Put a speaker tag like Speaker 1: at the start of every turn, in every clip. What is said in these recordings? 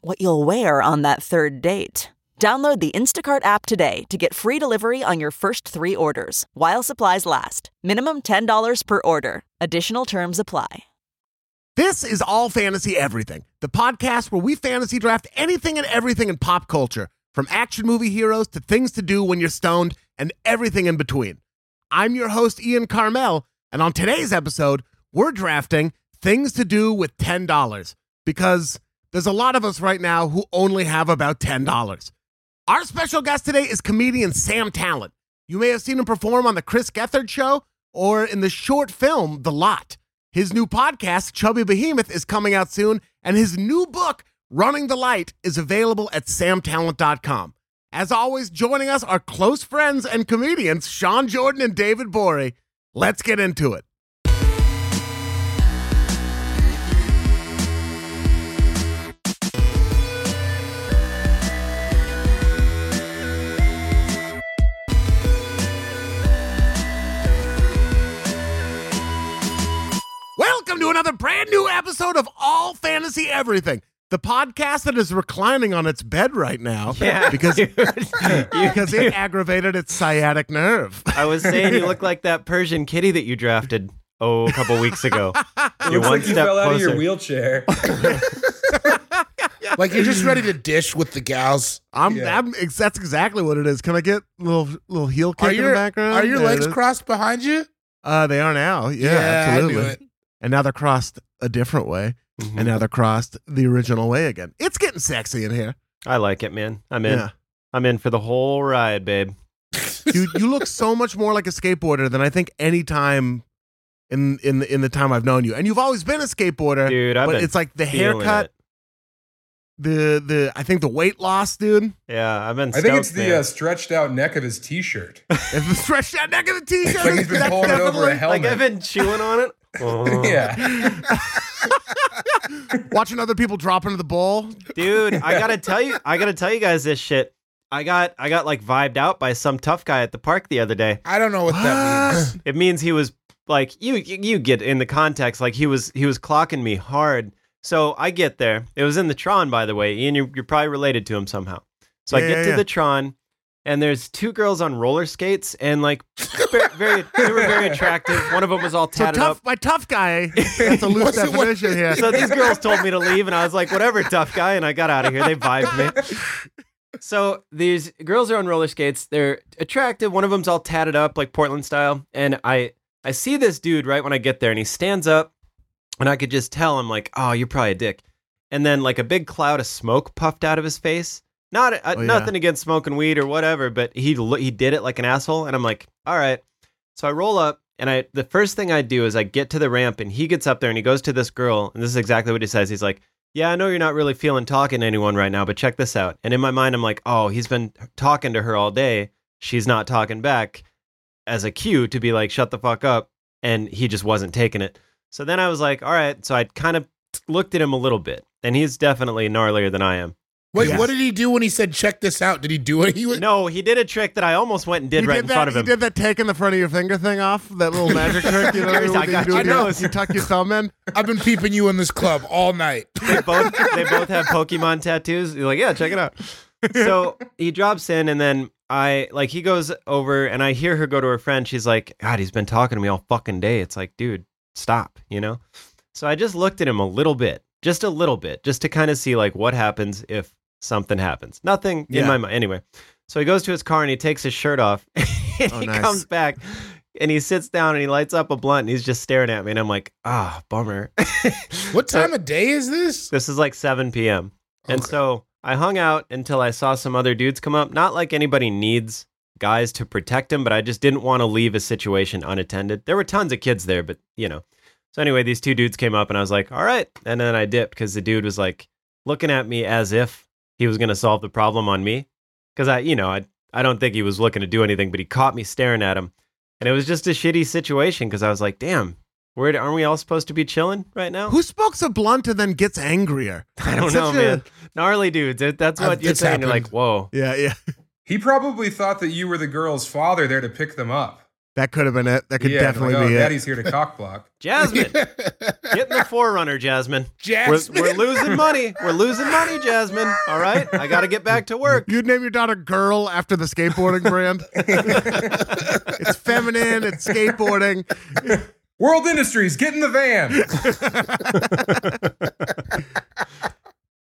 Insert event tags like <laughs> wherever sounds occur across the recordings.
Speaker 1: what you'll wear on that third date. Download the Instacart app today to get free delivery on your first three orders while supplies last. Minimum $10 per order. Additional terms apply.
Speaker 2: This is All Fantasy Everything, the podcast where we fantasy draft anything and everything in pop culture, from action movie heroes to things to do when you're stoned and everything in between. I'm your host, Ian Carmel, and on today's episode, we're drafting things to do with $10 because there's a lot of us right now who only have about $10. Our special guest today is comedian Sam Talent. You may have seen him perform on The Chris Gethard Show or in the short film The Lot. His new podcast, Chubby Behemoth, is coming out soon, and his new book, Running the Light, is available at samtalent.com. As always, joining us are close friends and comedians Sean Jordan and David Borey. Let's get into it. Welcome to another brand new episode of All Fantasy Everything, the podcast that is reclining on its bed right now
Speaker 3: Yeah,
Speaker 2: because
Speaker 3: dude.
Speaker 2: <laughs> because it aggravated its sciatic nerve.
Speaker 3: I was saying you look like that Persian kitty that you drafted oh a couple
Speaker 2: <laughs>
Speaker 3: weeks ago. You're one
Speaker 4: Looks like you
Speaker 3: step
Speaker 4: fell out of
Speaker 3: closer.
Speaker 4: your wheelchair.
Speaker 5: Like you're just ready to dish with the gals.
Speaker 2: I'm,
Speaker 5: Yeah.
Speaker 2: I'm ex- that's exactly what it is. Can I get little little heel kick
Speaker 5: Are
Speaker 2: in the
Speaker 5: your
Speaker 2: background?
Speaker 5: are your
Speaker 2: There it
Speaker 5: legs
Speaker 2: is.
Speaker 5: crossed behind you?
Speaker 2: Uh, they are now. Oh, Yeah,
Speaker 5: I knew
Speaker 2: absolutely.
Speaker 5: it.
Speaker 2: And now they're crossed a different way,
Speaker 3: Mhm.
Speaker 2: and now they're crossed the original way again. It's getting sexy in here.
Speaker 3: I like it, man. I'm in. I'm in for the whole ride, babe.
Speaker 2: you you look so much more like a skateboarder than I think any time in in the, in the time I've known you. And you've always been a skateboarder,
Speaker 3: Dude, I've
Speaker 2: but
Speaker 3: been
Speaker 2: it's like the
Speaker 3: feeling
Speaker 2: haircut,
Speaker 3: it.
Speaker 2: the the I think the weight loss, dude. <laughs>
Speaker 3: Yeah, I've been.
Speaker 4: I think it's
Speaker 3: stoked,
Speaker 4: the uh,
Speaker 3: man.
Speaker 4: stretched out neck of
Speaker 2: <laughs>
Speaker 4: his t-shirt.
Speaker 2: If the stretched out neck of the t-shirt,
Speaker 4: Like he's been
Speaker 2: that's
Speaker 4: pulling it uh, over
Speaker 2: definitely-
Speaker 4: a
Speaker 3: like
Speaker 4: helmet.
Speaker 3: I've been chewing on
Speaker 2: <laughs>
Speaker 3: it. Oh.
Speaker 4: <laughs> yeah.
Speaker 2: watching other people drop into the bowl.
Speaker 3: dude. I gotta tell you, I gotta tell you guys this shit. I got, I got like vibed out by some tough guy at the park the other day.
Speaker 5: I don't know what that means.
Speaker 3: It means he was like you you you get in the context like he was he was clocking me hard. So I get there. It was in the Tron by the way. Ian you're, you're probably related to him somehow. So
Speaker 2: Yeah,
Speaker 3: I get
Speaker 2: yeah,
Speaker 3: to
Speaker 2: yeah.
Speaker 3: the Tron and there's two girls on roller skates and like very, very they
Speaker 2: <laughs>
Speaker 3: were very attractive. One of them was all
Speaker 2: So
Speaker 3: tatted
Speaker 2: tough,
Speaker 3: up.
Speaker 2: by tough guy.
Speaker 5: <laughs>
Speaker 2: That's a loose
Speaker 5: What's it- what-
Speaker 2: definition here.
Speaker 3: So these girls told me to leave and I was like whatever tough guy and I got out of here. They vibed me. So these girls are on roller skates. They're attractive. One of them's all tatted up, like Portland style. And I I see this dude right when I get there, and he stands up, and I could just tell I'm like, oh, you're probably a dick. And then like a big cloud of smoke puffed out of his face. Not uh,
Speaker 2: Oh, yeah.
Speaker 3: nothing against smoking weed or whatever, but he lo- he did it like an asshole. And I'm like, all right. So I roll up, and I the first thing I do is I get to the ramp, and he gets up there, and he goes to this girl, and this is exactly what he says. He's like. Yeah, I know you're not really feeling talking to anyone right now, but check this out. And in my mind, I'm like, oh, he's been talking to her all day. She's not talking back as a cue to be like, shut the fuck up. And he just wasn't taking it. So then I was like, all right. So I kind of looked at him a little bit. And he's definitely gnarlier than I am.
Speaker 5: Wait,
Speaker 2: Yeah.
Speaker 5: what did he do when he said check this out? Did he do what he was?
Speaker 3: No, he did a trick that I almost went and did
Speaker 2: You
Speaker 3: right
Speaker 2: did
Speaker 3: in
Speaker 2: that,
Speaker 3: front of
Speaker 2: you
Speaker 3: him.
Speaker 2: did that taking the front of your finger thing off, that little magic trick. You know,
Speaker 3: <laughs> He's like,
Speaker 2: that
Speaker 3: "I
Speaker 2: you, do
Speaker 3: got
Speaker 2: with
Speaker 3: your
Speaker 2: your-
Speaker 3: nose."
Speaker 2: you tuck your thumb
Speaker 5: <laughs>
Speaker 2: in.
Speaker 5: I've been peeping you in this club all night.
Speaker 3: they both they both have Pokemon tattoos. You're like, yeah, check it out. So he drops in, and then I like he goes over, and I hear her go to her friend. She's like, God, he's been talking to me all fucking day. It's like, dude, stop, you know. So I just looked at him a little bit, just a little bit, just to kind of see like what happens if something happens. Nothing
Speaker 2: Yeah.
Speaker 3: in my mind, anyway. So he goes to his car and he takes his shirt off, <laughs> and
Speaker 2: Oh,
Speaker 3: he
Speaker 2: nice.
Speaker 3: comes back. And he sits down and he lights up a blunt and he's just staring at me and I'm like, ah, bummer.
Speaker 5: What
Speaker 3: So-
Speaker 5: time of day is this?
Speaker 3: this is like 7 p.m. And
Speaker 5: Okay.
Speaker 3: so I hung out until I saw some other dudes come up. Not like anybody needs guys to protect him, but I just didn't want to leave a situation unattended. There were tons of kids there, but you know. So anyway, these two dudes came up and I was like, all right. And then I dipped because the dude was like looking at me as if he was going to solve the problem on me because I, you know, I I don't think he was looking to do anything, but he caught me staring at him, and it was just a shitty situation because I was like, damn. Where aren't we all supposed to be chilling right now?
Speaker 2: Who smokes a blunt and then gets angrier?
Speaker 3: <laughs> I don't
Speaker 2: Such
Speaker 3: know,
Speaker 2: a-
Speaker 3: man. Gnarly dudes. It- That's
Speaker 5: I've-
Speaker 3: what you're
Speaker 5: it's
Speaker 3: saying. You're like,
Speaker 5: happened.
Speaker 3: whoa.
Speaker 2: Yeah, yeah. <laughs>
Speaker 4: He probably thought that you were the girl's father there to pick them up.
Speaker 2: That could have been it. That could
Speaker 4: yeah, and
Speaker 2: definitely
Speaker 4: like, oh,
Speaker 2: be it.
Speaker 4: Daddy's here to cock block.
Speaker 5: <laughs>
Speaker 3: Jasmine, get in the forerunner, Jasmine. We're,
Speaker 5: Jasmine.
Speaker 3: we're losing money. We're losing money, Jasmine. All right. I got to get back to work.
Speaker 2: You'd name your daughter Girl after the
Speaker 5: <laughs>
Speaker 2: skateboarding brand. it's feminine, it's skateboarding.
Speaker 4: World Industries, get in the
Speaker 2: <laughs>
Speaker 4: van.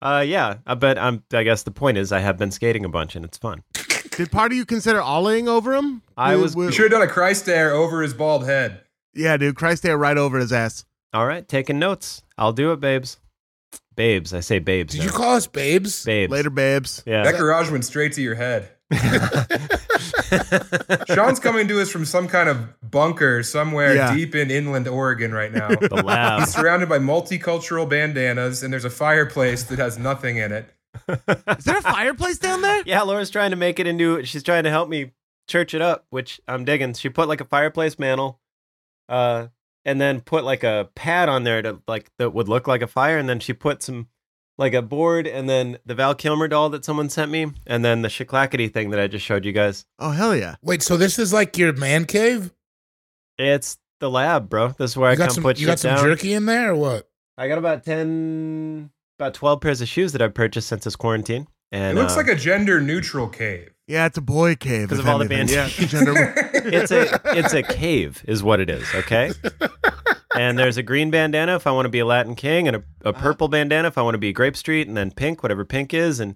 Speaker 3: Uh, yeah. I bet I'm, I guess the point is I have been skating a bunch and it's fun.
Speaker 2: Did part of you consider ollieing over him?
Speaker 3: I
Speaker 2: Dude,
Speaker 3: was-
Speaker 2: we-
Speaker 4: You should have done a Christ air over his bald head.
Speaker 2: Yeah, dude, Christ air right over his ass.
Speaker 3: All right. Taking notes. I'll do it, babes. Babes. I say babes.
Speaker 5: Did
Speaker 3: now.
Speaker 5: you call us babes?
Speaker 3: babes?
Speaker 2: Later, babes.
Speaker 3: Yeah.
Speaker 4: That garage went straight to your head. Sean's coming to us from some kind of bunker somewhere
Speaker 2: Yeah.
Speaker 4: deep in inland Oregon right now.
Speaker 3: The lab.
Speaker 5: <laughs>
Speaker 4: He's surrounded by multicultural bandanas, and there's a fireplace that has nothing in it.
Speaker 2: Is there a fireplace down there?
Speaker 3: <laughs> Yeah, Laura's trying to make it into. She's trying to help me church it up, which I'm digging. She put like a fireplace mantle, uh, and then put like a pad on there to like that would look like a fire, and then she put some like a board, and then the Val Kilmer doll that someone sent me, and then the shiklackety thing that I just showed you guys.
Speaker 2: Oh, hell yeah.
Speaker 5: Wait, so this is like your man cave?
Speaker 3: It's the lab, bro. This is where I
Speaker 5: You
Speaker 3: come
Speaker 5: got some,
Speaker 3: put
Speaker 5: you
Speaker 3: shit
Speaker 5: got some
Speaker 3: down.
Speaker 5: jerky in there or what?
Speaker 3: I got about ten, about twelve pairs of shoes that I've purchased since this quarantine, and
Speaker 4: it looks
Speaker 3: uh,
Speaker 4: like a gender neutral cave.
Speaker 2: Yeah, it's a boy cave.
Speaker 3: 'Cause
Speaker 2: if
Speaker 3: of all the
Speaker 2: anything.
Speaker 3: bands.
Speaker 2: Yeah,
Speaker 3: <laughs>
Speaker 2: gender- <laughs>
Speaker 3: it's a it's a cave is what it is okay and there's a green bandana if i want to be a latin king and a,
Speaker 2: Ah.
Speaker 3: a purple bandana if i want to be grape street and then pink whatever pink is and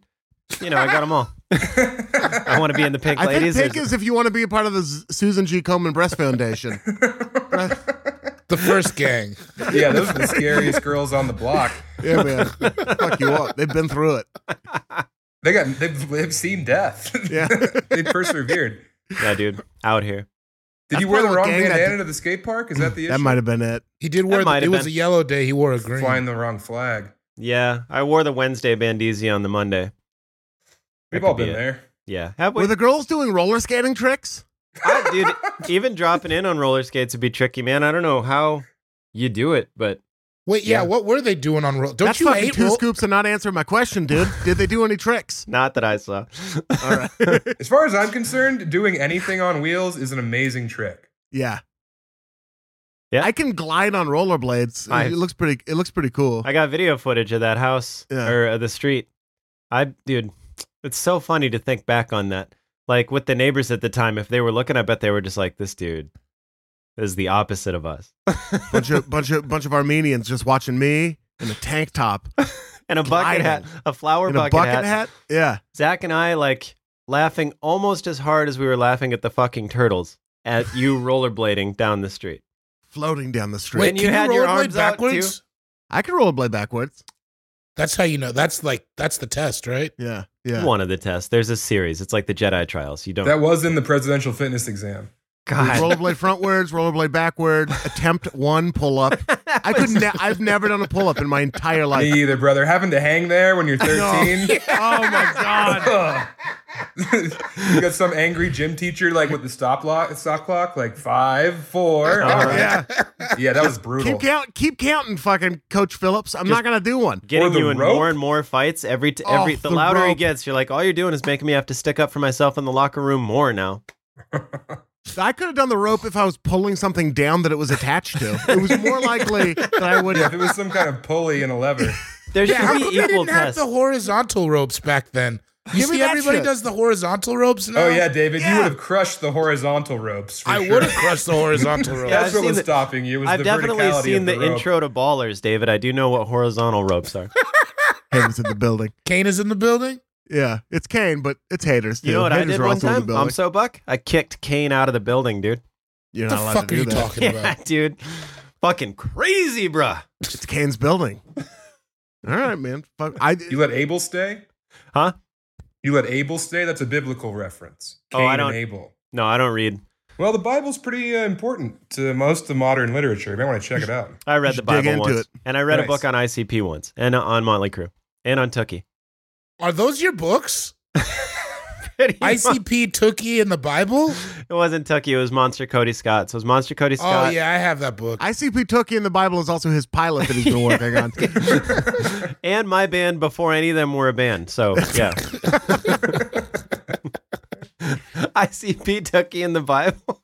Speaker 3: you know i got them all i want to be in the pink
Speaker 2: <laughs> I think
Speaker 3: ladies
Speaker 2: pink
Speaker 3: There's-
Speaker 2: is if you want to be a part of the Z- Susan G. Komen Breast Foundation.
Speaker 3: <laughs>
Speaker 5: The first gang.
Speaker 4: yeah, those are the scariest girls on the block.
Speaker 2: Yeah, man. Fuck you up. They've been through it.
Speaker 4: They got they've, they've seen death.
Speaker 3: <laughs>
Speaker 2: Yeah.
Speaker 4: <laughs> they persevered.
Speaker 3: yeah dude out here
Speaker 4: Did
Speaker 2: That's
Speaker 4: you wear the
Speaker 2: probably
Speaker 4: wrong
Speaker 2: gang that
Speaker 4: bandana
Speaker 2: did-
Speaker 4: to the skate park? Is that the issue?
Speaker 2: That might have been it.
Speaker 5: He did wear. The,
Speaker 3: might
Speaker 5: it
Speaker 3: have
Speaker 5: was
Speaker 3: been.
Speaker 5: a yellow day. He wore a green.
Speaker 4: flying the wrong flag.
Speaker 3: yeah i wore the wednesday bandeezy on the monday
Speaker 4: We've
Speaker 3: could
Speaker 4: all
Speaker 3: be
Speaker 4: been
Speaker 3: it.
Speaker 4: there.
Speaker 3: yeah have we
Speaker 2: Were the girls doing roller skating tricks? <laughs>
Speaker 3: I- dude even dropping in on roller skates would be tricky man i don't know how you do it but
Speaker 5: Wait, yeah,
Speaker 3: Yeah.
Speaker 5: What were they doing on roll? Don't
Speaker 2: That's
Speaker 5: you
Speaker 2: fucking
Speaker 5: hate
Speaker 2: two
Speaker 5: roll?
Speaker 2: scoops and not answering my question,
Speaker 3: <laughs>
Speaker 2: dude. Did they do any tricks?
Speaker 3: not that
Speaker 2: <laughs>
Speaker 3: i saw
Speaker 2: All right.
Speaker 4: As far as I'm concerned, doing anything on wheels is an amazing trick.
Speaker 2: Yeah.
Speaker 3: Yeah.
Speaker 2: I can glide on rollerblades. It-
Speaker 3: I-
Speaker 2: it looks pretty. It looks pretty cool.
Speaker 3: <laughs> I got video footage of that house
Speaker 2: Yeah.
Speaker 3: or uh, the street. I dude, it's so funny to think back on that. Like with the neighbors at the time, if they were looking, I bet they were just like, "This dude is the opposite of us,"
Speaker 2: bunch of bunch of bunch of Armenians just watching me in a tank top,
Speaker 3: and a bucket hat,
Speaker 2: Gliding.
Speaker 3: a flower
Speaker 2: in a
Speaker 3: bucket,
Speaker 2: bucket
Speaker 3: hat.
Speaker 2: hat. Yeah,
Speaker 3: Zach and I like laughing almost as hard as we were laughing at the fucking turtles at
Speaker 2: <laughs>
Speaker 3: you rollerblading down the street.
Speaker 2: floating down the street.
Speaker 5: Wait,
Speaker 3: And
Speaker 5: can
Speaker 3: you had your
Speaker 5: rollerblade
Speaker 3: arms out, too?
Speaker 2: I can rollerblade backwards.
Speaker 5: That's how you know. That's like that's the test, right?
Speaker 2: Yeah, yeah.
Speaker 3: One of the tests. There's a series. It's like the Jedi Trials. You don't.
Speaker 4: That was in the presidential fitness exam.
Speaker 3: God.
Speaker 2: Rollerblade frontwards, rollerblade
Speaker 4: <laughs>
Speaker 2: backward. Attempt one pull up. I could. Ne- I've never done a pull up in my entire life.
Speaker 4: Me either, brother. Having to hang
Speaker 3: <laughs>
Speaker 4: there when you're 13.
Speaker 2: <laughs> Oh my god.
Speaker 4: Ugh. you got some angry gym teacher like with the stop lock, stop clock, like five, four. <laughs> all right.
Speaker 2: Yeah.
Speaker 4: Yeah, that was
Speaker 2: Keep
Speaker 4: brutal.
Speaker 2: count. Keep counting, fucking Coach Phillips. I'm not gonna do one.
Speaker 3: getting
Speaker 4: the
Speaker 3: you in
Speaker 4: rope.
Speaker 3: more and more fights every t- every
Speaker 2: Off
Speaker 3: the,
Speaker 2: the
Speaker 3: louder he
Speaker 2: rope.
Speaker 3: gets you're like all you're doing is making me have to stick up for myself in the locker room more now
Speaker 2: I could have done the rope if I was pulling something down that it was attached to. It was more
Speaker 4: <laughs>
Speaker 2: likely that I would.
Speaker 4: Yeah, if it was some kind of pulley and a lever.
Speaker 3: there
Speaker 5: Yeah, how
Speaker 3: should
Speaker 5: come
Speaker 3: be
Speaker 5: they
Speaker 3: equal
Speaker 5: didn't have
Speaker 3: tests
Speaker 5: the horizontal ropes back then? You
Speaker 2: Give me
Speaker 5: see,
Speaker 2: that
Speaker 5: everybody
Speaker 2: shit.
Speaker 5: does the horizontal ropes now.
Speaker 4: Oh yeah, David,
Speaker 2: Yeah.
Speaker 4: you would have crushed the horizontal ropes. For
Speaker 5: I
Speaker 4: sure.
Speaker 5: would have crushed
Speaker 4: <laughs>
Speaker 5: the horizontal ropes.
Speaker 3: Yeah,
Speaker 4: That's
Speaker 3: I've
Speaker 4: what
Speaker 3: seen
Speaker 4: was
Speaker 3: the-
Speaker 4: stopping you. Was
Speaker 3: i've
Speaker 4: the verticality
Speaker 3: definitely
Speaker 4: of
Speaker 3: seen the,
Speaker 4: rope.
Speaker 3: intro to ballers david i do know what horizontal ropes
Speaker 4: <laughs>
Speaker 3: are
Speaker 2: Hayden's in the building.
Speaker 5: Kane is in the building.
Speaker 2: Yeah, it's Kane, but it's haters. Too.
Speaker 3: you know what i
Speaker 2: haters
Speaker 3: did
Speaker 2: are
Speaker 3: one
Speaker 2: also in the
Speaker 3: time
Speaker 2: building.
Speaker 3: i'm so buck i kicked kane out of the building dude
Speaker 2: You're
Speaker 5: What the
Speaker 2: not allowed
Speaker 5: fuck
Speaker 2: to
Speaker 5: are
Speaker 2: do
Speaker 5: you
Speaker 2: that.
Speaker 3: <laughs>
Speaker 5: talking
Speaker 3: yeah
Speaker 5: about?
Speaker 3: dude fucking crazy bruh
Speaker 2: It's Kane's
Speaker 5: <laughs>
Speaker 2: building. All right, man. Fuck. I
Speaker 4: You let Abel stay?
Speaker 3: Huh?
Speaker 4: You let Abel stay? That's a biblical reference.
Speaker 3: Oh, I
Speaker 4: Cain
Speaker 3: don't-
Speaker 4: And Abel.
Speaker 3: no i don't read
Speaker 4: Well, the Bible's pretty uh, important to most of modern literature. You might want to check it out.
Speaker 3: i read the
Speaker 2: should dig
Speaker 3: bible
Speaker 2: into
Speaker 3: once
Speaker 2: it.
Speaker 3: and i read a
Speaker 4: Nice.
Speaker 3: book on icp once and on motley crew and on tookie <laughs>
Speaker 5: Are those your books?
Speaker 3: Pretty much.
Speaker 5: ICP Tookie and the Bible?
Speaker 3: It wasn't Tucky. It was Monster Cody Scott. So it was Monster Cody Scott.
Speaker 5: Oh yeah, I have that book.
Speaker 2: ICP Tookie in the Bible is also his pilot that he's been working
Speaker 5: <laughs>
Speaker 2: on.
Speaker 3: and my band before any of them were a band. So yeah. <laughs> ICP Tucky in the Bible.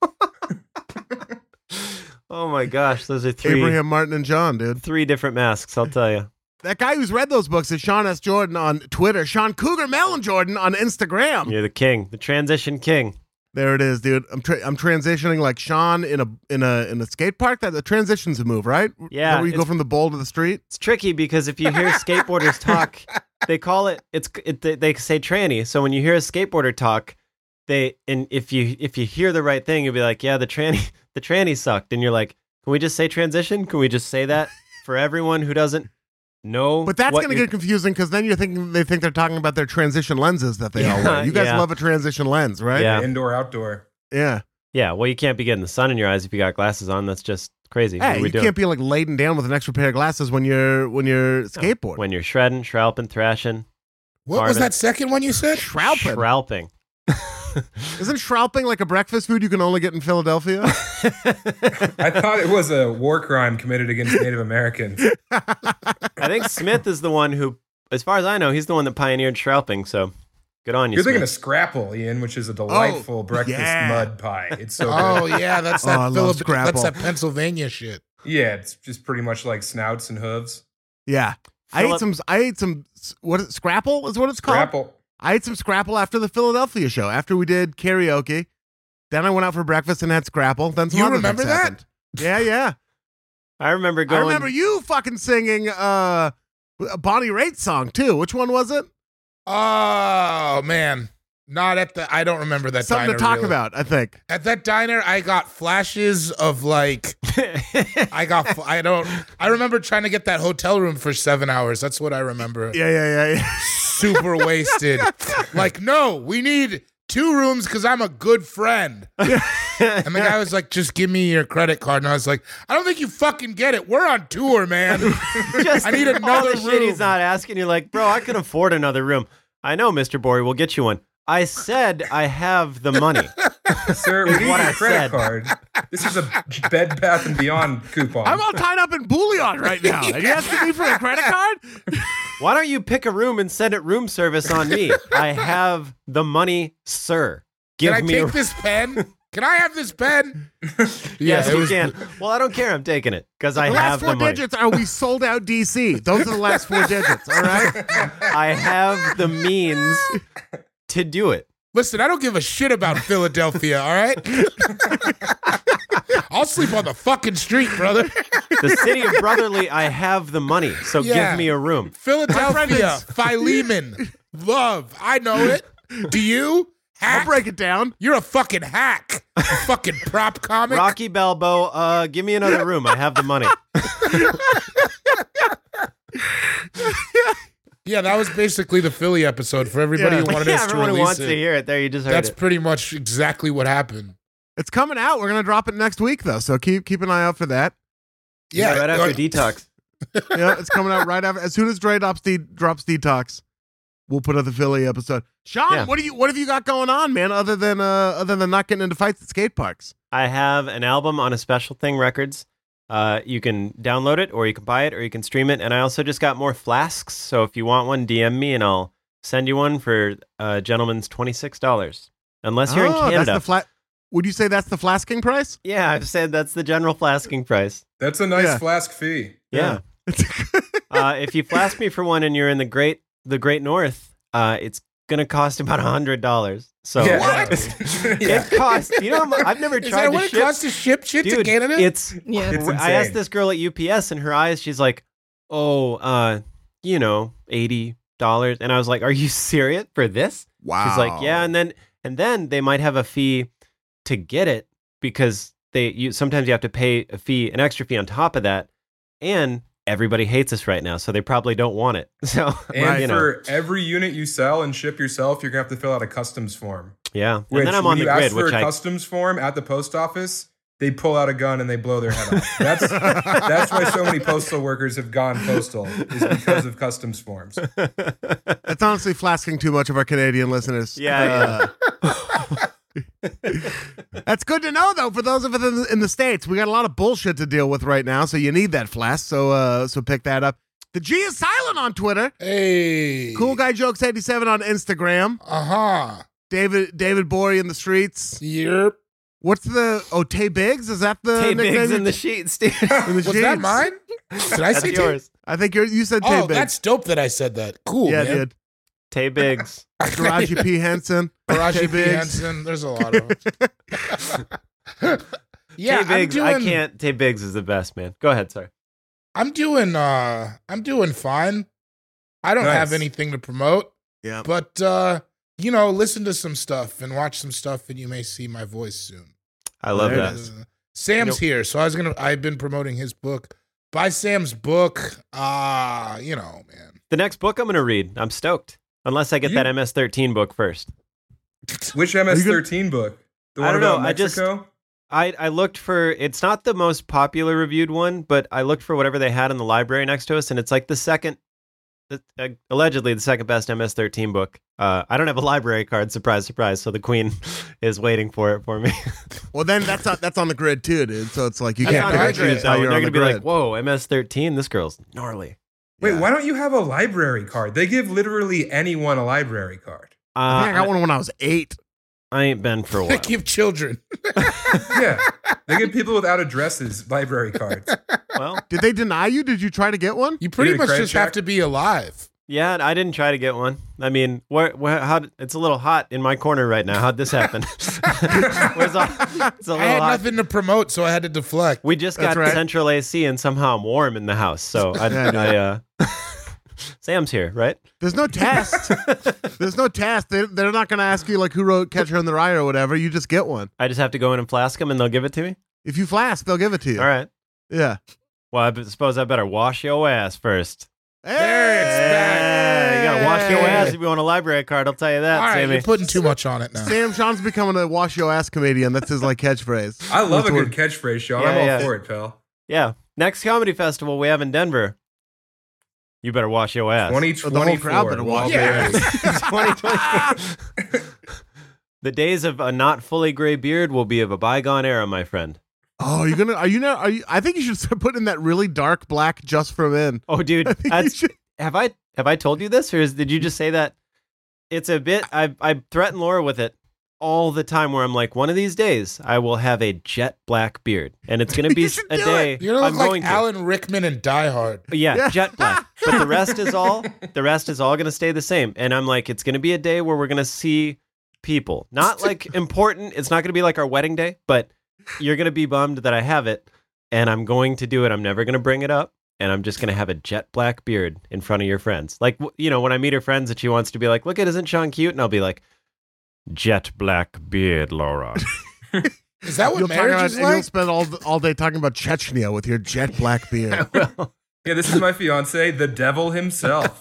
Speaker 3: <laughs> oh my gosh, those are three
Speaker 2: Abraham Martin and John, dude.
Speaker 3: three different masks. I'll tell you.
Speaker 2: That guy who's read those books is Sean S. Jordan on Twitter, Sean Cougar Mellon Jordan on Instagram.
Speaker 3: You're the king, the transition king.
Speaker 2: There it is, dude. I'm tra- I'm transitioning like Sean in a in a in a skate park. That the transition's a move, right?
Speaker 3: Yeah,
Speaker 2: Where you go
Speaker 3: it's-
Speaker 2: from the bowl to the street.
Speaker 3: It's tricky because if you hear
Speaker 2: <laughs>
Speaker 3: skateboarders talk, they call it it's it, they, they say tranny. So when you hear a skateboarder talk, they and if you if you hear the right thing, you'll be like, yeah, the tranny <laughs> the tranny sucked, and you're like, can we just say transition? Can we just say that for everyone who doesn't know?
Speaker 2: But that's
Speaker 3: what
Speaker 2: going to
Speaker 3: you're-
Speaker 2: get confusing because then you're thinking they think they're talking about their transition lenses that they all
Speaker 3: Yeah,
Speaker 2: wear. You guys
Speaker 3: yeah.
Speaker 2: love a transition lens, right?
Speaker 3: Yeah.
Speaker 4: Indoor, outdoor.
Speaker 2: Yeah.
Speaker 3: yeah. Well, you can't be getting the sun in your eyes if you got glasses on. That's just crazy. what
Speaker 2: Hey,
Speaker 3: are
Speaker 2: you
Speaker 3: we doing?
Speaker 2: can't be like laden down with an extra pair of glasses when you're when you're skateboarding.
Speaker 3: Oh, when you're shredding, shrouping, thrashing,
Speaker 5: What was
Speaker 3: Marvin.
Speaker 5: that second one
Speaker 2: <laughs>
Speaker 5: you said?
Speaker 2: Schrauping. <laughs>
Speaker 3: shrouping.
Speaker 2: Isn't schrauping like a breakfast food you can only get in
Speaker 3: <laughs>
Speaker 2: Philadelphia?
Speaker 4: I thought it was a war crime committed
Speaker 3: <laughs>
Speaker 4: against Native Americans.
Speaker 3: I think Smith is the one who, as far as I know, he's the one that pioneered shrouping. So good on you.
Speaker 4: You're thinking of
Speaker 3: Smith.
Speaker 4: scrapple, Ian, which is a
Speaker 3: Oh,
Speaker 4: delightful breakfast
Speaker 2: yeah.
Speaker 4: mud pie. It's so good.
Speaker 5: Oh yeah, that's
Speaker 2: Oh, I
Speaker 5: that
Speaker 2: love
Speaker 5: Philip-
Speaker 2: Scrapple.
Speaker 5: that's that Pennsylvania shit.
Speaker 4: Yeah, it's just pretty much like snouts and hooves.
Speaker 2: yeah. I ate
Speaker 3: Philip-
Speaker 2: some. I ate some. s- What is, scrapple is what it's called.
Speaker 4: Scrapple.
Speaker 2: I ate some scrapple after the Philadelphia show. After we did karaoke, then I went out for breakfast and had scrapple. Then some
Speaker 5: You
Speaker 2: other
Speaker 5: remember
Speaker 2: things
Speaker 5: that?
Speaker 2: happened. Yeah, yeah.
Speaker 3: I remember going.
Speaker 2: I remember
Speaker 3: <laughs>
Speaker 2: you fucking singing uh, a Bonnie Raitt song too. Which one was it?
Speaker 5: Oh man, not at the. I don't remember that.
Speaker 2: Something
Speaker 5: diner
Speaker 2: to talk
Speaker 5: really.
Speaker 2: about. I think.
Speaker 5: At that diner, I got flashes of like I got. I don't. I remember trying to get that hotel room for seven hours. That's what I remember.
Speaker 2: Yeah, yeah, yeah.
Speaker 3: <laughs>
Speaker 2: yeah. <laughs>
Speaker 5: Super wasted. Like no, we need two rooms because I'm a good friend. And the guy was like, "Just give me your credit card." And I was like, "I don't think you fucking get it. We're on tour, man.
Speaker 2: <laughs>
Speaker 3: Just
Speaker 5: I need
Speaker 3: all the
Speaker 5: another
Speaker 3: shit he's
Speaker 5: room."
Speaker 3: not asking. You're like, bro, I can afford another room. I know, Mister Bory, we'll get you one. I said I have the
Speaker 5: <laughs>
Speaker 3: money.
Speaker 4: Sir,
Speaker 3: <laughs>
Speaker 4: we need
Speaker 3: what I
Speaker 4: your
Speaker 3: said.
Speaker 4: credit card. This is a Bed Bath
Speaker 3: <laughs>
Speaker 4: and Beyond coupon.
Speaker 2: I'm all tied up in bullion right now. Are you asking me for a
Speaker 3: <laughs>
Speaker 2: credit card?
Speaker 3: Why don't you pick a room and send it room service on me?
Speaker 5: <laughs>
Speaker 3: I have the money, sir. Give
Speaker 5: Can I
Speaker 3: me a
Speaker 5: take this pen? <laughs> Can I have this <laughs> pen?"
Speaker 3: <laughs> yes,
Speaker 5: it
Speaker 3: you
Speaker 5: was-
Speaker 3: can. Well, I don't care. I'm taking it because I
Speaker 2: The
Speaker 3: have
Speaker 2: last
Speaker 3: the
Speaker 2: four
Speaker 3: money.
Speaker 2: digits are we sold out DC. Those are the last four digits. All right.
Speaker 3: I have the
Speaker 5: <laughs>
Speaker 3: means to do it.
Speaker 5: Listen, I don't give a shit about Philadelphia, all right? <laughs> I'll sleep on the fucking street, brother.
Speaker 3: The city of brotherly, I have the money, so
Speaker 5: Yeah.
Speaker 3: give me a room.
Speaker 5: Philadelphia, Philemon, love. I know it. Do you?
Speaker 2: I'll
Speaker 5: Hack.
Speaker 2: break it down.
Speaker 5: You're a fucking hack. You fucking prop comic.
Speaker 3: Rocky Balboa, uh, give me another room. I have the money.
Speaker 5: Yeah, that was basically the Philly episode for everybody
Speaker 2: Yeah.
Speaker 5: who
Speaker 3: <laughs>
Speaker 5: wanted
Speaker 3: yeah,
Speaker 5: us to
Speaker 3: everyone who
Speaker 5: release
Speaker 3: wants
Speaker 5: it.
Speaker 3: to hear it. There, you just heard
Speaker 5: That's
Speaker 3: it.
Speaker 5: pretty much exactly what happened.
Speaker 2: It's coming out. We're gonna drop it next week though. So keep keep an eye out for that.
Speaker 5: Yeah,
Speaker 3: right after
Speaker 5: uh,
Speaker 3: detox.
Speaker 2: yeah, it's coming out right after. As soon as Dre drops, de- drops detox, we'll put out the Philly episode. Sean,
Speaker 3: Yeah.
Speaker 2: what do you what have you got going on, man? Other than uh, other than not getting into fights at skate parks.
Speaker 3: I have an album on a Special Thing Records. Uh, you can download it, or you can buy it, or you can stream it. And I also just got more flasks. So if you want one, DM me, and I'll send you one for uh, gentleman's twenty six dollars. Unless you're in
Speaker 2: Oh,
Speaker 3: Canada.
Speaker 2: That's the flat. Would you say that's the flasking price?
Speaker 3: yeah, I've said that's the general flasking price.
Speaker 4: That's a nice
Speaker 2: Yeah.
Speaker 4: flask fee.
Speaker 3: Yeah. uh, if you flask me for one and you're in the great the great north, uh, it's gonna cost about a hundred dollars. So
Speaker 4: <laughs> yeah. yeah.
Speaker 3: it costs. You know, how
Speaker 5: <laughs>
Speaker 3: mu- I've never
Speaker 5: <laughs> Is
Speaker 3: tried
Speaker 5: that
Speaker 3: to
Speaker 5: what it
Speaker 3: ship.
Speaker 5: costs to ship shit to
Speaker 3: Dude,
Speaker 5: Canada?
Speaker 3: it's.
Speaker 4: It's insane.
Speaker 3: I asked this girl at UPS, and her eyes, she's like, "Oh, uh, you know, eighty dollars." And I was like, "Are you <laughs> serious for this?"
Speaker 2: Wow.
Speaker 3: She's like, yeah, and then and then they might have a fee to get it because they you sometimes you have to pay a fee, an extra fee on top of that, and everybody hates us right now, so they probably don't want it. <laughs> So
Speaker 4: And
Speaker 3: you know,
Speaker 4: for every unit you sell and ship yourself, you're gonna have to fill out a customs form.
Speaker 3: yeah.
Speaker 4: Which,
Speaker 3: and then I'm
Speaker 4: when
Speaker 3: on the
Speaker 4: you ask
Speaker 3: grid,
Speaker 4: for
Speaker 3: which
Speaker 4: a
Speaker 3: I
Speaker 4: customs form at the post office, they pull out a gun and they blow their head
Speaker 3: <laughs>
Speaker 4: off. That's that's why so many postal workers have gone postal is because of customs forms.
Speaker 2: That's honestly flasking too much of our Canadian listeners.
Speaker 3: Yeah,
Speaker 2: Uh, <laughs> that's good to know, though, for those of us in the, in the states. We got a lot of bullshit to deal with right now, so you need that flask. So, uh, so pick that up. The G is silent on Twitter.
Speaker 5: Hey.
Speaker 2: Cool guy jokes eighty seven on Instagram.
Speaker 5: Uh huh.
Speaker 2: David David Bory in the streets.
Speaker 5: Yep.
Speaker 2: What's the oh Tay Biggs? Is that the
Speaker 3: Tay
Speaker 2: nickname?
Speaker 3: Biggs
Speaker 2: you-
Speaker 4: <laughs>
Speaker 3: in the sheets, dude.
Speaker 2: in the
Speaker 5: Was that
Speaker 2: sheets?
Speaker 5: mine? Did I
Speaker 3: That's
Speaker 5: say
Speaker 3: yours.
Speaker 2: I think you're, you said
Speaker 5: Tay?
Speaker 2: Tay
Speaker 5: Oh,
Speaker 2: Biggs.
Speaker 5: that's dope that I said that. Cool,
Speaker 2: yeah,
Speaker 5: man.
Speaker 2: dude. <laughs>
Speaker 3: Tay Biggs.
Speaker 2: Taraji P Henson. Tay
Speaker 5: Taraji P.
Speaker 2: Biggs.
Speaker 5: Henson. There's a lot of them. yeah,
Speaker 3: Tay Biggs.
Speaker 5: I'm doing,
Speaker 3: I can't. Tay Biggs is the best man. Go ahead, sorry.
Speaker 5: I'm doing. Uh, I'm doing fine. I don't
Speaker 4: Nice.
Speaker 5: have anything to promote,
Speaker 2: Yeah.
Speaker 5: but uh, you know, listen to some stuff and watch some stuff, and you may see my voice soon.
Speaker 3: I love
Speaker 2: There it
Speaker 3: that.
Speaker 2: is.
Speaker 5: Uh, Sam's
Speaker 3: Nope.
Speaker 5: here, so I was gonna. I've been promoting his book. Buy Sam's book. Ah, you know, man. <laughs>
Speaker 3: The next book I'm gonna read. I'm stoked. Unless I get
Speaker 5: You-
Speaker 3: that MS13 book first.
Speaker 4: Which MS13 book? The
Speaker 3: I
Speaker 4: one
Speaker 3: don't
Speaker 4: about
Speaker 3: know, I just-
Speaker 4: Mexico?
Speaker 3: I, I looked for it's not the most popular reviewed one, but I looked for whatever they had in the library next to us, and it's like the second, the, uh, allegedly the second best MS13 book. Uh, I don't have a library card, surprise, surprise. So the queen <laughs> is waiting for it for me.
Speaker 2: Well, then that's on, that's on the grid too, dude. So it's like you
Speaker 5: That's
Speaker 2: can't
Speaker 5: on
Speaker 2: pick
Speaker 5: the
Speaker 2: and
Speaker 5: grid,
Speaker 2: choose
Speaker 3: though,
Speaker 2: how
Speaker 3: and
Speaker 2: you're
Speaker 3: they're
Speaker 2: on
Speaker 3: gonna
Speaker 2: the
Speaker 3: be like,
Speaker 2: grid.
Speaker 3: "Whoa, MS13, this girl's gnarly."
Speaker 4: Wait,
Speaker 2: Yeah.
Speaker 4: why don't you have a library card? They give literally anyone a library card.
Speaker 3: Uh,
Speaker 2: I think I got
Speaker 3: I,
Speaker 2: one when I was eight.
Speaker 3: I ain't been for a
Speaker 2: <laughs>
Speaker 5: They
Speaker 3: while.
Speaker 5: give children.
Speaker 4: Yeah. they give people without addresses library cards.
Speaker 3: well,
Speaker 2: Did they deny you? Did you try to get one?
Speaker 5: You pretty
Speaker 4: Did a
Speaker 5: much
Speaker 4: credit
Speaker 5: just
Speaker 4: check?
Speaker 5: have to be alive.
Speaker 3: yeah, and I didn't try to get one. I mean, where, where, how? d- It's a little hot in my corner right now. How'd this happen? <laughs> Where's all, it's a little
Speaker 5: I had
Speaker 3: hot.
Speaker 5: nothing to promote, so I had to deflect.
Speaker 3: We just
Speaker 2: That's
Speaker 3: got
Speaker 2: right.
Speaker 3: central AC and somehow I'm warm in the house. So I,
Speaker 2: Yeah, dude.
Speaker 3: I uh, Sam's here, right?
Speaker 2: There's no
Speaker 3: <laughs>
Speaker 2: test. There's no test. They, they're not going to ask you like who wrote Catcher in the Rye or whatever. You just get one.
Speaker 3: I just have to go in and flask them and they'll give it to me.
Speaker 2: If you flask, they'll give it to you.
Speaker 3: All right.
Speaker 2: Yeah.
Speaker 3: Well, I b- suppose I better wash your ass first.
Speaker 5: There it's back.
Speaker 3: Yeah, you gotta wash your
Speaker 5: Hey.
Speaker 3: ass if you want a library card. I'll tell you that,
Speaker 5: All right,
Speaker 3: Sammy.
Speaker 5: you're putting too much on it now.
Speaker 2: Sam Sean's becoming a wash your ass comedian. That's his like catchphrase.
Speaker 4: <laughs>
Speaker 3: <laughs>
Speaker 4: I love
Speaker 2: That's
Speaker 4: a good catchphrase, Sean.
Speaker 3: Yeah,
Speaker 4: I'm all
Speaker 3: yeah.
Speaker 4: for it, pal.
Speaker 3: yeah. Next comedy festival we have in Denver. You better wash your ass.
Speaker 4: 2024.
Speaker 2: The whole crowd better walk
Speaker 5: <laughs> Yeah.
Speaker 2: <laughs> their ass.
Speaker 5: <laughs>
Speaker 3: 2024. the days of a not fully gray beard will be of a bygone era, my friend.
Speaker 2: Oh, you're gonna? Are you now? Are you? I think you should start putting that really dark black just from in.
Speaker 3: Oh,
Speaker 2: <laughs>
Speaker 3: dude,
Speaker 2: I think you
Speaker 3: that's
Speaker 2: should.
Speaker 3: have I have I told you this, or is, did you just say that? It's a bit. I I threaten Laura with it all the time, where I'm like, one of these days I will have a jet black beard, and it's gonna
Speaker 2: <laughs>
Speaker 3: be
Speaker 2: You
Speaker 3: s-
Speaker 2: should
Speaker 3: a
Speaker 2: do
Speaker 3: day
Speaker 5: You look
Speaker 3: I'm
Speaker 5: like
Speaker 3: going
Speaker 5: Alan Rickman and Die Hard.
Speaker 3: to. Yeah,
Speaker 2: Yeah.
Speaker 3: jet black. But the rest is all the rest is all gonna stay the same, and I'm like, it's gonna be a day where we're gonna see people, not like important. It's not gonna be like our wedding day, but you're gonna be bummed that I have it, and I'm going to do it. I'm never gonna bring it up and I'm just gonna have a jet black beard in front of your friends. Like w- you know, when I meet her friends, that she wants to be like, "Look at, isn't Sean cute?" And I'll be like, "Jet black beard, Laura."
Speaker 5: Is that what
Speaker 2: You'll, talk
Speaker 5: marriage
Speaker 2: about-
Speaker 5: is
Speaker 2: and you'll
Speaker 5: like?
Speaker 2: spend all all day talking about Chechnya with your jet black
Speaker 5: <laughs>
Speaker 2: beard.
Speaker 3: well,
Speaker 4: <laughs> Yeah, this is my fiance, the devil himself.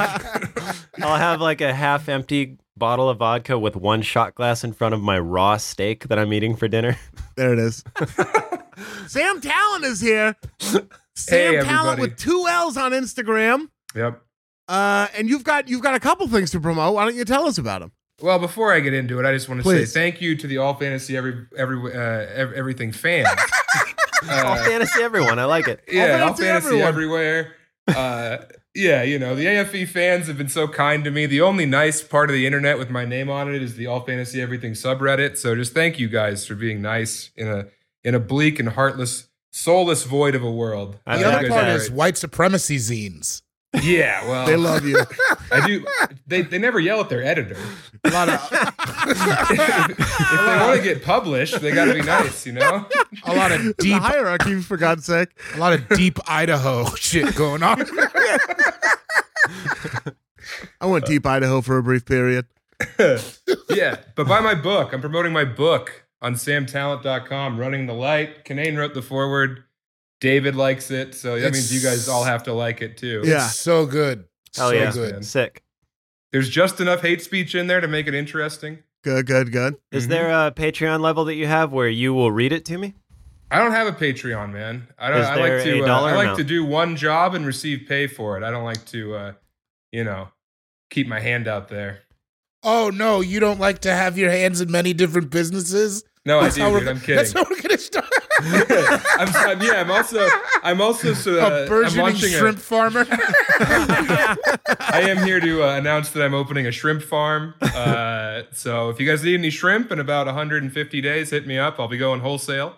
Speaker 3: I'll have like a half-empty bottle of vodka with one shot glass in front of my raw steak that I'm eating for dinner.
Speaker 2: There it is. Sam Talent is here. Sam Talent
Speaker 4: everybody.
Speaker 2: with two L's on Instagram.
Speaker 4: yep.
Speaker 2: Uh, and you've got you've got a couple things to promote. Why don't you tell us about them?
Speaker 4: Well, before I get into it, I just want to
Speaker 2: Please.
Speaker 4: say thank you to the All Fantasy Every Every uh, ev-
Speaker 2: <laughs>
Speaker 4: Everything fans.
Speaker 3: All
Speaker 4: Uh,
Speaker 3: fantasy, everyone. I like it.
Speaker 4: <laughs> yeah,
Speaker 2: All
Speaker 4: all
Speaker 2: Fantasy
Speaker 4: fantasy
Speaker 2: Everyone.
Speaker 4: everywhere. Uh, yeah, you know the AFE fans have been so kind to me. The only nice part of the internet with my name on it is the All Fantasy Everything subreddit. So just thank you guys for being nice in a in a bleak and heartless, soulless void of a world. Uh,
Speaker 3: I
Speaker 4: You
Speaker 5: the other
Speaker 4: guys
Speaker 5: part
Speaker 4: are
Speaker 5: is white supremacy zines.
Speaker 4: great. yeah. Well,
Speaker 2: They love you.
Speaker 4: I do. They they never yell at their editor.
Speaker 5: A lot of
Speaker 4: If they want to get published, they got to be nice, you know.
Speaker 2: <laughs>
Speaker 5: a lot of
Speaker 2: the
Speaker 5: deep
Speaker 2: hierarchy, for God's sake.
Speaker 5: a lot of <laughs> deep Idaho shit going on.
Speaker 2: I went deep Idaho for a brief period.
Speaker 4: yeah, but buy my book. I'm promoting my book on samtalent.com, Running the Light. Kanane wrote the forward. David likes it. So that
Speaker 5: It's-
Speaker 4: means you guys all have to like it too.
Speaker 2: Yeah.
Speaker 5: So good.
Speaker 3: Hell
Speaker 5: so
Speaker 3: yeah,
Speaker 5: good.
Speaker 3: sick.
Speaker 4: There's just enough hate speech in there to make it interesting.
Speaker 2: Good, good, good.
Speaker 3: Is
Speaker 4: Mm-hmm.
Speaker 3: there a Patreon level that you have where you will read it to me?
Speaker 4: I don't have a Patreon, man. I don't.
Speaker 3: Is
Speaker 4: I
Speaker 3: there
Speaker 4: like to.
Speaker 3: a
Speaker 4: Uh,
Speaker 3: dollar
Speaker 4: I like
Speaker 3: amount?
Speaker 4: to do one job and receive pay for it. I don't like to, uh, you know, keep my hand out there.
Speaker 5: Oh no, you don't like to have your hands in many different businesses.
Speaker 4: No, Oh, I
Speaker 5: That's how
Speaker 4: do,
Speaker 5: we're-
Speaker 4: dude. I'm
Speaker 5: That's
Speaker 4: kidding.
Speaker 5: how we're gonna start.
Speaker 4: <laughs> I'm, I'm, yeah, I'm also. I'm also. So, uh,
Speaker 5: a
Speaker 4: I'm
Speaker 5: burgeoning
Speaker 4: launching
Speaker 5: shrimp farmer.
Speaker 4: A, I am here to uh, announce that I'm opening a shrimp farm. Uh, so if you guys need any shrimp in about 150 days, hit me up. I'll be going wholesale.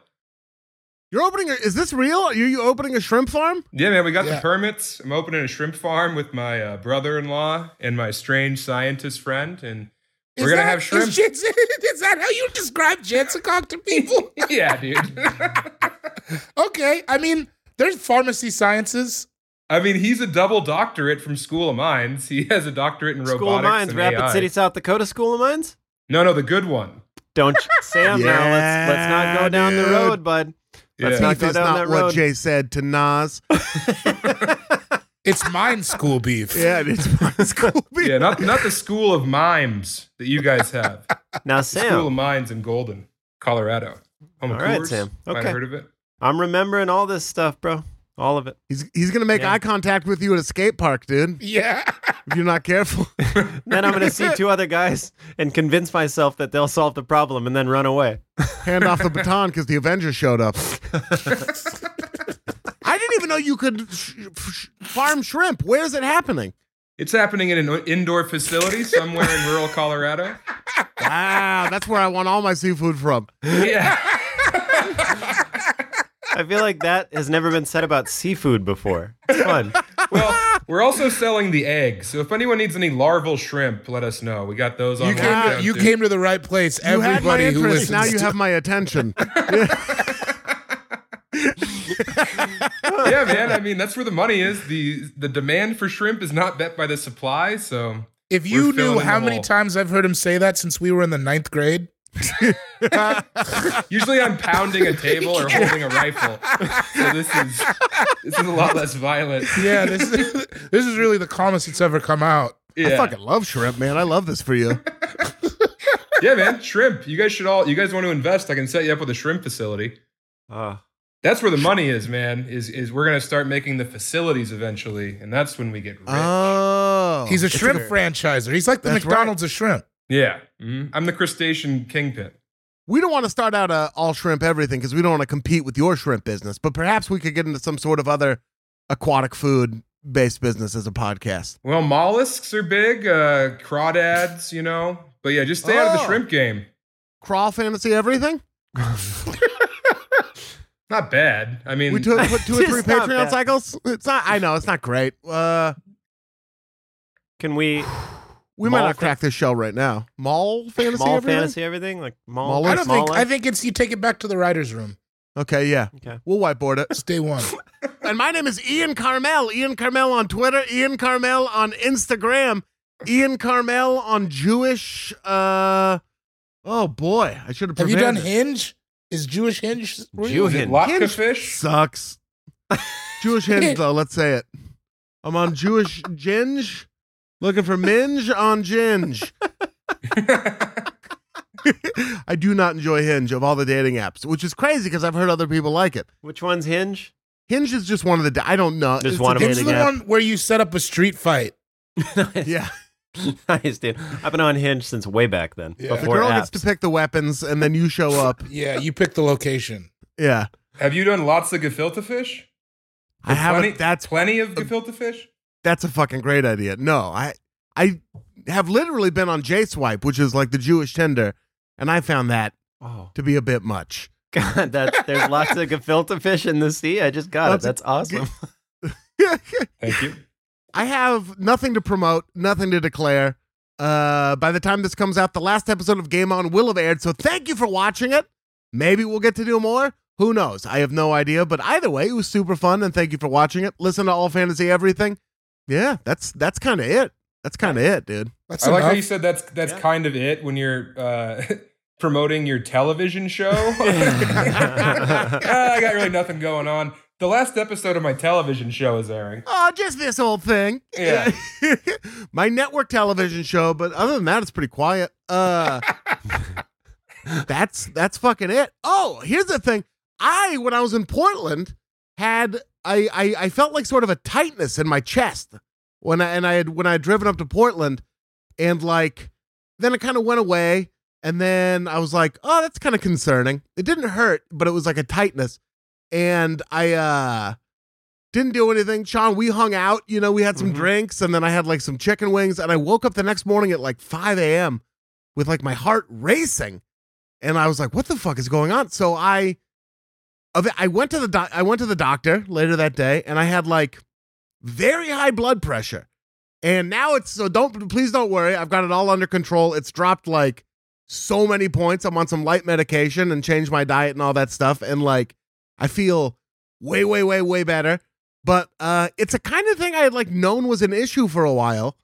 Speaker 2: You're opening a, is this real? Are you opening a shrimp farm?
Speaker 4: Yeah, man, we got
Speaker 5: Yeah.
Speaker 4: the permits. I'm opening a shrimp farm with my uh, brother-in-law and my strange scientist friend, and we're
Speaker 5: Is
Speaker 4: gonna
Speaker 5: that-
Speaker 4: have shrimp.
Speaker 5: Is, Jansen- <laughs> is that how you describe Jansencock to people?
Speaker 4: <laughs> yeah, dude.
Speaker 5: okay, I mean, there's pharmacy sciences.
Speaker 4: I mean, he's a double doctorate from School of Mines. He has a doctorate in
Speaker 3: School of
Speaker 4: robotics
Speaker 3: Mines,
Speaker 4: and
Speaker 3: Rapid
Speaker 4: AI.
Speaker 3: City, South Dakota School of Mines?
Speaker 4: No, no, the good one.
Speaker 3: Don't
Speaker 4: <laughs>
Speaker 3: you- Sam now. Let's let's not
Speaker 2: Yeah,
Speaker 3: go down the
Speaker 2: dude.
Speaker 3: road, bud. Let's
Speaker 4: Yeah.
Speaker 3: not
Speaker 2: Beef
Speaker 3: go
Speaker 2: is
Speaker 3: down
Speaker 2: not
Speaker 3: that
Speaker 2: what
Speaker 3: road.
Speaker 2: Jay said to Nas.
Speaker 5: It's mine school beef.
Speaker 2: Yeah, it is my school beef.
Speaker 4: Yeah, not not the School of Mimes that you guys have.
Speaker 3: now,
Speaker 4: The School of
Speaker 3: Sam,
Speaker 4: Mines in Golden, Colorado. Home of
Speaker 3: All right,
Speaker 4: Coors.
Speaker 3: Sam.
Speaker 4: Might
Speaker 3: Okay.
Speaker 4: have heard of it.
Speaker 3: I'm remembering all this stuff, bro. All of it.
Speaker 2: He's he's gonna make
Speaker 4: Yeah.
Speaker 2: eye contact with you at a skate park, dude.
Speaker 5: Yeah.
Speaker 2: If you're not careful.
Speaker 3: Then I'm going to
Speaker 4: <laughs>
Speaker 3: see two other guys and convince myself that they'll solve the problem and then run away.
Speaker 2: hand off the baton because the Avengers showed up. I didn't even know you could sh- sh- farm shrimp. Where is it happening?
Speaker 4: It's happening in an indoor facility somewhere in rural Colorado.
Speaker 2: Wow, Ah, that's where I want all my seafood from.
Speaker 4: Yeah.
Speaker 3: I feel like that has never been said about seafood before. It's
Speaker 4: <laughs>
Speaker 3: fun.
Speaker 4: Well, we're also selling the eggs. So if anyone needs any larval shrimp, let us know. We got those on
Speaker 5: You came, to,
Speaker 4: lockdown,
Speaker 5: you
Speaker 4: too.
Speaker 5: came to the right place.
Speaker 2: You had my
Speaker 5: Everybody who
Speaker 2: interest.
Speaker 5: listens
Speaker 2: Now you
Speaker 5: to-
Speaker 2: have my attention.
Speaker 4: yeah, man. I mean, that's where the money is. the The demand for shrimp is not met by the supply. So
Speaker 5: If you
Speaker 4: We're filling
Speaker 5: knew
Speaker 4: in
Speaker 5: how
Speaker 4: the
Speaker 5: many
Speaker 4: hole.
Speaker 5: times I've heard him say that since we were in the ninth grade.
Speaker 4: usually I'm pounding a table or holding a rifle. So this is this is a lot less violent.
Speaker 5: Yeah, this is, <laughs> this is really the calmest it's ever come out.
Speaker 4: Yeah,
Speaker 2: I fucking love shrimp, man. I love this for you.
Speaker 4: yeah, man. Shrimp. You guys should all. You guys want to invest? I can set you up with a shrimp facility.
Speaker 3: Uh,
Speaker 4: That's where the money is, man. Is is we're gonna start making the facilities eventually, and that's when we get rich.
Speaker 2: Oh,
Speaker 5: He's a shrimp franchiser. He's like the
Speaker 2: That's right.
Speaker 5: McDonald's of shrimp.
Speaker 4: yeah, Mhm. I'm the crustacean kingpin.
Speaker 2: We don't want to start out a all shrimp everything because we don't want to compete with your shrimp business. But perhaps we could get into some sort of other aquatic food based business as a podcast.
Speaker 4: Well, mollusks are big, uh, crawdads, you know. But yeah, just stay out of the
Speaker 2: Oh.
Speaker 4: shrimp game.
Speaker 2: Crawl fantasy everything.
Speaker 4: Not bad. I mean,
Speaker 2: We took what, two or
Speaker 3: <laughs> It's
Speaker 2: three
Speaker 3: not
Speaker 2: Patreon
Speaker 3: bad.
Speaker 2: cycles. It's not. I know it's not great. Uh,
Speaker 3: can we
Speaker 2: we might
Speaker 3: Mall
Speaker 2: not crack this show right now. Mall fantasy.
Speaker 3: mall
Speaker 2: everything?
Speaker 3: fantasy everything? Like mall?
Speaker 2: Mauler?
Speaker 5: I don't think.
Speaker 3: mauler?
Speaker 5: I think it's you take it back to the writer's room.
Speaker 2: Okay, yeah.
Speaker 3: Okay.
Speaker 2: We'll whiteboard it.
Speaker 5: It's day one.
Speaker 2: and my name is Ian Carmel. Ian Carmel on Twitter. Ian Carmel on Instagram. Ian Carmel on Jewish. Uh, oh boy, I should have.
Speaker 5: Have you done
Speaker 2: prepared it.
Speaker 5: Hinge? Is Jewish Hinge? real?
Speaker 3: Jew
Speaker 4: Is it
Speaker 3: hinge.
Speaker 4: Lotka
Speaker 2: Hinge
Speaker 4: fish?
Speaker 2: Sucks. Jewish hinge though. Let's say it. I'm on Jewish Ginge. Looking for Minge on Ginge. I do not enjoy Hinge of all the dating apps, which is crazy because I've heard other people like it.
Speaker 3: Which one's Hinge? <laughs>
Speaker 2: Hinge is just one of the. da- I don't know.
Speaker 3: Just
Speaker 2: It's a-
Speaker 3: one of
Speaker 5: Hinge
Speaker 3: dating
Speaker 5: the
Speaker 3: app.
Speaker 5: one where you set up a street fight.
Speaker 2: Yeah,
Speaker 3: nice, dude. I've been on Hinge since way back then.
Speaker 5: Yeah. The
Speaker 2: the
Speaker 3: Before
Speaker 2: girl
Speaker 3: apps.
Speaker 2: gets to pick the weapons, and then you show up.
Speaker 5: Yeah, you pick the location.
Speaker 2: Yeah,
Speaker 4: Have you done lots of gefilte fish?
Speaker 2: I haven't.
Speaker 4: Plenty-
Speaker 2: That's
Speaker 4: plenty of gefilte fish.
Speaker 2: that's a fucking great idea. No, I I have literally been on J Swipe, which is like the Jewish Tinder, and I found that
Speaker 3: oh <laughs>
Speaker 2: to be a bit much.
Speaker 3: god, that there's lots of gefilte fish in the sea. I just got
Speaker 2: Lots of-
Speaker 3: it. That's awesome.
Speaker 4: Thank you.
Speaker 2: I have nothing to promote, nothing to declare. Uh, by the time this comes out, the last episode of Game On will have aired. So thank you for watching it. Maybe we'll get to do more. Who knows? I have no idea. But either way, it was super fun, and thank you for watching it. Listen to all fantasy everything. Yeah, that's that's kind of it. That's kind of it, dude.
Speaker 5: That's
Speaker 4: I like how
Speaker 5: enough.
Speaker 4: you said that's that's
Speaker 3: Yeah.
Speaker 4: kind of it when you're uh, <laughs> promoting your television show. <laughs> Ah, I got really nothing going on. The last episode of my television show is airing.
Speaker 2: <laughs> Oh, just this whole thing. <laughs>
Speaker 4: Yeah.
Speaker 2: My network television show, but other than that, it's pretty quiet. Uh, <laughs> that's that's fucking it. Oh, here's the thing. I when I was in Portland had I I, I felt like sort of a tightness in my chest when I and I had when I had driven up to Portland and like then it kind of went away and then I was like, oh, that's kind of concerning. It didn't hurt, but it was like a tightness, and I uh didn't do anything. Sean, we hung out. You know, we had some
Speaker 3: Mhm.
Speaker 2: drinks, and then I had like some chicken wings, and I woke up the next morning at like 5 a.m. with like my heart racing, and I was like, "What the fuck is going on?" So I, of I went to the doc, I went to the doctor later that day, and I had like very high blood pressure, and now it's so don't please don't worry, I've got it all under control. It's dropped like so many points. I'm on some light medication and changed my diet and all that stuff, and like I feel way way way way better but uh it's a kind of thing i had like known was an issue for a while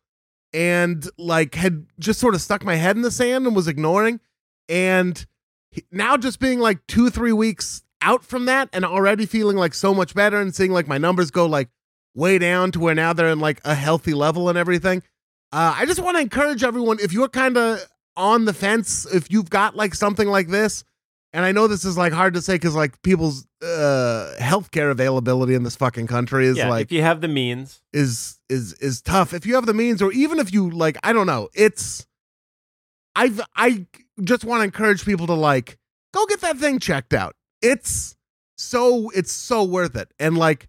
Speaker 2: and like had just sort of stuck my head in the sand and was ignoring and he- now just being like two three weeks out from that and already feeling like so much better and seeing like my numbers go like way down to where now they're in like a healthy level and everything uh, i just want to encourage everyone if you're kind of on the fence if you've got like something like this and I know this is like hard to say because like people's uh, healthcare availability in this fucking country is
Speaker 3: yeah,
Speaker 2: like
Speaker 3: if you have the means,
Speaker 2: is is is tough if you have the means or even if you like i don't know it's i've i just want to encourage people to like go get that thing checked out it's so it's so worth it and like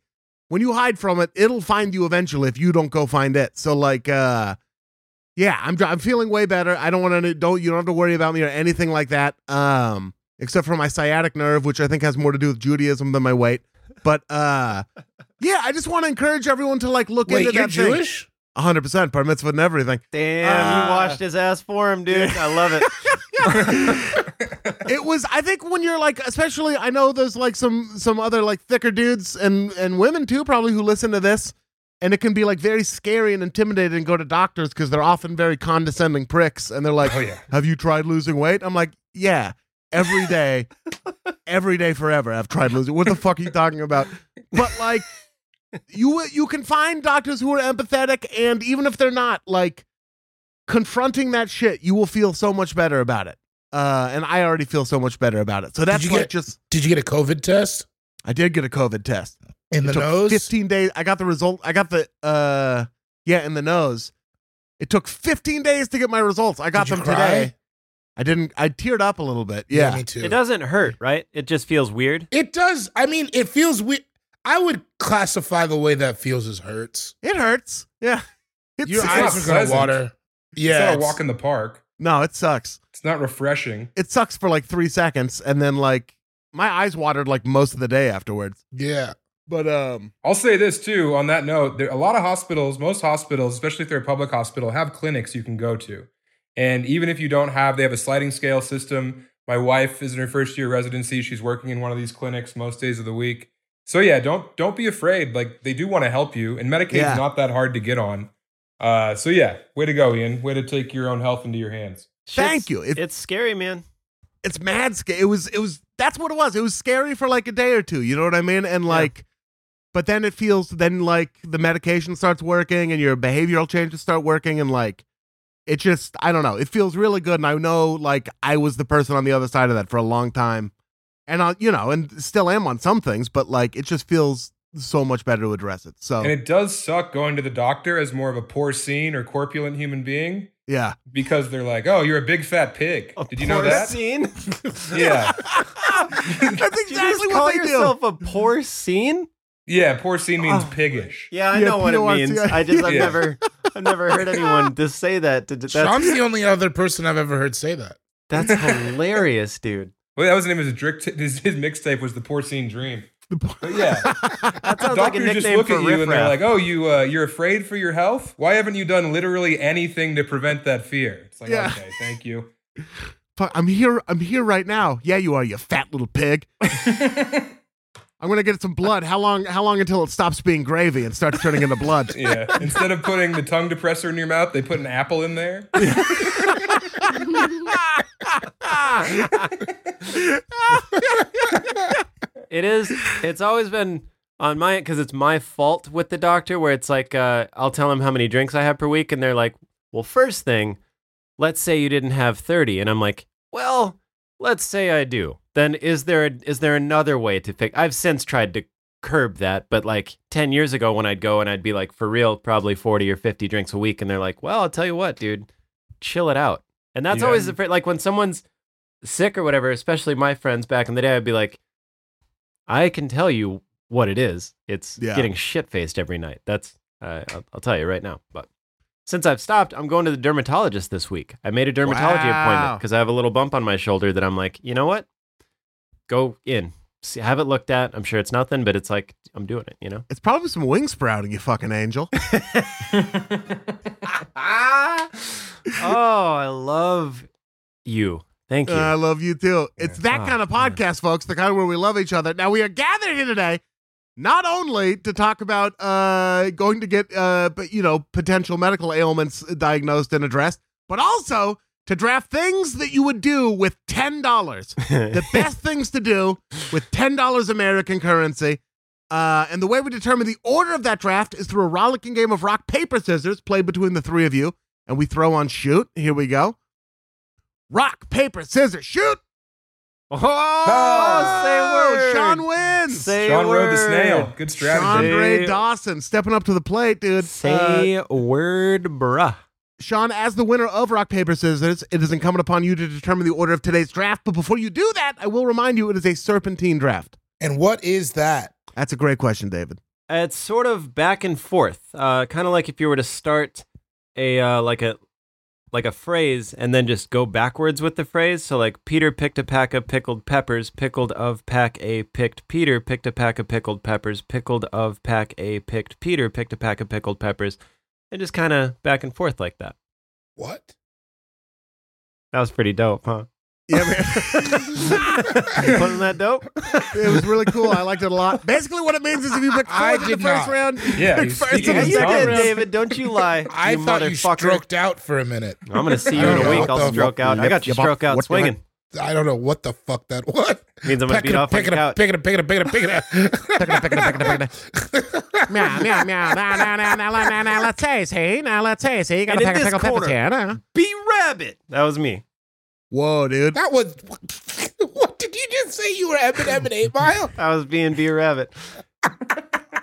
Speaker 2: when you hide from it it'll find you eventually if you don't go find it so like uh yeah i'm dr- i'm feeling way better i don't want to don't you don't have to worry about me or anything like that um except for my sciatic nerve which i think has more to do with judaism than my weight but uh yeah, I just want to encourage everyone to like look
Speaker 5: Wait,
Speaker 2: into
Speaker 5: you're
Speaker 2: that thing.
Speaker 5: Jewish?
Speaker 2: One hundred percent, bar mitzvah and everything.
Speaker 3: damn,
Speaker 2: Uh,
Speaker 3: you washed his ass for him, dude. I
Speaker 2: <laughs>
Speaker 3: love it.
Speaker 2: It was, I think, when you're like, especially, I know there's like some some other like thicker dudes and and women too, probably who listen to this, and it can be like very scary and intimidating to go to doctors because they're often very condescending pricks, and they're like,
Speaker 4: Oh, yeah.
Speaker 2: "Have you tried losing weight?" I'm like, "Yeah." Every
Speaker 5: <laughs>
Speaker 2: day, every day forever, I've tried losing. What the fuck are you talking about? But like, you you can find doctors who are empathetic and even if they're not like confronting that shit you will feel so much better about it uh and i already feel so much better about it so that's
Speaker 5: you
Speaker 2: like
Speaker 5: get-
Speaker 2: just
Speaker 5: Did you get a COVID test
Speaker 2: i did get a covid test
Speaker 5: in
Speaker 2: it
Speaker 5: the
Speaker 2: took
Speaker 5: nose?
Speaker 2: 15 days i got the result i got the uh yeah in the nose it took 15 days to get my results i got
Speaker 5: Did you
Speaker 2: them
Speaker 5: cry?
Speaker 2: today i didn't i teared up a little bit
Speaker 5: Yeah,
Speaker 2: yeah
Speaker 5: me too.
Speaker 3: It doesn't hurt, right? It just feels weird.
Speaker 5: It does. I mean, it feels weird. I would classify the way that feels as hurts.
Speaker 2: it hurts
Speaker 5: <laughs>
Speaker 2: yeah it's,
Speaker 5: Your
Speaker 4: it's
Speaker 5: eyes
Speaker 4: not
Speaker 5: are going to
Speaker 4: pleasant.
Speaker 5: water.
Speaker 4: it's
Speaker 5: Yeah,
Speaker 4: not a walk in the park.
Speaker 2: no it sucks
Speaker 4: It's not refreshing.
Speaker 2: it sucks for like three seconds and then like my eyes watered like most of the day afterwards
Speaker 5: yeah.
Speaker 2: but um
Speaker 4: I'll say this too. On that note, there, a lot of hospitals, most hospitals, especially if they're a public hospital, have clinics you can go to, and even if you don't have, they have a sliding scale system. My wife is in her first year residency; she's working in one of these clinics most days of the week. So yeah, don't don't be afraid. Like they do want to help you, and Medicaid's
Speaker 2: Yeah.
Speaker 4: not that hard to get on. Uh, so yeah, way to go, Ian. Way to take your own health into your hands.
Speaker 2: Thank
Speaker 3: Shit's-
Speaker 2: you. It-
Speaker 3: it's scary, man.
Speaker 2: it's mad scary it was it was that's what it was it was scary for like a day or two you know what i mean and like but then it feels then like the medication starts working and your behavioral changes start working and like it just i don't know it feels really good and i know like i was the person on the other side of that for a long time and i you know and still am on some things but like it just feels so much better to address it so
Speaker 4: And it does suck going to the doctor as more of a poor scene or corpulent human being
Speaker 3: <laughs>
Speaker 2: yeah
Speaker 4: because they're like, "Oh, you're a big fat pig."
Speaker 3: A
Speaker 4: Did you know
Speaker 3: poor
Speaker 4: that?
Speaker 3: Scene? <laughs>
Speaker 4: Yeah,
Speaker 2: that's
Speaker 3: Did you just
Speaker 2: exactly
Speaker 3: call
Speaker 2: what they do
Speaker 3: yourself a poor scene?
Speaker 4: yeah. Poor scene means
Speaker 3: Oh.
Speaker 4: piggish.
Speaker 3: Yeah, I
Speaker 2: Yeah,
Speaker 3: know what it
Speaker 2: P-O-R-T-I.
Speaker 3: means. I just I've
Speaker 4: Yeah.
Speaker 3: never I've never heard
Speaker 4: <laughs>
Speaker 3: anyone just say that. To, that's
Speaker 5: Sean's the only other person I've ever heard say that.
Speaker 3: that's hilarious, dude.
Speaker 4: Well, that was the name of his, dric- his, his mixtape was the poor scene dream. But yeah,
Speaker 3: <laughs> That sounds like a
Speaker 4: doctors just
Speaker 3: nickname
Speaker 4: look
Speaker 3: for
Speaker 4: at you
Speaker 3: riff
Speaker 4: and they're like, "Oh, you uh, you're afraid for your health? Why haven't you done literally anything to prevent that fear?" It's like,
Speaker 2: Yeah.
Speaker 4: okay, thank you.
Speaker 2: Fuck, I'm here. I'm here right now. Yeah, you are, you fat little pig. I'm gonna get some blood. How long? How long until it stops being gravy and starts turning into blood?
Speaker 4: Yeah. Instead of putting the tongue depressor in your mouth, they put an apple in there. "Ah!"
Speaker 3: <laughs> It is. It's always been on my because it's my fault with the doctor where it's like uh, I'll tell him how many drinks I have per week and they're like, well, first thing, let's say you didn't have 30 and I'm like, well, let's say I do. Then is there a, is there another way to pick? I've since tried to curb that, but like 10 years ago when I'd go and I'd be like for real probably 40 or 50 drinks a week and they're like, "Well, I'll tell you what, dude, chill it out." And that's
Speaker 4: Yeah.
Speaker 3: always the fr- like when someone's sick or whatever, especially my friends back in the day, I'd be like, "I can tell you what it is. It's
Speaker 2: Yeah.
Speaker 3: getting shit-faced every night." That's uh, I'll, I'll tell you right now, but since I've stopped, I'm going to the dermatologist this week. I made a dermatology
Speaker 2: Wow.
Speaker 3: appointment because I have a little bump on my shoulder that I'm like, you know what? Go in, See, have it looked at. I'm sure it's nothing, but it's like I'm doing it. You know?
Speaker 2: It's probably some wing sprouting, you fucking angel. Ah. <laughs>
Speaker 3: oh, I love you. Thank you. <laughs>
Speaker 2: I love you too. It's that
Speaker 3: Ah,
Speaker 2: kind of
Speaker 3: yeah.
Speaker 2: podcast, folks, the kind where we love each other. Now, we are gathered here today not only to talk about uh, going to get, uh, but you know, potential medical ailments diagnosed and addressed, but also to draft things that you would do with $10.
Speaker 3: <laughs>
Speaker 2: the best things to do with $10 American currency. Uh, and the way we determine the order of that draft is through a rollicking game of rock, paper, scissors played between the three of you. And we throw on shoot. Here we go. Rock, paper, scissors, shoot.
Speaker 3: oh,
Speaker 2: Oh,
Speaker 3: say word.
Speaker 2: Sean wins.
Speaker 3: Say
Speaker 4: Sean rode the
Speaker 3: word.
Speaker 4: snail.
Speaker 2: Sean
Speaker 4: Good strategy.
Speaker 2: Ray Dawson stepping up to the plate, dude. Uh,
Speaker 3: Say word, bruh.
Speaker 2: Sean, as the winner of Rock, Paper, Scissors, it is incumbent upon you to determine the order of today's draft. But before you do that, I will remind you it is a serpentine draft.
Speaker 5: And what is that?
Speaker 2: That's a great question, David.
Speaker 3: It's sort of back and forth, uh, kind of like if you were to start a uh, like a like a phrase and then just go backwards with the phrase. So like Peter picked a pack of pickled peppers, pickled of pack a picked Peter picked a pack of pickled peppers, pickled of pack a picked Peter picked a pack of pickled peppers, and just kind of back and forth like that.
Speaker 5: What?
Speaker 3: That was pretty dope, huh?
Speaker 2: Yeah,
Speaker 3: <laughs>
Speaker 2: man.
Speaker 3: Wasn't that dope? <laughs>
Speaker 2: It was really cool. I liked it a lot. Basically, what it means is if you pick
Speaker 5: I
Speaker 2: fourth in the
Speaker 5: did
Speaker 2: first
Speaker 5: not.
Speaker 2: round,
Speaker 4: Yeah,
Speaker 2: pick
Speaker 4: he's
Speaker 2: first
Speaker 4: speaking
Speaker 2: in the
Speaker 3: Yeah,
Speaker 4: his
Speaker 3: you
Speaker 2: second
Speaker 4: tongue.
Speaker 3: did,
Speaker 2: round.
Speaker 3: David. Don't you lie.
Speaker 5: I
Speaker 3: you
Speaker 5: thought you
Speaker 3: motherfucker.
Speaker 5: stroked out for a minute.
Speaker 3: I'm gonna see you in
Speaker 5: I don't
Speaker 3: a
Speaker 5: know.
Speaker 3: week.
Speaker 5: What
Speaker 3: I'll
Speaker 5: the
Speaker 3: stroke out. I got you
Speaker 2: fuck?
Speaker 3: stroke out
Speaker 2: What the
Speaker 3: swinging.
Speaker 5: I don't know what the fuck that <laughs> was.
Speaker 3: Means I'm gonna beat off on
Speaker 5: pick
Speaker 3: the
Speaker 5: it
Speaker 3: couch.
Speaker 5: up, pick it up, pick it up, pick it up, pick it up.
Speaker 2: pick it up, pick it up, Meow, meow, meow. Now, now, now, now, now, now, now, let's say, see. Now, let's say, see. Gotta
Speaker 3: And in
Speaker 2: pick a
Speaker 3: this
Speaker 2: pickle pepper
Speaker 3: corner.
Speaker 2: here. Now.
Speaker 3: Be rabbit. That was me.
Speaker 2: Whoa,
Speaker 3: <laughs>
Speaker 2: dude.
Speaker 5: <laughs> That was. What did you just say? You were Eminem
Speaker 3: <laughs>
Speaker 5: and
Speaker 2: <laughs>
Speaker 5: Eight Mile?
Speaker 3: I was being B
Speaker 5: <laughs>
Speaker 3: Rabbit.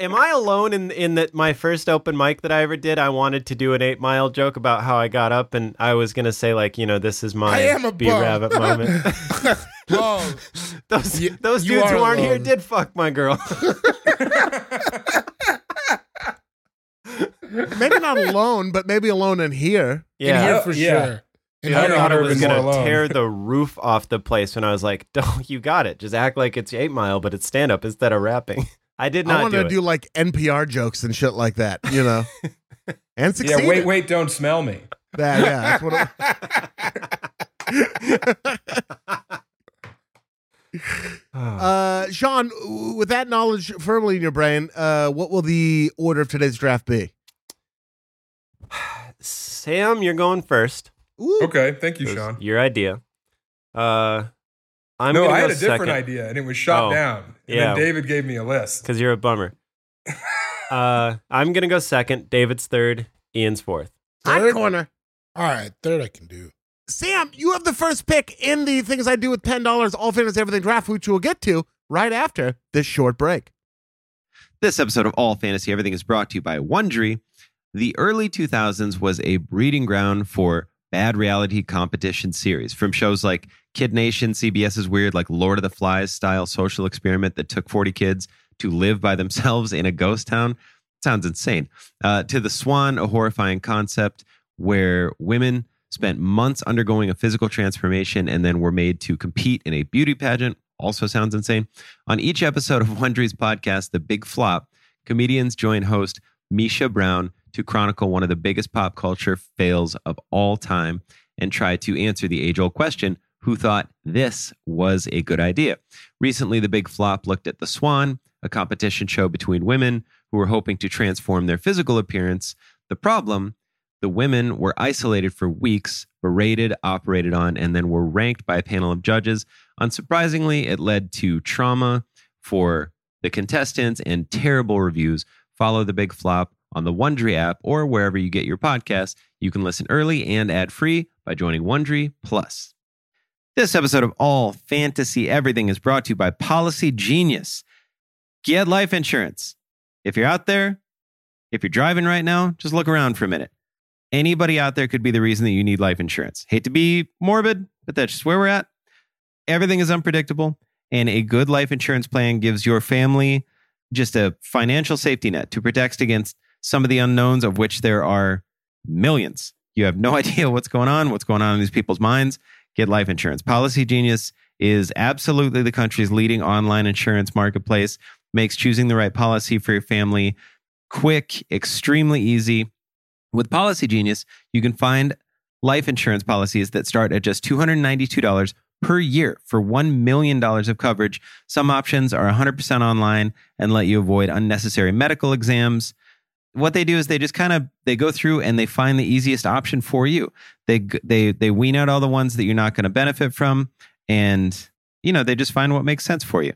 Speaker 3: Am I alone in in that my first open mic that I ever did? I wanted to do an eight mile joke about how I got up and I was gonna say like you know this is my
Speaker 5: I am a
Speaker 3: B
Speaker 5: bum.
Speaker 3: Rabbit moment.
Speaker 5: <laughs> oh,
Speaker 3: those
Speaker 5: You-
Speaker 3: those
Speaker 5: you
Speaker 3: dudes who
Speaker 5: are
Speaker 3: aren't here
Speaker 5: alone.
Speaker 3: did fuck my girl.
Speaker 2: Maybe not alone, but maybe alone in here.
Speaker 5: in
Speaker 3: <laughs> yeah.
Speaker 5: here for
Speaker 4: Yeah.
Speaker 5: sure. In
Speaker 4: Yeah,
Speaker 3: I
Speaker 4: I'd
Speaker 5: here
Speaker 3: thought I
Speaker 4: rather
Speaker 5: for
Speaker 3: was
Speaker 4: be
Speaker 5: sure.
Speaker 3: gonna
Speaker 4: more alone.
Speaker 3: tear the roof off the place when I was like, <laughs> "Don't you got it? Just act like it's eight mile, but it's stand up instead of rapping." <laughs> I did
Speaker 2: I
Speaker 3: not
Speaker 2: wanted
Speaker 3: do
Speaker 2: to
Speaker 3: it. <sighs>
Speaker 5: <sighs>
Speaker 2: do like NPR jokes and shit like that, you know? and succeed.
Speaker 4: yeah, wait, wait, don't smell me.
Speaker 2: That, yeah, that's what it- uh, Sean, w- with that knowledge firmly in your brain, uh, what will the order of today's draft be?
Speaker 3: Sam, you're going first.
Speaker 2: Ooh.
Speaker 4: Okay, thank you,
Speaker 3: It was
Speaker 4: Sean.
Speaker 3: Your idea. Uh, I'm
Speaker 4: no,
Speaker 3: gonna
Speaker 4: I
Speaker 3: go
Speaker 4: had a different
Speaker 3: second
Speaker 4: idea, and it was shot
Speaker 3: Oh,
Speaker 4: down. And
Speaker 3: yeah.
Speaker 4: then David gave me a list.
Speaker 3: because you're a
Speaker 4: <laughs>
Speaker 3: bummer. uh, I'm gonna go second. David's third. Ian's fourth.
Speaker 2: Hot
Speaker 5: Third?
Speaker 2: corner.
Speaker 5: All right, third I can do.
Speaker 2: Sam, you have the first pick in the things I do with ten dollars, all fitness, everything draft, which we'll get to right after this short break.
Speaker 6: This episode of All Fantasy Everything is brought to you by Wondery. The early 2000s was a breeding ground for bad reality competition series from shows like Kid Nation, CBS's weird, like Lord of the Flies style social experiment that took 40 kids to live by themselves in a ghost town. Sounds insane. Uh, to The Swan, a horrifying concept where women spent months undergoing a physical transformation and then were made to compete in a beauty pageant. Also sounds insane. On each episode of Wondery's podcast, The Big Flop, comedians join host Misha Brown to chronicle one of the biggest pop culture fails of all time and try to answer the age old question who thought this was a good idea? Recently, The Big Flop looked at The Swan, a competition show between women who were hoping to transform their physical appearance. The problem the women were isolated for weeks, berated, operated on, and then were ranked by a panel of judges Unsurprisingly, it led to trauma for the contestants and terrible reviews. Follow the big flop on the Wondry app or wherever you get your podcasts. You can listen early and ad free by joining Wondry Plus. This episode of All Fantasy Everything is brought to you by Policy Genius. Get life insurance. If you're out there, if you're driving right now, just look around for a minute. Anybody out there could be the reason that you need life insurance. Hate to be morbid, but that's just where we're at. Everything is unpredictable, and a good life insurance plan gives your family just a financial safety net to protect against some of the unknowns of which there are millions. You have no <laughs> idea what's going on, what's going on in these people's minds. Get life insurance. Policy Genius is absolutely the country's leading online insurance marketplace. Makes choosing the right policy for your family quick, extremely easy. With Policy Genius, you can find life insurance policies that start at just $292 per year for $1 million of coverage. Some options are 100% online and let you avoid unnecessary medical exams. What they do is they just kind of they go through and they find the easiest option for you. They g- they they wean out all the ones that you're not going to benefit from and you know, they just find what makes sense for you.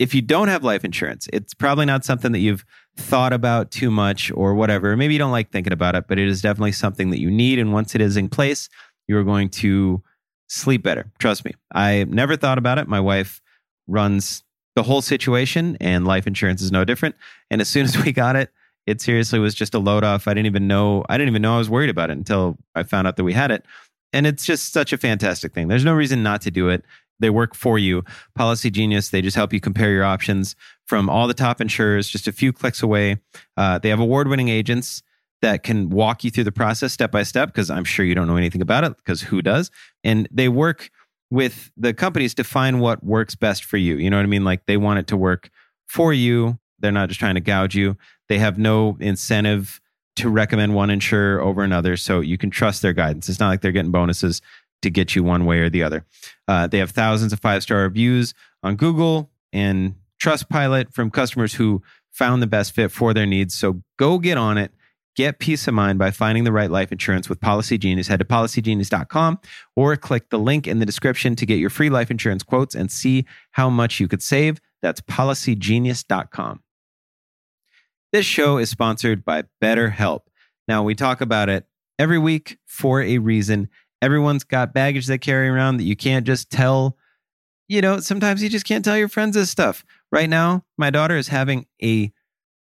Speaker 6: If you don't have life insurance, it's probably not something that you've thought about too much or whatever. Maybe you don't like thinking about it, but it is definitely something that you need. And once it is in place, you're going to sleep better. Trust me. I never thought about it. My wife runs the whole situation, and life insurance is no different. And as soon as <laughs> we got it, it seriously was just a load off. I didn't even know I didn't even know I was worried about it until I found out that we had it. And it's just such a fantastic thing. There's no reason not to do it. They work for you. Policy Genius, they just help you compare your options from all the top insurers just a few clicks away. Uh, they have award winning agents that can walk you through the process step by step because I'm sure you don't know anything about it because who does? And they work with the companies to find what works best for you. You know what I mean? Like they want it to work for you. They're not just trying to gouge you. They have no incentive to recommend one insurer over another. So you can trust their guidance. It's not like they're getting bonuses to get you one way or the other. Uh, they have thousands of five star reviews on Google and Trustpilot from customers who found the best fit for their needs. So go get on it. Get peace of mind by finding the right life insurance with Policy Genius. Head to policygenius.com or click the link in the description to get your free life insurance quotes and see how much you could save. That's policygenius.com. This show is sponsored by BetterHelp. Now, we talk about it every week for a reason. Everyone's got baggage they carry around that you can't just tell. You know, sometimes you just can't tell your friends this stuff. Right now, my daughter is having a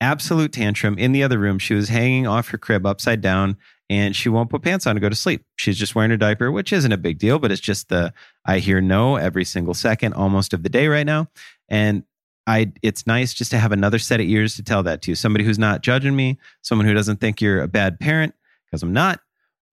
Speaker 6: absolute tantrum in the other room. She was hanging off her crib upside down and she won't put pants on to go to sleep. She's just wearing her diaper, which isn't a big deal, but it's just the I hear no every single second almost of the day right now. And I it's nice just to have another set of ears to tell that to. Somebody who's not judging me, someone who doesn't think you're a bad parent because I'm not,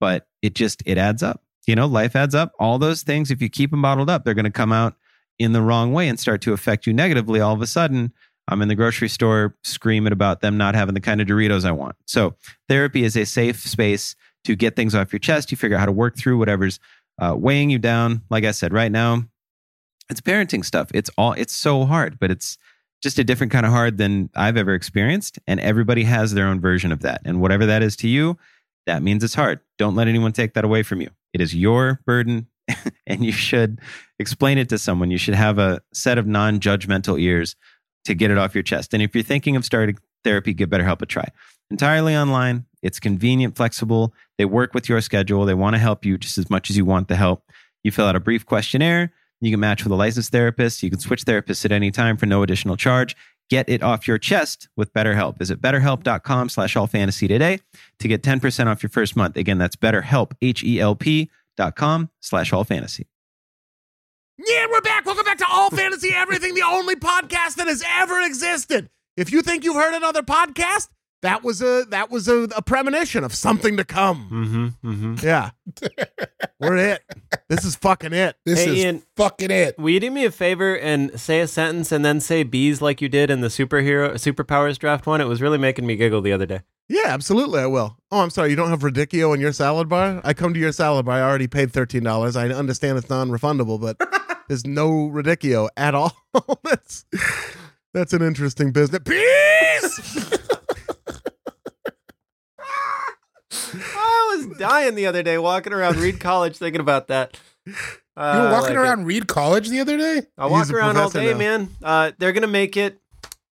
Speaker 6: but it just it adds up. You know, life adds up. All those things if you keep them bottled up, they're going to come out in the wrong way and start to affect you negatively all of a sudden. I'm in the grocery store screaming about them not having the kind of Doritos I want. So, therapy is a safe space to get things off your chest. You figure out how to work through whatever's uh, weighing you down. Like I said, right now, it's parenting stuff. It's all, it's so hard, but it's just a different kind of hard than I've ever experienced. And everybody has their own version of that. And whatever that is to you, that means it's hard. Don't let anyone take that away from you. It is your burden. <laughs> and you should explain it to someone. You should have a set of non judgmental ears to get it off your chest. And if you're thinking of starting therapy, give BetterHelp a try. Entirely online, it's convenient, flexible. They work with your schedule. They want to help you just as much as you want the help. You fill out a brief questionnaire. You can match with a licensed therapist. You can switch therapists at any time for no additional charge. Get it off your chest with BetterHelp. Visit betterhelp.com slash all fantasy today to get 10% off your first month. Again, that's betterhelp, H-E-L-P dot com slash all fantasy.
Speaker 2: Yeah, we're back. Welcome back to All Fantasy Everything, the only podcast that has ever existed. If you think you've heard another podcast, that was a that was a, a premonition of something to come.
Speaker 3: Mm-hmm. Mm-hmm.
Speaker 2: Yeah, we're it. This is fucking it.
Speaker 5: This
Speaker 3: Hey,
Speaker 5: is
Speaker 3: Ian.
Speaker 5: fucking it.
Speaker 3: Will you do me a favor and say a sentence and then say bees like you did in the superhero superpowers draft one? It was really making me giggle the other day.
Speaker 2: Yeah, absolutely, I will. Oh, I'm sorry, you don't have radicchio in your salad bar. I come to your salad bar. I already paid thirteen dollars. I understand it's non-refundable, but there's no radicchio at all. <laughs> that's that's an interesting business. Peace.
Speaker 3: I was dying the other day walking around Reed College thinking about that.
Speaker 5: You were
Speaker 3: Uh,
Speaker 5: walking
Speaker 3: like it.
Speaker 5: around Reed College the other day?
Speaker 3: I walk
Speaker 2: He's a
Speaker 3: around all
Speaker 2: professor
Speaker 3: day,
Speaker 2: now.
Speaker 3: man. Uh, they're gonna make it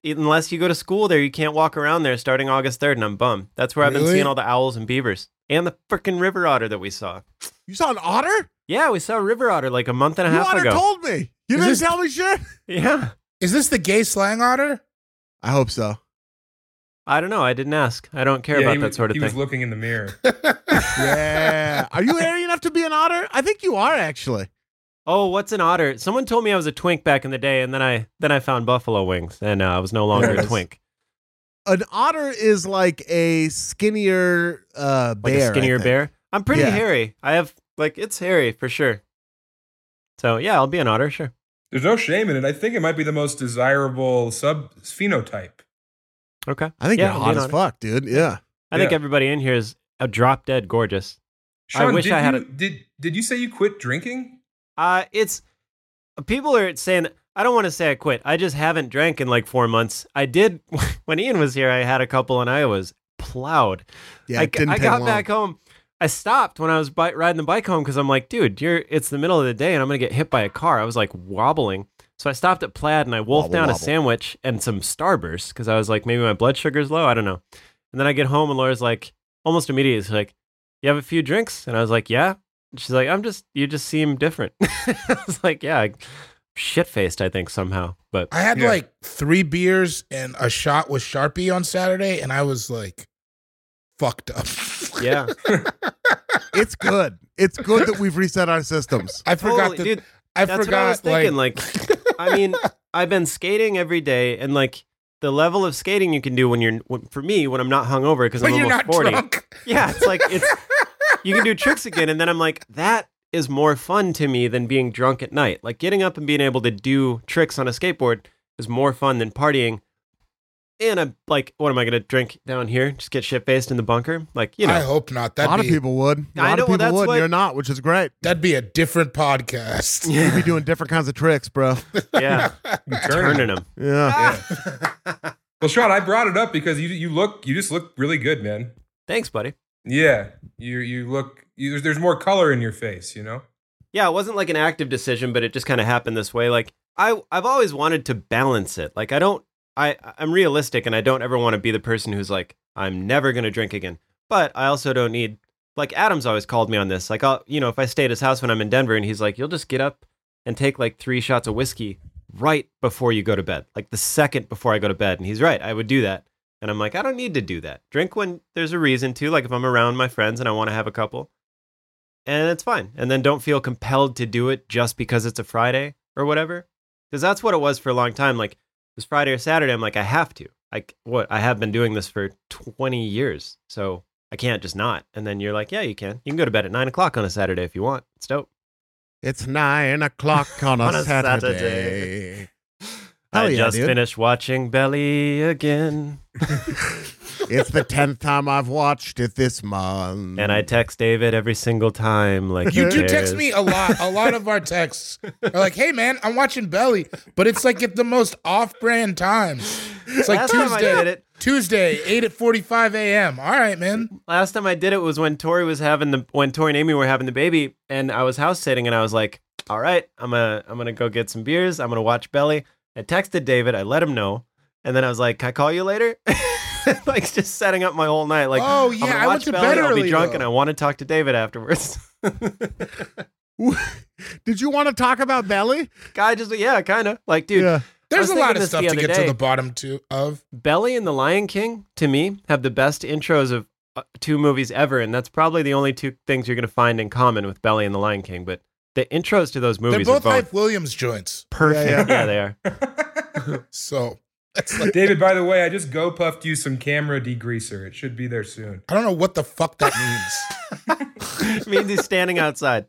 Speaker 3: unless you go to school there, you can't walk around there starting August 3rd, and I'm bummed. That's where I've been
Speaker 5: Really?
Speaker 3: seeing all the owls and beavers and the freaking river otter that we saw.
Speaker 2: You saw an otter?
Speaker 3: Yeah, we saw a river otter like a month and a
Speaker 2: You
Speaker 3: half
Speaker 2: otter
Speaker 3: ago.
Speaker 2: told me. You
Speaker 5: Is
Speaker 2: didn't
Speaker 5: this-
Speaker 2: tell me shit.
Speaker 3: <laughs> yeah.
Speaker 5: Is this the gay slang otter?
Speaker 2: I hope so.
Speaker 3: I don't know. I didn't ask. I don't care
Speaker 4: Yeah,
Speaker 3: about
Speaker 4: he
Speaker 3: that
Speaker 4: was-
Speaker 3: sort of
Speaker 4: He
Speaker 3: thing.
Speaker 4: was looking in the mirror.
Speaker 2: Yeah. are you hairy enough to be an otter? I think you are actually.
Speaker 3: oh, what's an otter? Someone told me I was a twink back in the day, and then I then I found buffalo wings, and uh, I was no longer a
Speaker 4: Yes.
Speaker 3: twink.
Speaker 2: An otter is like a skinnier uh,
Speaker 3: Like
Speaker 2: bear. I
Speaker 3: a skinnier
Speaker 2: think.
Speaker 3: bear. I'm pretty
Speaker 2: Yeah.
Speaker 3: hairy. I have like it's hairy for sure. So yeah, I'll be an otter, sure.
Speaker 4: There's no shame in it. I think it might be the most desirable sub phenotype.
Speaker 3: Okay.
Speaker 2: I think
Speaker 3: Yeah,
Speaker 2: you're
Speaker 3: I'll be
Speaker 2: hot
Speaker 3: an
Speaker 2: as
Speaker 3: otter.
Speaker 2: fuck, dude. Yeah.
Speaker 3: I think
Speaker 4: Yeah.
Speaker 3: everybody in here is a drop dead gorgeous. I
Speaker 4: Sean,
Speaker 3: wish
Speaker 4: did
Speaker 3: I had
Speaker 4: you, did did you say you quit drinking?
Speaker 3: Uh, it's people are saying I don't want to say I quit. I just haven't drank in like four months. I did <laughs> when Ian was here. I had a couple, and I was plowed.
Speaker 2: Yeah.
Speaker 3: I,
Speaker 2: it didn't
Speaker 3: I
Speaker 2: take
Speaker 3: got
Speaker 2: long.
Speaker 3: back home. I stopped when I was bi- riding the bike home because I'm like, dude, you're it's the middle of the day, and I'm gonna get hit by a car. I was like wobbling. So I stopped at Plaid and I wolfed
Speaker 2: Wobble,
Speaker 3: down
Speaker 2: wobble.
Speaker 3: a sandwich and some Starburst because I was like, maybe my blood sugar's low. I don't know. And then I get home and Laura's like, almost immediately, she's like, you have a few drinks? And I was like, yeah. And she's like, I'm just, you just seem different. <laughs> I was like, yeah, shit faced, I think somehow.
Speaker 2: <laughs>
Speaker 3: But
Speaker 5: I had
Speaker 4: Yeah.
Speaker 5: like three beers and a shot with Sharpie on Saturday, and I was like fucked up. <laughs>
Speaker 3: yeah,
Speaker 2: It's good. It's good that we've reset our systems.
Speaker 5: I forgot
Speaker 3: Totally,
Speaker 5: that.
Speaker 3: dude.
Speaker 5: I
Speaker 3: That's
Speaker 5: forgot.
Speaker 3: what I was thinking. Like,
Speaker 5: <laughs>
Speaker 3: I mean, I've been skating every day, and like the level of skating you can do when you're when- for me when I'm not hungover because I'm
Speaker 5: but you're
Speaker 3: almost
Speaker 5: not
Speaker 3: forty.
Speaker 5: drunk.
Speaker 3: Yeah, it's like it's you
Speaker 5: <laughs>
Speaker 3: can do tricks again, and then I'm like that is more fun to me than being drunk at night. Like getting up and being able to do tricks on a skateboard is more fun than partying. And I'm like, what am I gonna drink down here? Just get shit faced in the bunker? Like you know,
Speaker 5: I hope not.
Speaker 2: a lot
Speaker 5: <laughs> That'd
Speaker 2: of
Speaker 5: be
Speaker 2: people would. A
Speaker 3: I
Speaker 2: lot
Speaker 3: know,
Speaker 2: of people
Speaker 3: that's
Speaker 2: would. and
Speaker 3: what-
Speaker 2: You're not, which is great.
Speaker 5: that'd be a different
Speaker 3: <laughs>
Speaker 5: podcast.
Speaker 2: You'd be doing different kinds of tricks, bro.
Speaker 5: <laughs>
Speaker 3: yeah,
Speaker 4: You
Speaker 3: turning them.
Speaker 2: Yeah.
Speaker 4: Well, Sean, I brought it up because you you look you just look really good, man.
Speaker 3: Thanks, buddy.
Speaker 4: Yeah, you you look you, there's, there's more color in your face, you know.
Speaker 3: yeah, it wasn't like an active decision, but it just kind of happened this way. Like I, I've always wanted to balance it. Like I don't, I, I'm realistic, and I don't ever want to be the person who's like, I'm never gonna drink again. But I also don't need. Like Adam's always called me on this. Like I'll, you know, if I stay at his house when I'm in Denver, and he's like, you'll just get up and take like three shots of whiskey right before you go to bed, like the second before I go to bed, and he's right. I would do that. And I'm like, I don't need to do that. Drink when there's a reason to, like if I'm around my friends and I want to have a couple and it's fine. And then don't feel compelled to do it just because it's a Friday or whatever. Because that's what it was for a long time. Like this Friday or Saturday, I'm like, I have to. Like what I have been doing this for 20 years, so I can't just not. And then you're like, yeah, you can. You can go to bed at nine o'clock on a Saturday if you want. It's dope.
Speaker 2: It's nine o'clock on a,
Speaker 3: On a
Speaker 2: Saturday.
Speaker 3: Saturday.
Speaker 2: Hell
Speaker 3: I
Speaker 2: yeah,
Speaker 3: just
Speaker 2: dude.
Speaker 3: finished watching Belly again,
Speaker 2: It's the tenth time I've watched it this month.
Speaker 3: and I text David every single time. Like
Speaker 5: Mm. You do
Speaker 3: there's-
Speaker 5: text me a lot. A lot of our texts are like, "Hey man, I'm watching Belly," but it's like at the most off-brand times. It's like
Speaker 3: Last time I
Speaker 5: Tuesday,
Speaker 3: did it,
Speaker 5: Tuesday, eight at forty-five a.m. All right, man.
Speaker 3: last time I did it was when Tori was having the when Tori and Amy were having the baby, and I was house sitting, and I was like, "All right, I'm gonna I'm gonna go get some beers. I'm gonna watch Belly." I texted David. I let him know, and then I was like, "Can I call you later?" <laughs> like just setting up my whole night. Like,
Speaker 5: Oh, yeah,
Speaker 3: I'm gonna watch
Speaker 5: I went to
Speaker 3: Belly,
Speaker 5: bed
Speaker 3: I'll
Speaker 5: early,
Speaker 3: be drunk,
Speaker 5: though.
Speaker 3: and I want to talk to David afterwards. <laughs>
Speaker 2: <laughs> Did you want to talk about Belly?
Speaker 3: Guy just yeah, kind of like dude.
Speaker 2: Yeah.
Speaker 5: There's
Speaker 3: was
Speaker 5: a lot
Speaker 3: thinking
Speaker 5: of
Speaker 3: this
Speaker 5: stuff
Speaker 3: the
Speaker 5: to
Speaker 3: other
Speaker 5: get
Speaker 3: day.
Speaker 5: to the bottom to of.
Speaker 3: Belly and the Lion King to me have the best intros of uh, two movies ever, and that's probably the only two things you're gonna find in common with Belly and the Lion King. But the intros to those
Speaker 5: They're
Speaker 3: movies
Speaker 5: both
Speaker 3: are both
Speaker 5: Hype Williams joints,
Speaker 3: perfect.
Speaker 2: Yeah,
Speaker 3: <laughs> Yeah,
Speaker 2: yeah.
Speaker 3: they are.
Speaker 5: so <laughs>
Speaker 4: David, by the way, I just go puffed you some camera degreaser. It should be there soon.
Speaker 5: I don't know what the fuck that
Speaker 3: <laughs>
Speaker 5: means.
Speaker 3: it means he's standing outside.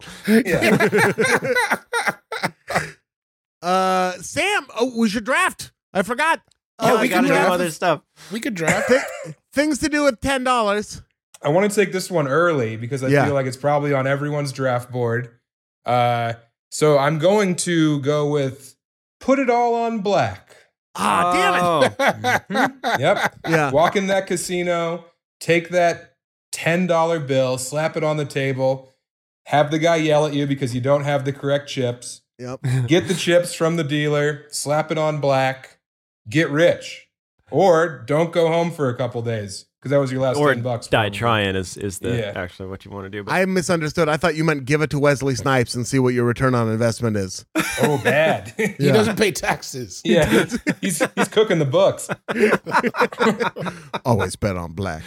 Speaker 2: Uh, Sam, oh, was your draft? I forgot.
Speaker 3: Oh,
Speaker 5: Oh,
Speaker 2: Uh,
Speaker 3: we
Speaker 5: we
Speaker 3: got
Speaker 5: can
Speaker 3: to know
Speaker 5: have-
Speaker 3: other stuff.
Speaker 5: we could draft.
Speaker 2: thi- things to do with ten dollars.
Speaker 4: <laughs> I want to take this one early because I
Speaker 2: Yeah.
Speaker 4: feel like it's probably on everyone's draft board. Uh, so I'm going to go with put it all on black.
Speaker 2: Ah, damn <laughs>
Speaker 3: damn it!
Speaker 4: Mm-hmm. Yep.
Speaker 2: it. Yeah.
Speaker 4: Walk in that casino, take that $10 bill, slap it on the table, have the guy yell at you because you don't have the correct chips,
Speaker 2: Yep.
Speaker 4: get the chips from the dealer, slap it on black, get rich. Or don't go home for a couple days because that was your last
Speaker 3: or
Speaker 4: 10 bucks.
Speaker 3: die
Speaker 4: probably.
Speaker 3: trying is is the
Speaker 4: Yeah.
Speaker 3: actually what you want to do. But
Speaker 2: I misunderstood. I thought you meant give it to Wesley Snipes and see what your return on investment is.
Speaker 4: Oh, bad.
Speaker 5: <laughs> He doesn't pay taxes.
Speaker 4: yeah. <laughs> He's, he's cooking the books.
Speaker 2: Always bet on black.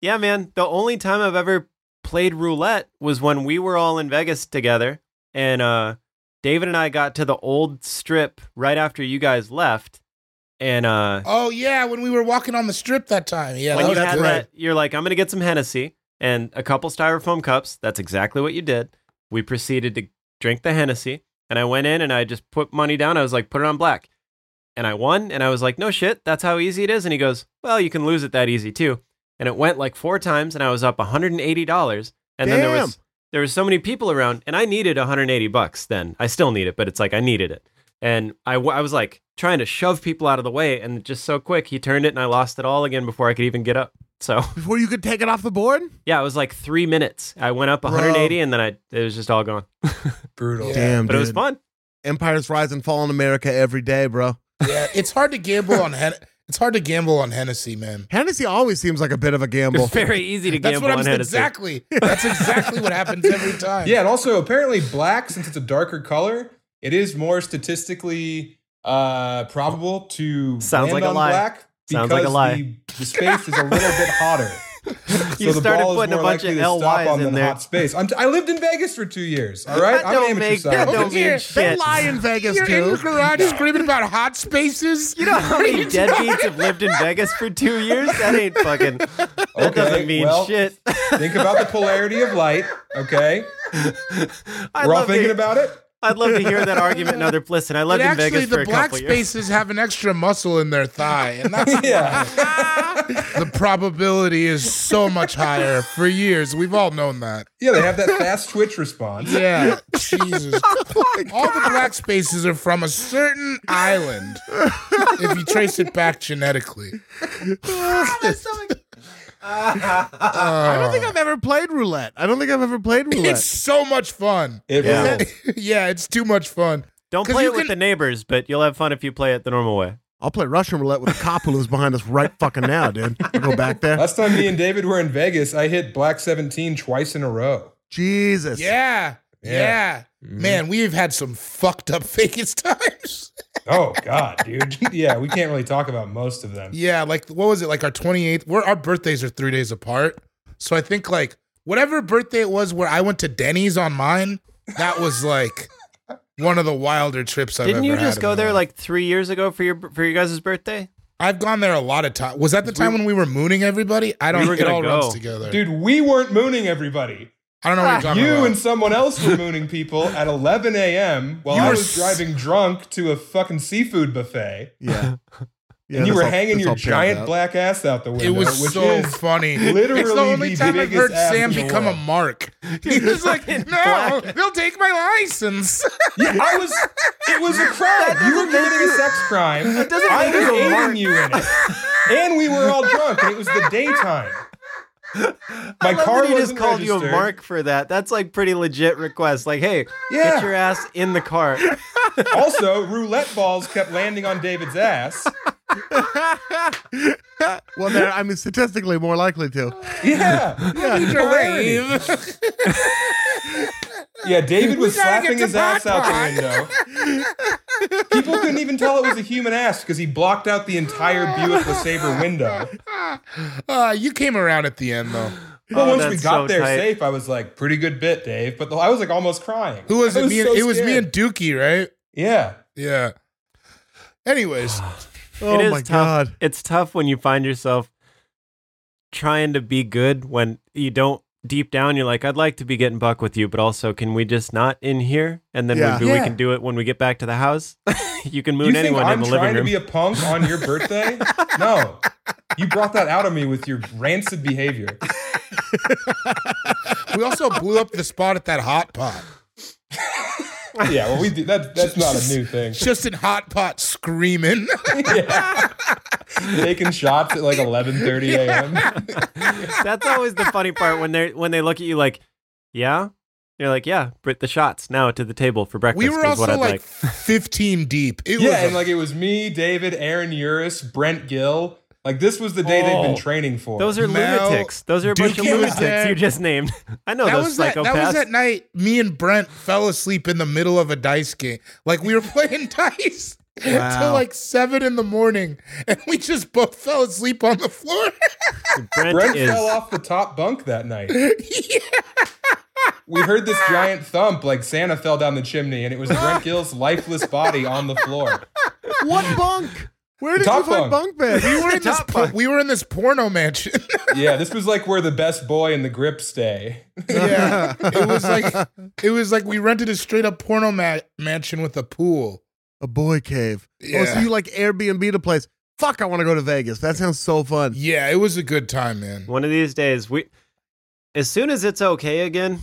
Speaker 3: yeah, man, the only time I've ever played roulette was when we were all in Vegas together, and uh, David and I got to the old strip right after you guys left, and uh,
Speaker 5: Oh yeah, when we were walking on the strip that time. Yeah,
Speaker 3: when
Speaker 5: that
Speaker 3: you
Speaker 5: was
Speaker 3: had
Speaker 5: great.
Speaker 3: that, you're like, I'm gonna get some Hennessy and a couple styrofoam cups. That's exactly what you did. We proceeded to drink the Hennessy, and I went in and I just put money down. I was like, put it on black, and I won. And I was like, no shit, that's how easy it is. And he goes, well, you can lose it that easy too. And it went like four times, and I was up 180 dollars. And then there was there was so many people around, and I needed 180 bucks. Then I still need it, but it's like I needed it. And I, w- I was like trying to shove people out of the way, and just so quick, he turned it, and I lost it all again before I could even get up. So <laughs>
Speaker 2: Before you could take it off the board?
Speaker 3: yeah, it was like three minutes. I went up 180, and then I it was just all gone.
Speaker 4: Brutal.
Speaker 5: Yeah.
Speaker 2: Damn,
Speaker 3: But it was
Speaker 2: dude.
Speaker 3: fun.
Speaker 2: Empires rise and fall in America every day, bro.
Speaker 5: Yeah, it's hard to gamble on. Hen- it's hard to gamble on Hennessy, man.
Speaker 2: Hennessy always seems like a bit of a gamble.
Speaker 3: It's very easy to <laughs>
Speaker 5: That's
Speaker 3: gamble
Speaker 5: what I'm
Speaker 3: on
Speaker 5: saying.
Speaker 3: Hennessy.
Speaker 5: Exactly. That's exactly what
Speaker 3: <laughs>
Speaker 5: happens every time.
Speaker 4: Yeah, and also apparently black, since it's a darker color, it is more statistically uh, probable to
Speaker 3: Sounds
Speaker 4: land
Speaker 3: like a
Speaker 4: on
Speaker 3: lie.
Speaker 4: black
Speaker 3: Sounds like a
Speaker 4: because
Speaker 3: lie.
Speaker 4: The, the space is a little bit
Speaker 3: <laughs>
Speaker 4: hotter.
Speaker 3: You started putting a bunch
Speaker 4: likely
Speaker 3: of
Speaker 4: to stop
Speaker 3: LYs
Speaker 4: on
Speaker 3: in
Speaker 4: than
Speaker 3: there.
Speaker 4: Hot space. I'm t- I lived in Vegas for two years. All right,
Speaker 3: That
Speaker 4: I'm
Speaker 3: don't
Speaker 4: an amateur
Speaker 3: make- that
Speaker 4: scientist.
Speaker 3: don't mean
Speaker 5: Yeah,
Speaker 2: They
Speaker 3: shit.
Speaker 2: lie in Vegas,
Speaker 5: You're in your
Speaker 2: dude.
Speaker 5: garage screaming about hot spaces.
Speaker 3: <laughs> You know <laughs> how many deadbeats have lived in Vegas for two years? That ain't fucking. That
Speaker 4: Okay,
Speaker 3: doesn't mean
Speaker 4: well,
Speaker 3: shit. <laughs>
Speaker 4: Think about the polarity of light. Okay,
Speaker 3: I'd
Speaker 4: we're all
Speaker 3: love to-
Speaker 4: thinking about it.
Speaker 3: I'd love to hear that argument in other place. And I
Speaker 5: But
Speaker 3: lived in
Speaker 5: actually,
Speaker 3: Vegas for
Speaker 5: the
Speaker 3: a
Speaker 5: black
Speaker 3: couple years.
Speaker 5: spaces have an extra muscle in their thigh, and
Speaker 3: <laughs>
Speaker 5: that's
Speaker 4: Yeah,
Speaker 5: the probability is so much higher. For years, we've all known that.
Speaker 4: yeah, they have that fast twitch response.
Speaker 5: Yeah, Jesus. all the black spaces are from a certain island. if you trace it back genetically.
Speaker 4: <laughs>
Speaker 2: I don't think I've ever played roulette. I don't think I've ever played
Speaker 5: It's
Speaker 2: roulette.
Speaker 5: so much fun. <laughs>
Speaker 4: It
Speaker 3: Yeah.
Speaker 4: rules.
Speaker 5: yeah, it's too much fun.
Speaker 3: Don't
Speaker 5: 'Cause
Speaker 3: play
Speaker 5: you
Speaker 3: it with
Speaker 5: can-
Speaker 3: the neighbors, but you'll have fun if you play it the normal way.
Speaker 2: I'll play Russian roulette with a cop who lives behind us right fucking now,
Speaker 4: <laughs>
Speaker 2: dude. I'll go back there.
Speaker 4: Last time me and David were in Vegas, I hit black 17 twice in a row.
Speaker 2: Jesus.
Speaker 5: Yeah. Yeah.
Speaker 4: Yeah.
Speaker 5: Man, we've had some fucked up Vegas <laughs> times.
Speaker 4: Oh God, dude. <laughs> yeah, we can't really talk about most of them.
Speaker 5: yeah, like what was it? Like our 28th, where our birthdays are 3 days apart. So I think like whatever birthday it was where I went to Denny's on mine, that was like one of the wilder trips I've
Speaker 3: Didn't
Speaker 5: ever
Speaker 3: you
Speaker 5: had
Speaker 3: just
Speaker 5: in
Speaker 3: go
Speaker 5: my
Speaker 3: there
Speaker 5: life.
Speaker 3: like three years ago for your for your guys' birthday?
Speaker 5: I've gone there a lot of times. Was that the time when we were mooning everybody? I don't
Speaker 3: We were
Speaker 5: it
Speaker 3: gonna
Speaker 5: all runs
Speaker 3: go.
Speaker 5: together.
Speaker 4: Dude, we weren't mooning everybody.
Speaker 5: I don't know what you're talking about.
Speaker 4: You and someone else were mooning people at 11 a.m. while
Speaker 5: You
Speaker 4: I
Speaker 5: were
Speaker 4: was
Speaker 5: s-
Speaker 4: driving drunk to a fucking seafood buffet,
Speaker 2: Yeah. Yeah,
Speaker 4: and you
Speaker 2: that's
Speaker 4: were
Speaker 2: all-
Speaker 4: hanging
Speaker 2: that's
Speaker 4: your
Speaker 2: all panned
Speaker 4: giant
Speaker 2: out.
Speaker 4: black ass out the window.
Speaker 5: It was
Speaker 4: which
Speaker 5: so
Speaker 4: is
Speaker 5: funny.
Speaker 4: literally
Speaker 5: it's the only
Speaker 4: the
Speaker 5: time I've heard
Speaker 4: biggest ass
Speaker 5: Sam
Speaker 4: in the
Speaker 5: become a
Speaker 4: world.
Speaker 5: mark. He was like,
Speaker 3: fucking
Speaker 5: no, they'll take my license.
Speaker 4: Yeah, I was. It was a crime. You were committing a sex crime.
Speaker 3: doesn't
Speaker 4: I
Speaker 3: make you a
Speaker 4: was
Speaker 3: mark.
Speaker 4: aiding you in it, and we were all drunk, and it was the daytime. My
Speaker 3: I love
Speaker 4: car
Speaker 3: that he
Speaker 4: wasn't
Speaker 3: just called
Speaker 4: registered.
Speaker 3: you a mark for that. That's like pretty legit request. Like, hey,
Speaker 4: Yeah.
Speaker 3: get your ass in the car.
Speaker 4: Also, roulette balls kept landing on David's ass.
Speaker 2: Well, they're, I mean, statistically more likely to.
Speaker 4: Yeah, yeah, polarity.
Speaker 5: Dave.
Speaker 4: yeah. David was
Speaker 5: We gotta
Speaker 4: slapping
Speaker 5: get to
Speaker 4: his ass out
Speaker 5: Bot
Speaker 4: the window. People couldn't even tell it was a human ass because he blocked out the entire Buick LeSabre window.
Speaker 5: <laughs> uh, you came around at the end, though.
Speaker 4: But
Speaker 3: Oh,
Speaker 4: once we
Speaker 3: that's
Speaker 4: got
Speaker 3: so
Speaker 4: there
Speaker 3: tight.
Speaker 4: safe, I was like, "Pretty good bit, Dave." But the, I was like almost crying.
Speaker 5: Who was
Speaker 4: I
Speaker 5: it? me and,
Speaker 4: so
Speaker 5: it was me
Speaker 4: scared.
Speaker 5: and Dookie, right?
Speaker 4: yeah.
Speaker 5: Yeah.
Speaker 4: <sighs>
Speaker 5: Anyways,
Speaker 2: Oh
Speaker 3: it is
Speaker 2: my
Speaker 3: tough.
Speaker 2: god.
Speaker 3: It's tough when you find yourself trying to be good when you don't deep down you're like, I'd like to be getting buck with you, but also can we just not in here? And then
Speaker 2: Yeah.
Speaker 3: we, we
Speaker 4: Yeah.
Speaker 3: can do it when we get back to the house. <laughs> you can
Speaker 4: you
Speaker 3: moon
Speaker 4: think
Speaker 3: anyone
Speaker 4: I'm
Speaker 3: in the
Speaker 4: trying
Speaker 3: living
Speaker 4: to
Speaker 3: room.
Speaker 4: be a punk on your birthday? no, you brought that out of me with your rancid behavior.
Speaker 5: we also blew up the spot at that hot pot.
Speaker 4: Yeah, well, we do that. That's not a new thing.
Speaker 5: Just in hot pot screaming.
Speaker 4: Yeah. Taking shots at like 11:30 a.m.
Speaker 5: <laughs>
Speaker 3: <laughs>
Speaker 4: <laughs>
Speaker 3: That's always the funny part when they are when they look at you like, yeah, You're like, yeah, Brit the shots now to the table for breakfast.
Speaker 5: We were
Speaker 3: is what
Speaker 5: also
Speaker 3: I'd
Speaker 4: <laughs>
Speaker 5: like 15 deep. It was
Speaker 4: Yeah,
Speaker 5: a
Speaker 4: and like it was me, David, Aaron Uris, Brent Gill. Like this was the day they've
Speaker 3: Oh.
Speaker 4: been training for.
Speaker 3: Those are
Speaker 5: Mel
Speaker 3: lunatics. Those are a bunch of
Speaker 5: Dookie
Speaker 3: lunatics
Speaker 5: was there.
Speaker 3: you just named. <laughs> I know
Speaker 5: that
Speaker 3: those
Speaker 5: was that,
Speaker 3: psychopaths.
Speaker 5: that was that night me and Brent fell asleep in the middle of a dice game. Like we were <laughs> playing dice till like seven in the morning, and we just both fell asleep on the floor. <laughs>
Speaker 3: Brent,
Speaker 4: Brent
Speaker 3: is.
Speaker 4: fell off the top bunk that night. We heard this giant thump like Santa fell down the chimney, and it was Brent
Speaker 5: <laughs>
Speaker 4: Gill's lifeless body on the floor. <laughs>
Speaker 2: What bunk? Where did
Speaker 4: Top
Speaker 2: you find
Speaker 4: bunk.
Speaker 2: bunk beds?
Speaker 5: we
Speaker 4: <laughs>
Speaker 5: were in this po- we were in this porno mansion.
Speaker 4: Yeah, this was like where the best boy and the grip stay. <laughs>
Speaker 5: yeah, it
Speaker 2: <laughs>
Speaker 5: was like it was like we rented a straight up porno ma- mansion with a pool.
Speaker 2: a boy cave. Oh, so
Speaker 5: Yeah.
Speaker 2: you like Airbnb to place? Fuck, I want to go to Vegas. That sounds so fun.
Speaker 5: Yeah, it was a good time, man.
Speaker 3: One of these days, we, as soon as it's okay again,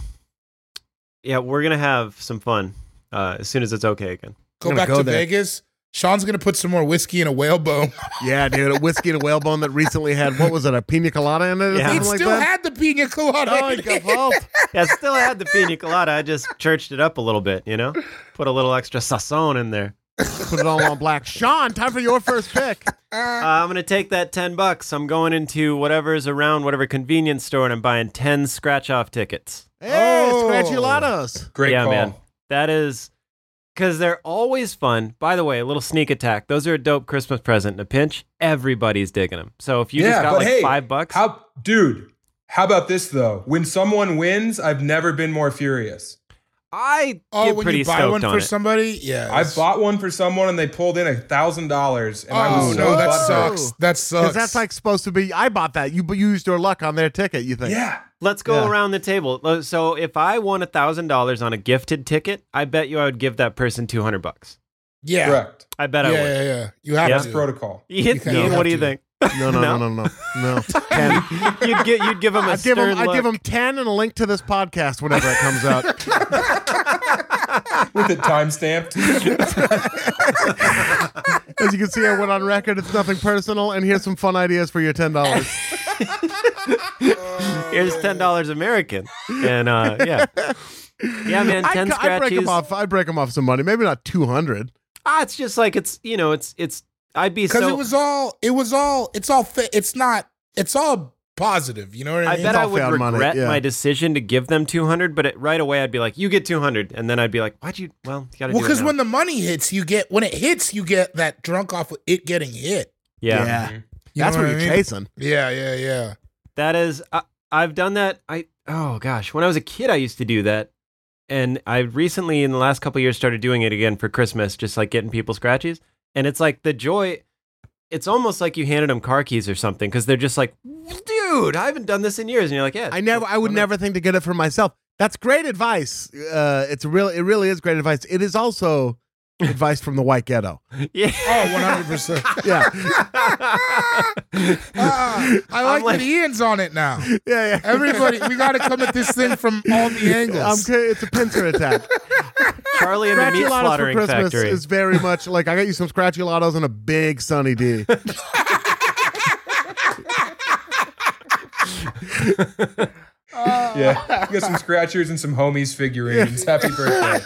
Speaker 3: yeah, we're gonna have some fun. Uh, as soon as it's okay again,
Speaker 5: Go
Speaker 2: gonna
Speaker 5: back
Speaker 2: go
Speaker 5: to
Speaker 2: there.
Speaker 5: Vegas. Sean's gonna put some more whiskey in a whalebone. <laughs>
Speaker 2: Yeah, dude, a whiskey and a whalebone that recently had what was it, a pina colada in it or
Speaker 3: Yeah.
Speaker 5: He
Speaker 2: something like
Speaker 5: still
Speaker 2: that?
Speaker 5: had the pina colada.
Speaker 2: oh,
Speaker 5: in
Speaker 2: it
Speaker 5: <laughs>
Speaker 2: got
Speaker 5: it.
Speaker 2: vault.
Speaker 3: yeah, I still had the pina colada. I just churched it up a little bit, you know, put a little extra sazon in there.
Speaker 2: Put it all on black. Sean, time for your first pick.
Speaker 3: Uh, I'm gonna take that ten bucks. I'm going into whatever's around, whatever convenience store, and I'm buying ten scratch-off tickets.
Speaker 2: Hey,
Speaker 5: Oh.
Speaker 2: scratchylados.
Speaker 4: Great
Speaker 3: yeah,
Speaker 4: call.
Speaker 3: man. That is because they're always fun. By the way, a little sneak attack. Those are a dope Christmas present in a pinch. Everybody's digging them. So if you
Speaker 4: yeah,
Speaker 3: just got
Speaker 4: but
Speaker 3: like
Speaker 4: hey,
Speaker 3: five bucks,
Speaker 4: How, dude? How about this though? When someone wins, I've never been more furious.
Speaker 3: I
Speaker 5: Oh,
Speaker 3: get
Speaker 5: when
Speaker 3: pretty
Speaker 5: you buy
Speaker 3: stoked
Speaker 5: one
Speaker 3: on
Speaker 5: for
Speaker 3: it.
Speaker 5: somebody, yeah.
Speaker 4: I
Speaker 5: it's-
Speaker 4: bought one for someone, and they pulled in a thousand dollars, and I
Speaker 5: Oh
Speaker 4: was so
Speaker 5: no, that
Speaker 4: butthurt.
Speaker 5: sucks. That sucks.
Speaker 3: Oh.
Speaker 2: Because that's like supposed to be. I bought that. You b- used your luck on their ticket. You think?
Speaker 4: Yeah,
Speaker 3: Let's go
Speaker 2: Yeah.
Speaker 3: around the table. Lo- So if I won a thousand dollars on a gifted ticket, I bet you I would give that person two hundred bucks.
Speaker 5: yeah,
Speaker 4: correct.
Speaker 3: I bet
Speaker 5: yeah,
Speaker 3: I <laughs> would.
Speaker 5: yeah, yeah. You have
Speaker 3: Yeah.
Speaker 4: That's
Speaker 5: to.
Speaker 4: protocol.
Speaker 3: Ian,
Speaker 5: You
Speaker 3: Ian,
Speaker 5: have
Speaker 3: what do you
Speaker 5: to.
Speaker 3: think?
Speaker 2: No, no, no, no, no,
Speaker 3: <laughs>
Speaker 2: no. Ten. <laughs>
Speaker 3: you'd get you'd give him a
Speaker 2: I give them.
Speaker 3: stern
Speaker 2: I give
Speaker 3: look.
Speaker 2: them ten and a link to this podcast whenever it comes
Speaker 3: <laughs>
Speaker 2: out.
Speaker 4: With it time stamped.
Speaker 2: As you can see, I went on record. It's nothing personal, and here's some fun ideas for your ten dollars.
Speaker 3: Here's ten dollars American, and uh, yeah, yeah, man,
Speaker 2: I,
Speaker 3: ten
Speaker 2: ca- I break
Speaker 3: scratches.
Speaker 2: them off. I break them off some money. Maybe not two hundred.
Speaker 3: Ah, it's just like it's you know it's it's I'd be
Speaker 5: Because
Speaker 3: so
Speaker 5: it was all. It was all. It's all. Fa- it's not. It's all positive. You know what
Speaker 3: I
Speaker 5: I mean?
Speaker 3: bet
Speaker 2: all
Speaker 3: I would
Speaker 2: found money,
Speaker 3: regret
Speaker 2: yeah.
Speaker 3: my decision to give them two hundred, but it, right away I'd be like, "You get two hundred, and then I'd be like, "Why'd you?" Well, you gotta
Speaker 5: well,
Speaker 3: do it
Speaker 5: because
Speaker 3: now.
Speaker 5: when the money hits, you get when it hits, you get that drunk off of it getting hit.
Speaker 3: yeah,
Speaker 5: You
Speaker 2: that's
Speaker 5: know
Speaker 2: what
Speaker 5: I
Speaker 2: you're
Speaker 5: mean?
Speaker 2: chasing.
Speaker 5: Yeah,
Speaker 2: <laughs>
Speaker 5: yeah, yeah.
Speaker 3: That is, I, I've done that. I oh gosh, when I was a kid, I used to do that, and I recently in the last couple of years started doing it again for Christmas, just like getting people scratchies, and it's like the joy. It's almost like you handed them car keys or something because they're just like, dude, I haven't done this in years, and you're like, yeah,
Speaker 2: I never. I would
Speaker 3: why not?
Speaker 2: never think to get it for myself. That's great advice. Uh, it's real. It really is great advice. It is also advice from the white ghetto.
Speaker 3: yeah.
Speaker 5: Oh,
Speaker 2: <laughs>
Speaker 5: 100. percent
Speaker 2: Yeah,
Speaker 5: Ah,
Speaker 3: <laughs>
Speaker 2: <laughs>
Speaker 5: I like,
Speaker 3: like-
Speaker 5: that Ian's on it now.
Speaker 2: yeah, yeah. <laughs>
Speaker 5: Everybody, we got to come at this thing from all the
Speaker 2: I'm,
Speaker 5: angles.
Speaker 2: ca- it's a pincer
Speaker 3: <laughs>
Speaker 2: attack.
Speaker 3: Charlie and the meat
Speaker 2: Scratchylados for
Speaker 3: slaughtering
Speaker 2: Christmas
Speaker 3: factory.
Speaker 2: is very much like I got you some scratchylados and a big Sunny
Speaker 3: <laughs>
Speaker 2: D.
Speaker 4: Yeah. You got some scratchers and some homies figurines. Happy birthday.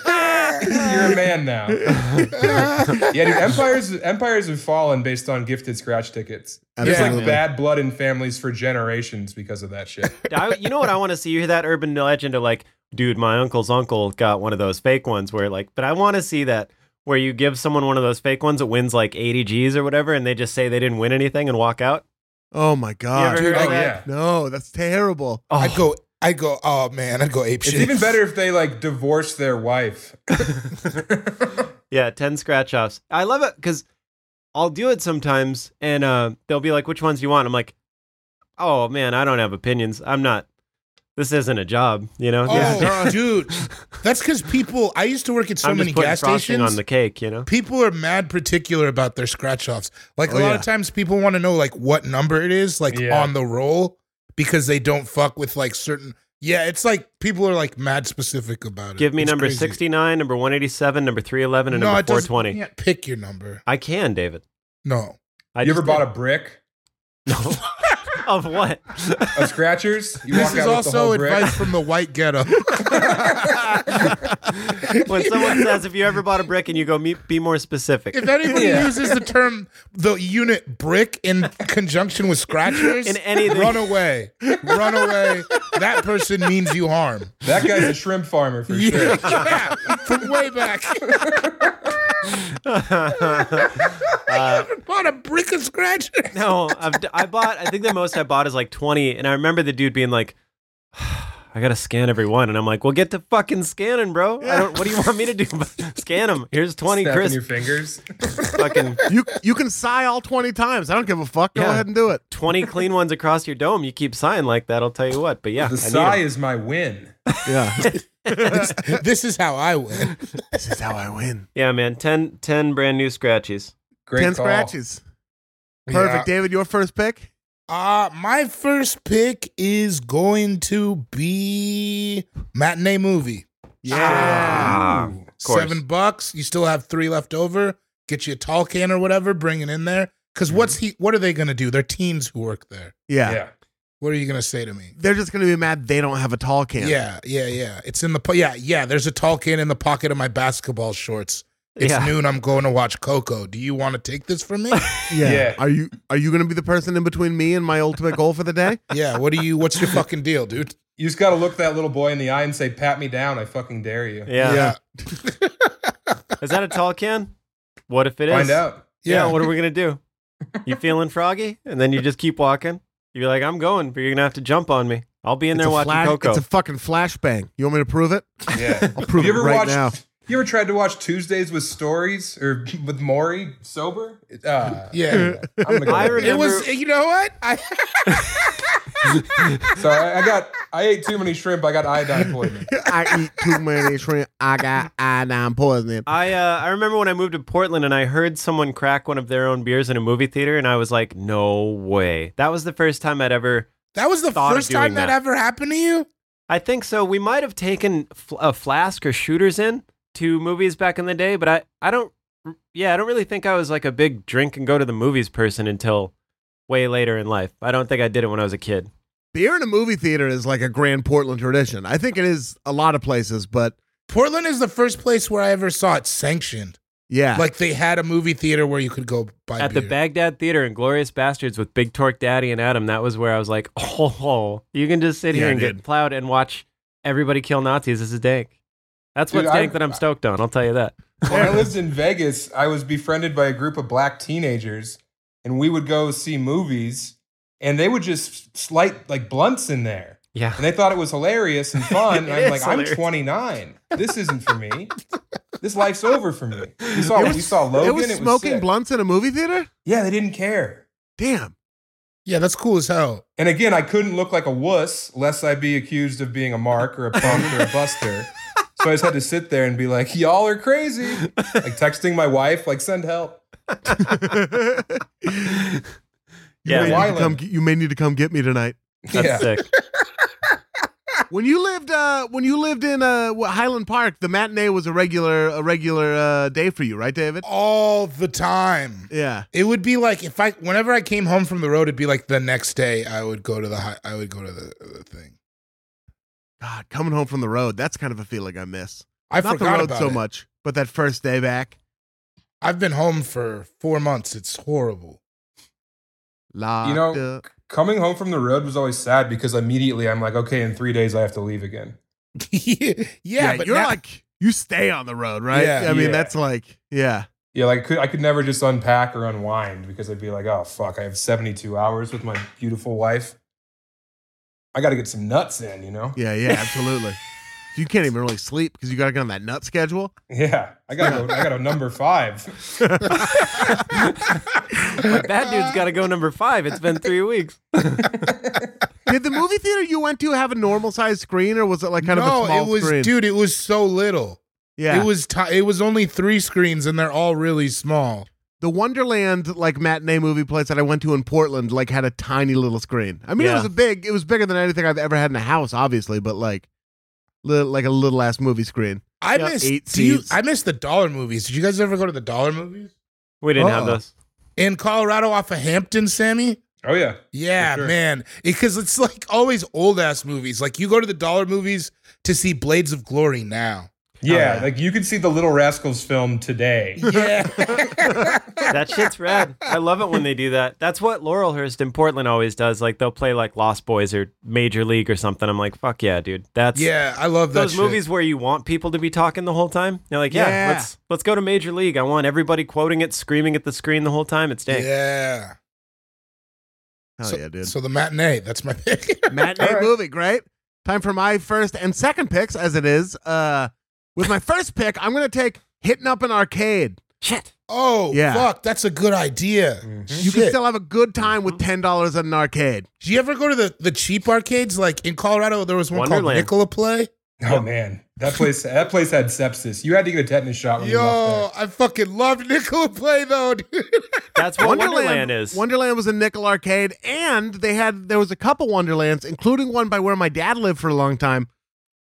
Speaker 4: You're a man now. yeah, dude, empires empires have fallen based on gifted scratch tickets. There's
Speaker 2: Absolutely.
Speaker 4: like bad blood in families for generations because of that shit.
Speaker 3: I, you know what I want to see? You hear that urban legend of like, dude, my uncle's uncle got one of those fake ones where like, but I want to see that where you give someone one of those fake ones that wins like 80 G's or whatever, and they just say they didn't win anything and walk out.
Speaker 2: Oh my god!
Speaker 5: Ah,
Speaker 3: you ever heard
Speaker 4: Oh
Speaker 3: of that? Oh,
Speaker 4: yeah.
Speaker 2: <laughs> No, that's terrible.
Speaker 5: I go, I go. Oh man, I go ape
Speaker 4: It's
Speaker 5: shit.
Speaker 4: even better if they like divorce their wife.
Speaker 3: Yeah, 10 scratch offs. I love it because I'll do it sometimes and uh, they'll be like, which ones do you want? I'm like, oh man, I don't have opinions. I'm not, this isn't a job, you know?
Speaker 5: Oh, dude, that's because people. I used to work at so
Speaker 3: I'm
Speaker 5: many
Speaker 3: just putting
Speaker 5: gas
Speaker 3: frosting
Speaker 5: stations.
Speaker 3: on the cake, you know?
Speaker 5: people are mad particular about their scratch offs. Like
Speaker 2: Oh,
Speaker 5: a lot
Speaker 2: yeah.
Speaker 5: of times, people want to know like what number it is, like
Speaker 4: Yeah.
Speaker 5: on the roll, because they don't fuck with like certain. Yeah, it's like people are like mad specific about it.
Speaker 3: Give me
Speaker 5: It's
Speaker 3: number
Speaker 5: crazy.
Speaker 3: 69, number 187, number 311, and
Speaker 5: No,
Speaker 3: number
Speaker 5: it doesn't-
Speaker 3: 420.
Speaker 5: You can't pick your number.
Speaker 3: I can, David.
Speaker 5: No.
Speaker 3: I
Speaker 4: you ever
Speaker 3: just
Speaker 4: bought
Speaker 3: did.
Speaker 4: a brick?
Speaker 3: <laughs> of
Speaker 5: <laughs>
Speaker 3: what?
Speaker 4: Uh, scratchers. You
Speaker 5: This
Speaker 4: walk out
Speaker 5: is
Speaker 4: with the
Speaker 5: also
Speaker 4: whole brick.
Speaker 5: advice from the
Speaker 4: <laughs>
Speaker 5: white ghetto.
Speaker 3: when someone says, "If you ever bought a brick," and you go, "Me- "Be more specific."
Speaker 5: if anyone
Speaker 4: Yeah.
Speaker 5: uses the term the unit brick in conjunction with scratchers,
Speaker 3: In anything.
Speaker 5: run away. Run away. That person means you harm.
Speaker 4: That guy's
Speaker 5: <laughs>
Speaker 4: a shrimp farmer for sure.
Speaker 5: Yeah, from way <laughs> back. Bought a brick of scratch.
Speaker 3: <laughs> no, I've, d- I bought. I think the most I bought is like twenty, and I remember the dude being like, "I gotta scan every one," and I'm like, "Well, get to fucking scanning, bro. I don't, what do you want me to do?
Speaker 5: <laughs>
Speaker 3: scan them. Here's twenty,
Speaker 4: Snapping
Speaker 3: Chris. <laughs>
Speaker 4: your fingers.
Speaker 3: Fucking
Speaker 2: You you can sigh all twenty times. I don't give a fuck. Go
Speaker 3: Yeah.
Speaker 2: ahead and do it.
Speaker 3: twenty clean ones across your dome. You keep sighing like that. I'll tell you what. But yeah,
Speaker 4: The
Speaker 3: I need
Speaker 4: sigh
Speaker 3: 'em.
Speaker 4: is my win.
Speaker 2: Yeah,
Speaker 5: this is how I win.
Speaker 2: this is how I
Speaker 3: <laughs>
Speaker 2: win.
Speaker 3: yeah, man. 10, 10 brand new scratchies.
Speaker 4: Great
Speaker 2: Ten
Speaker 4: call.
Speaker 2: scratches. Perfect,
Speaker 5: Yeah.
Speaker 2: David. Your first pick.
Speaker 5: Uh, my first pick is going to be matinee movie.
Speaker 3: Ah,
Speaker 4: Ooh.
Speaker 3: course.
Speaker 5: Seven bucks. You still have three left over. Get you a tall can or whatever. Bring it in there. Because what's he? What are they gonna do? They're teens who work there.
Speaker 2: Yeah.
Speaker 4: Yeah.
Speaker 5: What are you gonna say to me?
Speaker 2: They're just gonna be mad they don't have a tall can.
Speaker 5: Yeah, yeah, yeah. It's in the po- yeah, yeah. There's a tall can in the pocket of my basketball shorts. It's
Speaker 3: Yeah.
Speaker 5: noon. I'm going to watch Coco. Do you want to take this from
Speaker 3: <laughs>
Speaker 5: me?
Speaker 2: yeah.
Speaker 4: Yeah.
Speaker 2: Are you are you gonna be the person in between me and my ultimate goal for the day?
Speaker 5: yeah. What do you? What's your fucking deal, dude?
Speaker 4: You just got to look that little boy in the eye and say, "Pat me down, I fucking dare you."
Speaker 3: Yeah.
Speaker 5: yeah,
Speaker 3: Is that a tall can? What if it is?
Speaker 4: Find out.
Speaker 3: Yeah.
Speaker 5: yeah.
Speaker 3: What are we gonna do? You feeling froggy? And then you just keep walking. You're like, I'm going, but you're gonna have to jump on me. I'll be in
Speaker 2: It's
Speaker 3: there
Speaker 2: a
Speaker 3: watching
Speaker 2: flash-
Speaker 3: Coco.
Speaker 2: It's a fucking flashbang. You want me to prove it?
Speaker 3: <laughs>
Speaker 4: Yeah.
Speaker 2: I'll prove
Speaker 4: you
Speaker 2: it
Speaker 4: ever
Speaker 2: right
Speaker 4: watched?
Speaker 2: now.
Speaker 4: You ever tried to watch Tuesdays with Stories or with Maury sober? Uh,
Speaker 5: <laughs> Yeah.
Speaker 4: I'm gonna go.
Speaker 3: I remember-
Speaker 5: It was. You
Speaker 2: <laughs>
Speaker 5: know what? I
Speaker 4: Sorry, I got. I ate too many shrimp. I got iodine poisoning.
Speaker 2: I eat too many shrimp. I got iodine poisoning.
Speaker 3: I uh, I remember when I moved to Portland and I heard someone crack one of their own beers in a movie theater, and I was like, no way. That was the first time I'd ever.
Speaker 5: that was the
Speaker 3: Thought of
Speaker 5: first time
Speaker 3: doing
Speaker 5: that.
Speaker 3: that.
Speaker 5: ever happened to you.
Speaker 3: I think so. We might have taken fl- a flask or shooters in to movies back in the day, but I I don't. Yeah, I don't really think I was like a big drink and go to the movies person until way later in life. I don't think I did it when I was a kid.
Speaker 2: Beer in a movie theater is like a grand Portland tradition. I think it is a lot of places, but
Speaker 5: Portland is the first place where I ever saw it sanctioned.
Speaker 2: yeah.
Speaker 5: Like they had a movie theater where you could go buy
Speaker 3: At
Speaker 5: beer.
Speaker 3: the Baghdad Theater in Glorious Bastards with Big Torque Daddy and Adam, that was where I was like, <laughs> oh, oh, you can just sit here
Speaker 2: Yeah,
Speaker 3: and
Speaker 2: dude.
Speaker 3: get plowed and watch everybody kill Nazis. This is dank. That's
Speaker 4: Dude,
Speaker 3: what's dank
Speaker 4: I-
Speaker 3: that I'm stoked on. I'll tell you that.
Speaker 4: When I lived in Vegas, I was befriended by a group of black teenagers, and we would go see movies, and they would just slight like blunts in there,
Speaker 3: Yeah.
Speaker 4: <laughs> and they thought it was
Speaker 2: <laughs>
Speaker 4: hilarious and fun. And
Speaker 3: It
Speaker 4: I'm
Speaker 3: is
Speaker 4: like,
Speaker 3: hilarious.
Speaker 4: I'm 29. This isn't for me. This life's over for me. We saw
Speaker 2: It was-
Speaker 4: we saw Logan.
Speaker 2: it was smoking
Speaker 4: sick.
Speaker 2: blunts in a movie theater?
Speaker 4: Yeah, they didn't care.
Speaker 3: <laughs>
Speaker 2: Damn.
Speaker 5: yeah, that's cool as hell.
Speaker 4: And again, I couldn't look like a wuss lest I be accused of being a mark or a punk or a buster. So I just had to sit there and be like, y'all are crazy. Like texting my wife, like, send help.
Speaker 2: You
Speaker 3: Yeah,
Speaker 2: may
Speaker 4: man.
Speaker 2: need to come, you may need to come get me tonight.
Speaker 3: That's sick.
Speaker 2: When you lived, uh, when you lived in uh, what- Highland Park, the matinee was a regular, a regular uh, day for you, right, David?
Speaker 5: All the time.
Speaker 2: Yeah.
Speaker 5: It would be like if I whenever I came home from the road, it'd be like the next day I would go to the hi- I would go to the, the thing.
Speaker 2: God, coming home from the road, that's kind of a feeling I miss.
Speaker 5: I
Speaker 2: Not the
Speaker 5: forgot
Speaker 2: road
Speaker 5: about
Speaker 2: so
Speaker 5: it.
Speaker 2: much, but that first day back.
Speaker 5: I've been home for four months. It's horrible.
Speaker 2: Locked
Speaker 4: You know,
Speaker 2: up.
Speaker 4: Coming home from the road was always sad because immediately I'm like, okay, in three days I have to leave again.
Speaker 5: <laughs> yeah, but
Speaker 2: you're
Speaker 5: now-
Speaker 2: like you stay on the road, right?
Speaker 5: Yeah.
Speaker 2: I mean,
Speaker 4: Yeah.
Speaker 2: that's like, yeah,
Speaker 4: Yeah, like I could, I could never just unpack or unwind because I'd be like, oh, fuck, I have 72 hours with my beautiful wife. I got to get some nuts in, you know?
Speaker 2: yeah,
Speaker 5: <laughs>
Speaker 2: yeah, absolutely. you can't even really sleep because you got to get on that nut schedule.
Speaker 4: <laughs> Yeah, I got to go. I got a number five.
Speaker 3: Like, that dude's got to go number five. It's been
Speaker 4: <laughs>
Speaker 3: three weeks.
Speaker 2: Did the movie theater you went to have a normal sized screen, or was it like kind
Speaker 5: no,
Speaker 2: of a small
Speaker 5: it was
Speaker 2: screen?
Speaker 5: dude. It was so little.
Speaker 2: yeah,
Speaker 5: It was ti it was only three screens and they're all really small.
Speaker 2: the Wonderland like matinee movie place that I went to in Portland like had a tiny little screen. I mean, it
Speaker 3: Yeah.
Speaker 2: was a big. It was bigger than anything I've ever had in a house, obviously, but like, li- like a little ass movie screen.
Speaker 5: I
Speaker 2: Yep.
Speaker 5: missed
Speaker 2: Eight
Speaker 5: do you,
Speaker 2: seats.
Speaker 5: I missed the dollar movies. Did you guys ever go to the dollar movies
Speaker 4: Uh-uh.
Speaker 3: We didn't have
Speaker 5: Oh.
Speaker 3: those.
Speaker 5: in Colorado off of Hampton, Sammy?
Speaker 4: Oh yeah.
Speaker 5: Yeah,
Speaker 4: For sure.
Speaker 5: man. Because it's like always old ass movies. Like you go to the dollar movies to see Blades of
Speaker 2: <laughs>
Speaker 5: Glory now.
Speaker 4: Yeah,
Speaker 3: yeah.
Speaker 4: like you could see the Little Rascals film today.
Speaker 5: Yeah.
Speaker 3: that shit's rad. I love it when they do that. That's what Laurelhurst in Portland always does. Like they'll play like Lost Boys or Major League or something. I'm like, fuck yeah, dude. That's
Speaker 5: yeah, I love that
Speaker 3: those
Speaker 5: shit.
Speaker 3: movies where you want people to be talking the whole time. They're like, yeah,
Speaker 5: Yeah.
Speaker 3: let's let's go to Major League. I want everybody quoting it, screaming at the screen the whole time. It's dank.
Speaker 5: Yeah.
Speaker 2: Hell
Speaker 5: so,
Speaker 2: yeah, dude.
Speaker 5: So the matinee, that's my <laughs>
Speaker 2: <laughs>
Speaker 5: pick.
Speaker 2: Matinee
Speaker 4: All right.
Speaker 2: movie, great. Time for my first and second picks, as it is. Uh, with my first pick, I'm gonna take Hitting Up an Arcade.
Speaker 3: Shit.
Speaker 5: oh,
Speaker 2: Yeah. Mm-hmm.
Speaker 5: fuck, that's a good idea.
Speaker 2: You can
Speaker 5: Shit. Uh-huh.
Speaker 2: still have a good time with ten dollars at an arcade.
Speaker 5: Do you ever go to the, the cheap arcades? Like in Colorado, there was one called
Speaker 3: Wonderland.
Speaker 5: Nicola Play.
Speaker 4: Oh man, that place that place had sepsis. You had to get a tetanus shot when you
Speaker 5: Yo,
Speaker 4: left
Speaker 5: I fucking love Nicola Play though, dude.
Speaker 3: That's what Wonderland, is.
Speaker 2: Wonderland was a nickel arcade, and they had there was a couple Wonderlands, including one by where my dad lived for a long time,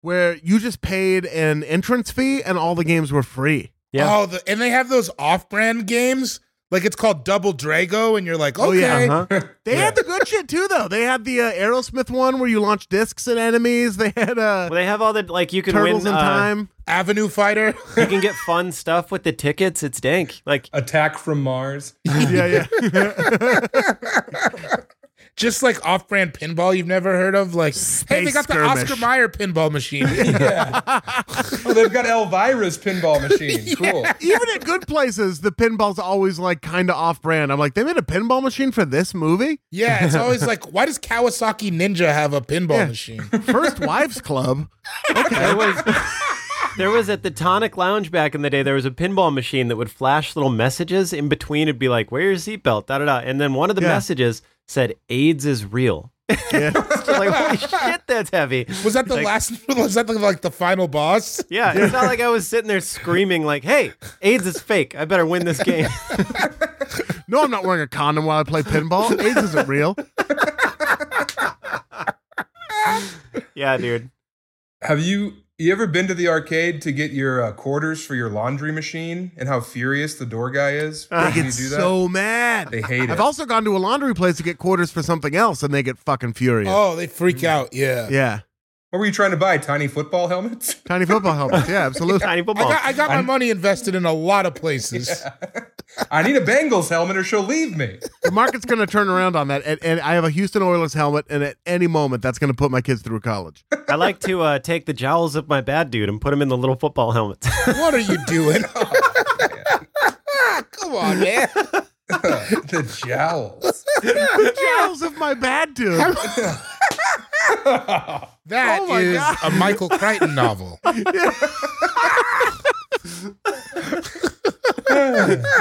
Speaker 2: where you just paid an entrance fee and all the games were free.
Speaker 3: Yeah.
Speaker 5: Oh, the, and they have those off-brand games. Like it's called Double Drago, and you're like, okay,
Speaker 2: Oh, yeah,
Speaker 3: uh-huh.
Speaker 2: They had the good shit too, though. They had the uh, Aerosmith one where you launch discs at enemies. They had uh,
Speaker 3: Well, they have all the like you can
Speaker 2: Turtles
Speaker 3: win
Speaker 2: in
Speaker 3: uh, <laughs>
Speaker 2: Time.
Speaker 5: Avenue Fighter. <laughs>
Speaker 3: You can get fun stuff with the tickets. It's dank. Like
Speaker 4: there. Attack from Mars.
Speaker 2: yeah, yeah.
Speaker 5: Just like off-brand pinball you've never heard of. Like, hey, they
Speaker 2: Space
Speaker 5: got the
Speaker 2: skirmish.
Speaker 5: Oscar Mayer pinball machine.
Speaker 4: Oh, they've got Elvira's pinball machine. Cool.
Speaker 2: Even at good places, the pinball's always like kind of off-brand. I'm like, they made a pinball machine for this movie,
Speaker 5: yeah, it's always like, why does Kawasaki Ninja have a pinball
Speaker 2: Yeah.
Speaker 5: machine?
Speaker 2: First Wives Club.
Speaker 3: there was there was at the Tonic Lounge back in the day. There was a pinball machine that would flash little messages in between. It'd be like, "Wear your seatbelt," da da da, and then one of the
Speaker 2: Yeah.
Speaker 3: messages said, "AIDS is real." <laughs> It's like, holy shit, that's heavy.
Speaker 5: Was that the last? <laughs> Was that the, like the final boss?
Speaker 3: Yeah, it's not like I was sitting there screaming like, "Hey, AIDS is fake. I better win this game."
Speaker 2: No, I'm not wearing a condom while I play pinball. AIDS isn't real.
Speaker 3: yeah, dude.
Speaker 4: Have you you ever been to the arcade to get your uh, quarters for your laundry machine? And how furious the door guy is
Speaker 5: Ah,
Speaker 2: They
Speaker 4: when you
Speaker 2: get
Speaker 4: do that.
Speaker 2: so mad.
Speaker 4: they hate it.
Speaker 2: I've also gone to a laundry place to get quarters for something else, and they get fucking furious.
Speaker 5: Oh, they freak out. Yeah.
Speaker 2: Yeah,
Speaker 4: what were you trying to buy? Tiny football
Speaker 5: <laughs>
Speaker 4: helmets?
Speaker 2: tiny football helmets. Yeah, absolutely.
Speaker 3: Tiny
Speaker 5: I
Speaker 3: football.
Speaker 5: got, I got my
Speaker 4: I'm-
Speaker 5: money invested in a lot of places.
Speaker 4: I need a Bengals helmet or she'll leave me.
Speaker 2: The market's going to turn around on that, and, and I have a Houston Oilers helmet, and at any moment, that's going to put my kids through college.
Speaker 3: I like to uh, take the jowls of my bad dude and put them in the little football helmets. <laughs>
Speaker 5: What are you <laughs> doing? Oh, Come on, man.
Speaker 4: the jowls.
Speaker 2: Jowls of my bad dude.
Speaker 5: That
Speaker 2: Oh my
Speaker 5: is
Speaker 2: God.
Speaker 5: a Michael Crichton <laughs> novel.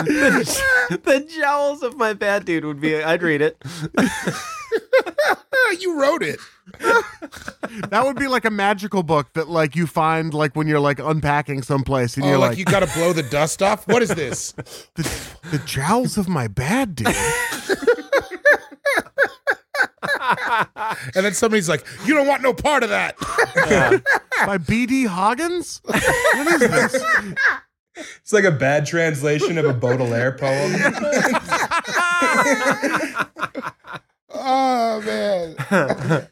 Speaker 3: the jowls of my bad dude would be. I'd read it.
Speaker 5: Ah, you wrote it.
Speaker 2: That would be like a magical book that like you find like when you're like unpacking someplace, and
Speaker 5: Oh,
Speaker 2: you're
Speaker 5: like,
Speaker 2: like,
Speaker 5: you got to blow the dust off. What is this?
Speaker 2: the, the jowls of my bad dude.
Speaker 5: And then somebody's like, "You don't want no part of that."
Speaker 2: by B.D. Hoggins? What is this?
Speaker 4: It's like a bad translation of a
Speaker 5: <laughs>
Speaker 4: Baudelaire poem.
Speaker 5: Oh <laughs> man.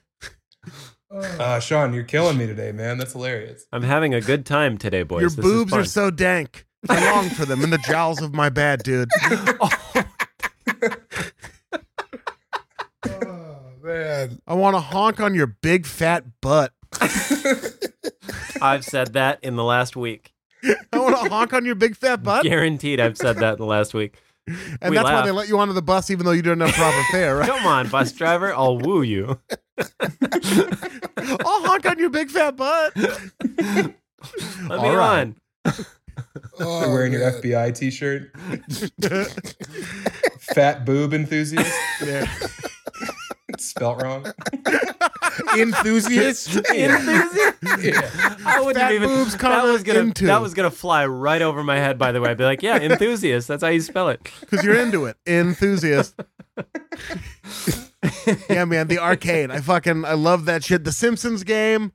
Speaker 4: Uh, Sean, you're killing me today, man. That's hilarious.
Speaker 3: I'm having a good time today, boys.
Speaker 2: Your
Speaker 3: This is
Speaker 2: boobs are
Speaker 3: fun.
Speaker 2: so dank. I long for them in the jowls of my bad dude.
Speaker 5: Oh man.
Speaker 2: I want to honk on your big fat butt.
Speaker 3: I've said that in the last week.
Speaker 2: I want to honk on your big fat butt.
Speaker 3: <laughs> Guaranteed, I've said that in the last week.
Speaker 2: and
Speaker 3: we
Speaker 2: that's why
Speaker 3: laugh.
Speaker 2: they let you onto the bus even though you didn't have proper fare, right?
Speaker 3: Come on, bus driver, I'll woo you. <laughs>
Speaker 2: I'll honk on your big fat butt.
Speaker 3: Let
Speaker 2: All
Speaker 3: me
Speaker 2: right.
Speaker 3: on.
Speaker 5: Oh,
Speaker 4: You're wearing your
Speaker 5: man.
Speaker 4: FBI t-shirt. Fat boob enthusiast.
Speaker 2: Yeah.
Speaker 4: Spelt wrong. <laughs>
Speaker 5: enthusiast.
Speaker 3: Enthusiast?
Speaker 4: <laughs>
Speaker 3: I wouldn't
Speaker 2: Fat
Speaker 3: even.
Speaker 2: boobs,
Speaker 3: that
Speaker 2: comma,
Speaker 3: was gonna
Speaker 2: into.
Speaker 3: that was gonna fly right over my head. By the way, I'd be like, yeah, enthusiast. That's how you spell it.
Speaker 2: Because you're into it. Enthusiast. yeah, man. The arcade. I fucking, I love that shit. The Simpsons game.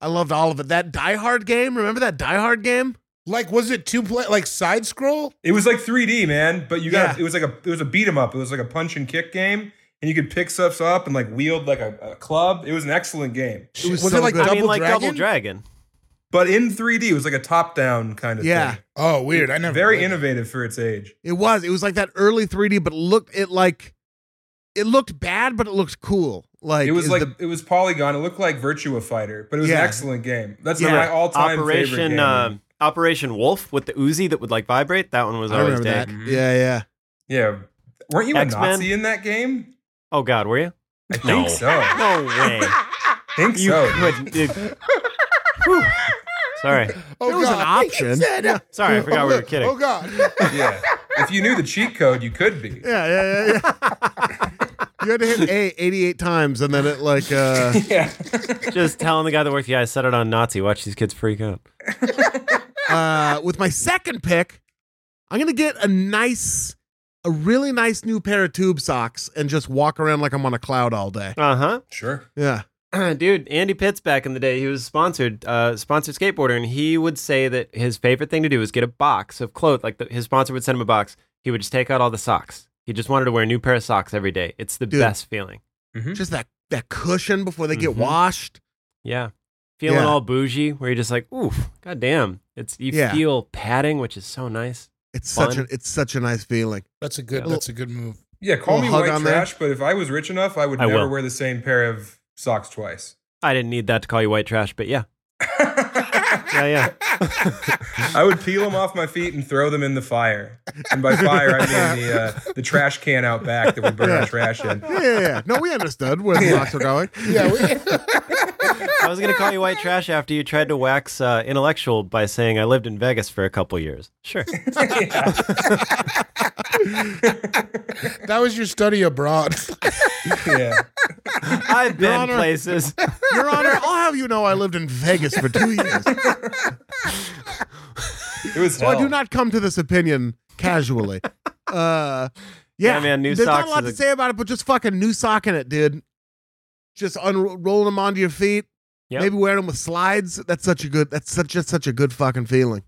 Speaker 2: I loved all of it. That Die Hard game. Remember that Die Hard game?
Speaker 5: Like, was it two play? Like side scroll?
Speaker 4: It was like 3D, man, but you got
Speaker 2: Yeah.
Speaker 4: it was like a it was a beat 'em up. It was like a punch and kick game. and you could pick stuff up and like wield like a, a club. It was an excellent game.
Speaker 5: Shit,
Speaker 2: was
Speaker 5: was,
Speaker 2: so
Speaker 5: it like
Speaker 2: good.
Speaker 3: I
Speaker 5: double
Speaker 3: mean, like
Speaker 5: dragon?
Speaker 3: Double Dragon.
Speaker 4: But in 3D, it was like a top down kind of
Speaker 2: Yeah.
Speaker 4: thing.
Speaker 5: Oh, weird. I never
Speaker 4: Very
Speaker 5: played that.
Speaker 4: innovative for its age.
Speaker 2: It was. It was like that early 3D, but looked it like it looked bad, but it looked cool. Like
Speaker 4: it was
Speaker 2: is
Speaker 4: like
Speaker 2: the-
Speaker 4: it was polygon. It looked like Virtua Fighter, but it was
Speaker 2: Yeah.
Speaker 4: an excellent game. That's
Speaker 2: Yeah.
Speaker 4: my all time favorite
Speaker 3: Operation
Speaker 4: game.
Speaker 3: um, Operation Wolf with the Uzi that would like vibrate. That one was
Speaker 2: I
Speaker 3: always
Speaker 2: remember
Speaker 3: dead.
Speaker 2: that. Yeah, yeah.
Speaker 4: yeah, weren't you
Speaker 3: X-Men?
Speaker 4: a Nazi in that game?
Speaker 3: Oh God, were you?
Speaker 4: I think so. I
Speaker 3: No way.
Speaker 4: think
Speaker 3: You
Speaker 4: so.
Speaker 3: could-
Speaker 5: <laughs>
Speaker 3: dude. Whew. Sorry,
Speaker 5: Oh,
Speaker 2: There was an
Speaker 5: God. <laughs>
Speaker 2: option.
Speaker 5: Said-
Speaker 2: Yeah.
Speaker 3: sorry, I forgot we were kidding.
Speaker 5: Oh God.
Speaker 4: yeah. If you knew the cheat code, you could be.
Speaker 2: <laughs> Yeah, yeah, yeah, yeah. <laughs> you had to hit A 88 times and then it like uh
Speaker 4: Yeah.
Speaker 3: Just telling the guy that worked. Yeah, I set it on Nazi. Watch these kids freak out.
Speaker 2: uh, with my second pick, I'm gonna get a nice, a really nice new pair of tube socks and just walk around like I'm on a cloud all day.
Speaker 3: Uh huh.
Speaker 4: sure.
Speaker 2: Yeah,
Speaker 3: <clears throat> Dude, Andy Pitts back in the day, he was sponsored, uh, sponsored skateboarder, and he would say that his favorite thing to do was get a box of clothes. Like the, his sponsor would send him a box. He would just take out all the socks. He just wanted to wear a new pair of socks every day. It's the
Speaker 2: Dude.
Speaker 3: best feeling.
Speaker 2: just that that cushion before they get
Speaker 3: Mhm.
Speaker 2: washed.
Speaker 3: Yeah. Feeling
Speaker 2: Yeah.
Speaker 3: all bougie, where you're just like, oof, goddamn. It's you
Speaker 2: Yeah.
Speaker 3: feel padding, which is so nice.
Speaker 2: It's such
Speaker 3: Fun.
Speaker 2: a it's such a nice feeling.
Speaker 5: That's a good.
Speaker 2: Yeah.
Speaker 5: That's a good move.
Speaker 4: Yeah. Call
Speaker 2: Little
Speaker 4: me
Speaker 2: hug
Speaker 4: white
Speaker 2: on there.
Speaker 4: trash, but if I was rich enough, I would
Speaker 3: I
Speaker 4: never
Speaker 3: will.
Speaker 4: wear the same pair of socks twice.
Speaker 3: I didn't need that to call you white trash, but yeah, yeah, yeah.
Speaker 4: I would peel them off my feet and throw them in the fire. And by fire, I mean the uh, the trash can out back that we burn our trash in.
Speaker 2: Yeah, yeah, yeah. No, we understood where the socks were going.
Speaker 5: <laughs> Yeah. We,
Speaker 3: I was gonna call you white trash after you tried to wax uh, intellectual by saying I lived in Vegas for a couple years. Sure.
Speaker 4: Yeah.
Speaker 5: that was your study abroad. <laughs>
Speaker 4: yeah.
Speaker 3: <laughs> I've been
Speaker 2: Honor.
Speaker 3: places.
Speaker 2: Your Honor, I'll have you know I lived in Vegas for two
Speaker 5: <laughs>
Speaker 2: years,
Speaker 4: It was
Speaker 2: so I
Speaker 4: hell.
Speaker 2: do not come to this opinion casually. Uh, yeah,
Speaker 3: Yeah, man, new
Speaker 2: There's not
Speaker 3: socks
Speaker 2: a lot
Speaker 3: is
Speaker 2: to
Speaker 3: a-
Speaker 2: say about it, but just fucking new sock in it, dude. Just unrolling them onto your feet.
Speaker 3: Yep.
Speaker 2: Maybe wearing them with slides. That's such a good. That's such just such a good fucking feeling.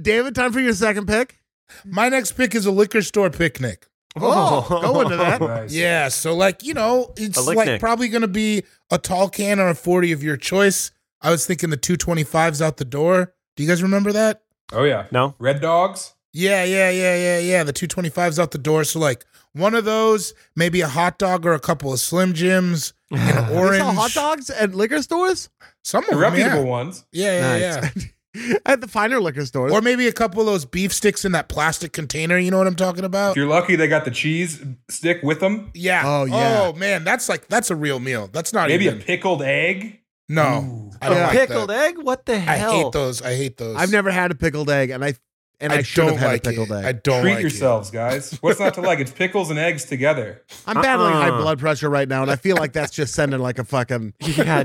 Speaker 2: David, time for your second pick.
Speaker 5: My next pick is a liquor store picnic.
Speaker 2: <laughs> Oh, go into that.
Speaker 4: Nice.
Speaker 5: Yeah, so like you know, it's
Speaker 3: A lick
Speaker 5: like
Speaker 3: nick.
Speaker 5: probably going to be a tall can or a forty of your choice. I was thinking the two twenty fives out the door. Do you guys remember that?
Speaker 4: Oh yeah.
Speaker 3: <laughs> No.
Speaker 4: Red dogs.
Speaker 5: Yeah, yeah, yeah, yeah, yeah. The two twenty fives out the door. So like one of those, maybe a hot dog or a couple of
Speaker 4: <laughs>
Speaker 5: Slim Jims, and an
Speaker 2: They
Speaker 5: orange.
Speaker 2: sell hot dogs at liquor stores. Oh,
Speaker 5: Some of
Speaker 4: The
Speaker 5: them,
Speaker 4: reputable
Speaker 5: yeah.
Speaker 4: ones.
Speaker 5: Yeah, yeah, yeah.
Speaker 4: <laughs>
Speaker 2: <laughs> at the finer liquor stores.
Speaker 5: Or maybe a couple of those beef sticks in that plastic container. You know what I'm
Speaker 4: If
Speaker 5: talking about?
Speaker 4: you're lucky, they got the cheese stick with them.
Speaker 5: Yeah.
Speaker 2: Oh, yeah.
Speaker 5: Oh man, that's like that's a real meal. That's not
Speaker 4: Maybe a
Speaker 5: even.
Speaker 4: pickled egg.
Speaker 5: no, I don't
Speaker 2: Yeah.
Speaker 5: like that.
Speaker 3: Pickled egg? What the
Speaker 5: I
Speaker 3: hell?
Speaker 5: hate those. I hate those.
Speaker 2: I've never had a pickled egg, and I and I, should have had a pickled
Speaker 5: it.
Speaker 2: egg.
Speaker 5: I don't
Speaker 4: Treat
Speaker 5: like it.
Speaker 4: yourselves, guys. What's not to like? It's pickles and eggs together.
Speaker 2: I'm battling
Speaker 3: Uh-uh.
Speaker 2: high blood pressure right now, and I feel like that's just sending like a fucking
Speaker 3: Yeah,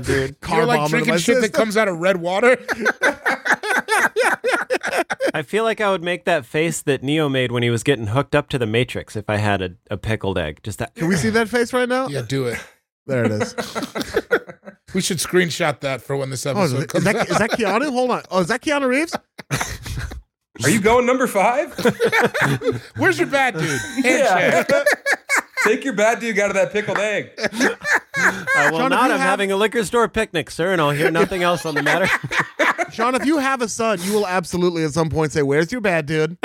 Speaker 2: <laughs>
Speaker 3: dude.
Speaker 2: car bomb
Speaker 5: You're like
Speaker 2: into my
Speaker 5: drinking shit that
Speaker 2: system.
Speaker 5: comes out of red water.
Speaker 2: <laughs>
Speaker 3: I feel like I would make that face that Neo made when he was getting hooked up to the Matrix if I had a, a pickled egg. Just that.
Speaker 2: Can we see that face right now?
Speaker 5: yeah, do it.
Speaker 2: There it
Speaker 5: <laughs>
Speaker 2: is.
Speaker 5: We should screenshot that for when this
Speaker 2: Oh, is,
Speaker 5: episode
Speaker 2: it- is
Speaker 5: comes
Speaker 2: that
Speaker 5: out.
Speaker 2: is that Keanu? Hold on. Oh, is that Keanu Reeves?
Speaker 4: Are you going number five?
Speaker 5: <laughs> Where's your bad dude?
Speaker 2: <laughs>
Speaker 4: yeah. <laughs> Take your bad dude out of that pickled egg.
Speaker 3: I will
Speaker 2: Sean, if
Speaker 3: not.
Speaker 2: you
Speaker 3: I'm
Speaker 2: have-
Speaker 3: having a liquor store picnic, sir, and I'll hear nothing else on the
Speaker 2: <laughs>
Speaker 3: matter. <laughs>
Speaker 2: Sean, if you have a son, you will absolutely at some point say, "Where's your bad
Speaker 5: <laughs>
Speaker 2: dude?"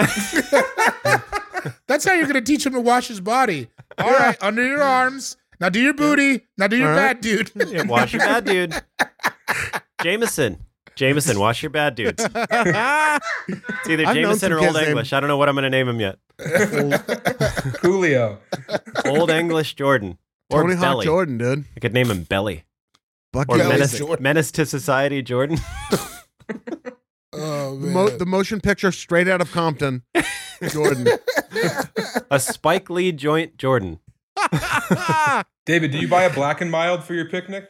Speaker 5: That's how you're gonna teach him to wash his body. All right, under your arms. Now do your booty. Now do your
Speaker 2: All right.
Speaker 5: bad dude.
Speaker 2: <laughs>
Speaker 3: Yeah, wash your bad dude. Jameson. Jameson, wash your bad dudes. It's either
Speaker 2: I've known
Speaker 3: Jameson
Speaker 2: some
Speaker 3: or Old
Speaker 2: kids named-
Speaker 3: English. I don't know what I'm going to name him yet.
Speaker 4: Julio.
Speaker 3: Old English Jordan. Or
Speaker 2: Tony Hawk
Speaker 3: Belly.
Speaker 2: Jordan, dude.
Speaker 3: I could name him Belly.
Speaker 2: Bucky
Speaker 3: Or
Speaker 5: Belly
Speaker 3: Menace,
Speaker 5: Jordan.
Speaker 3: Menace to Society Jordan.
Speaker 5: Oh
Speaker 2: the,
Speaker 5: man.
Speaker 2: mo- the motion picture straight out of
Speaker 5: <laughs>
Speaker 2: Compton. Jordan.
Speaker 3: a Spike Lee joint Jordan.
Speaker 4: David, do you buy a black and mild for your picnic?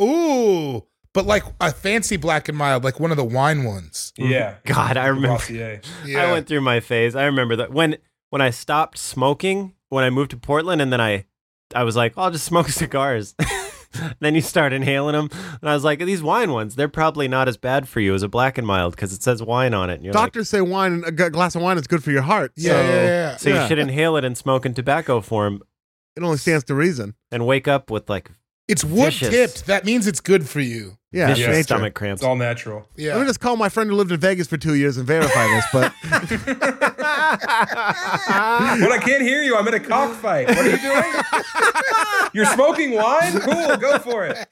Speaker 5: Ooh, but like a fancy black and mild, like one of the wine ones.
Speaker 4: Yeah.
Speaker 3: God, Mm-hmm. I remember. <laughs>
Speaker 4: Dossier.
Speaker 5: Yeah.
Speaker 3: I went through my phase. I remember that when when I stopped smoking, when I moved to Portland, and then I I was like, I'll just smoke <laughs> cigars. then you start inhaling them, and I was like, these wine ones, they're probably not as bad for you as a black and mild because it says wine on it. And you're like,
Speaker 2: Doctors say wine, a g- glass of wine is good for your heart.
Speaker 5: yeah, yeah, yeah.
Speaker 3: so you
Speaker 2: yeah.
Speaker 3: should inhale it and smoke in tobacco form.
Speaker 2: It only stands to reason.
Speaker 3: and wake up with like
Speaker 5: It's wood
Speaker 3: Vicious.
Speaker 5: tipped. That means it's good for you.
Speaker 2: Yeah,
Speaker 3: vicious
Speaker 2: nature.
Speaker 3: stomach cramps.
Speaker 4: It's all natural.
Speaker 5: Yeah.
Speaker 2: Let me just call my friend who lived in Vegas for two years and verify this. But
Speaker 4: But I can't hear you. I'm in a cockfight. What are you
Speaker 3: <laughs>
Speaker 4: doing? You're smoking wine? Cool, go for it.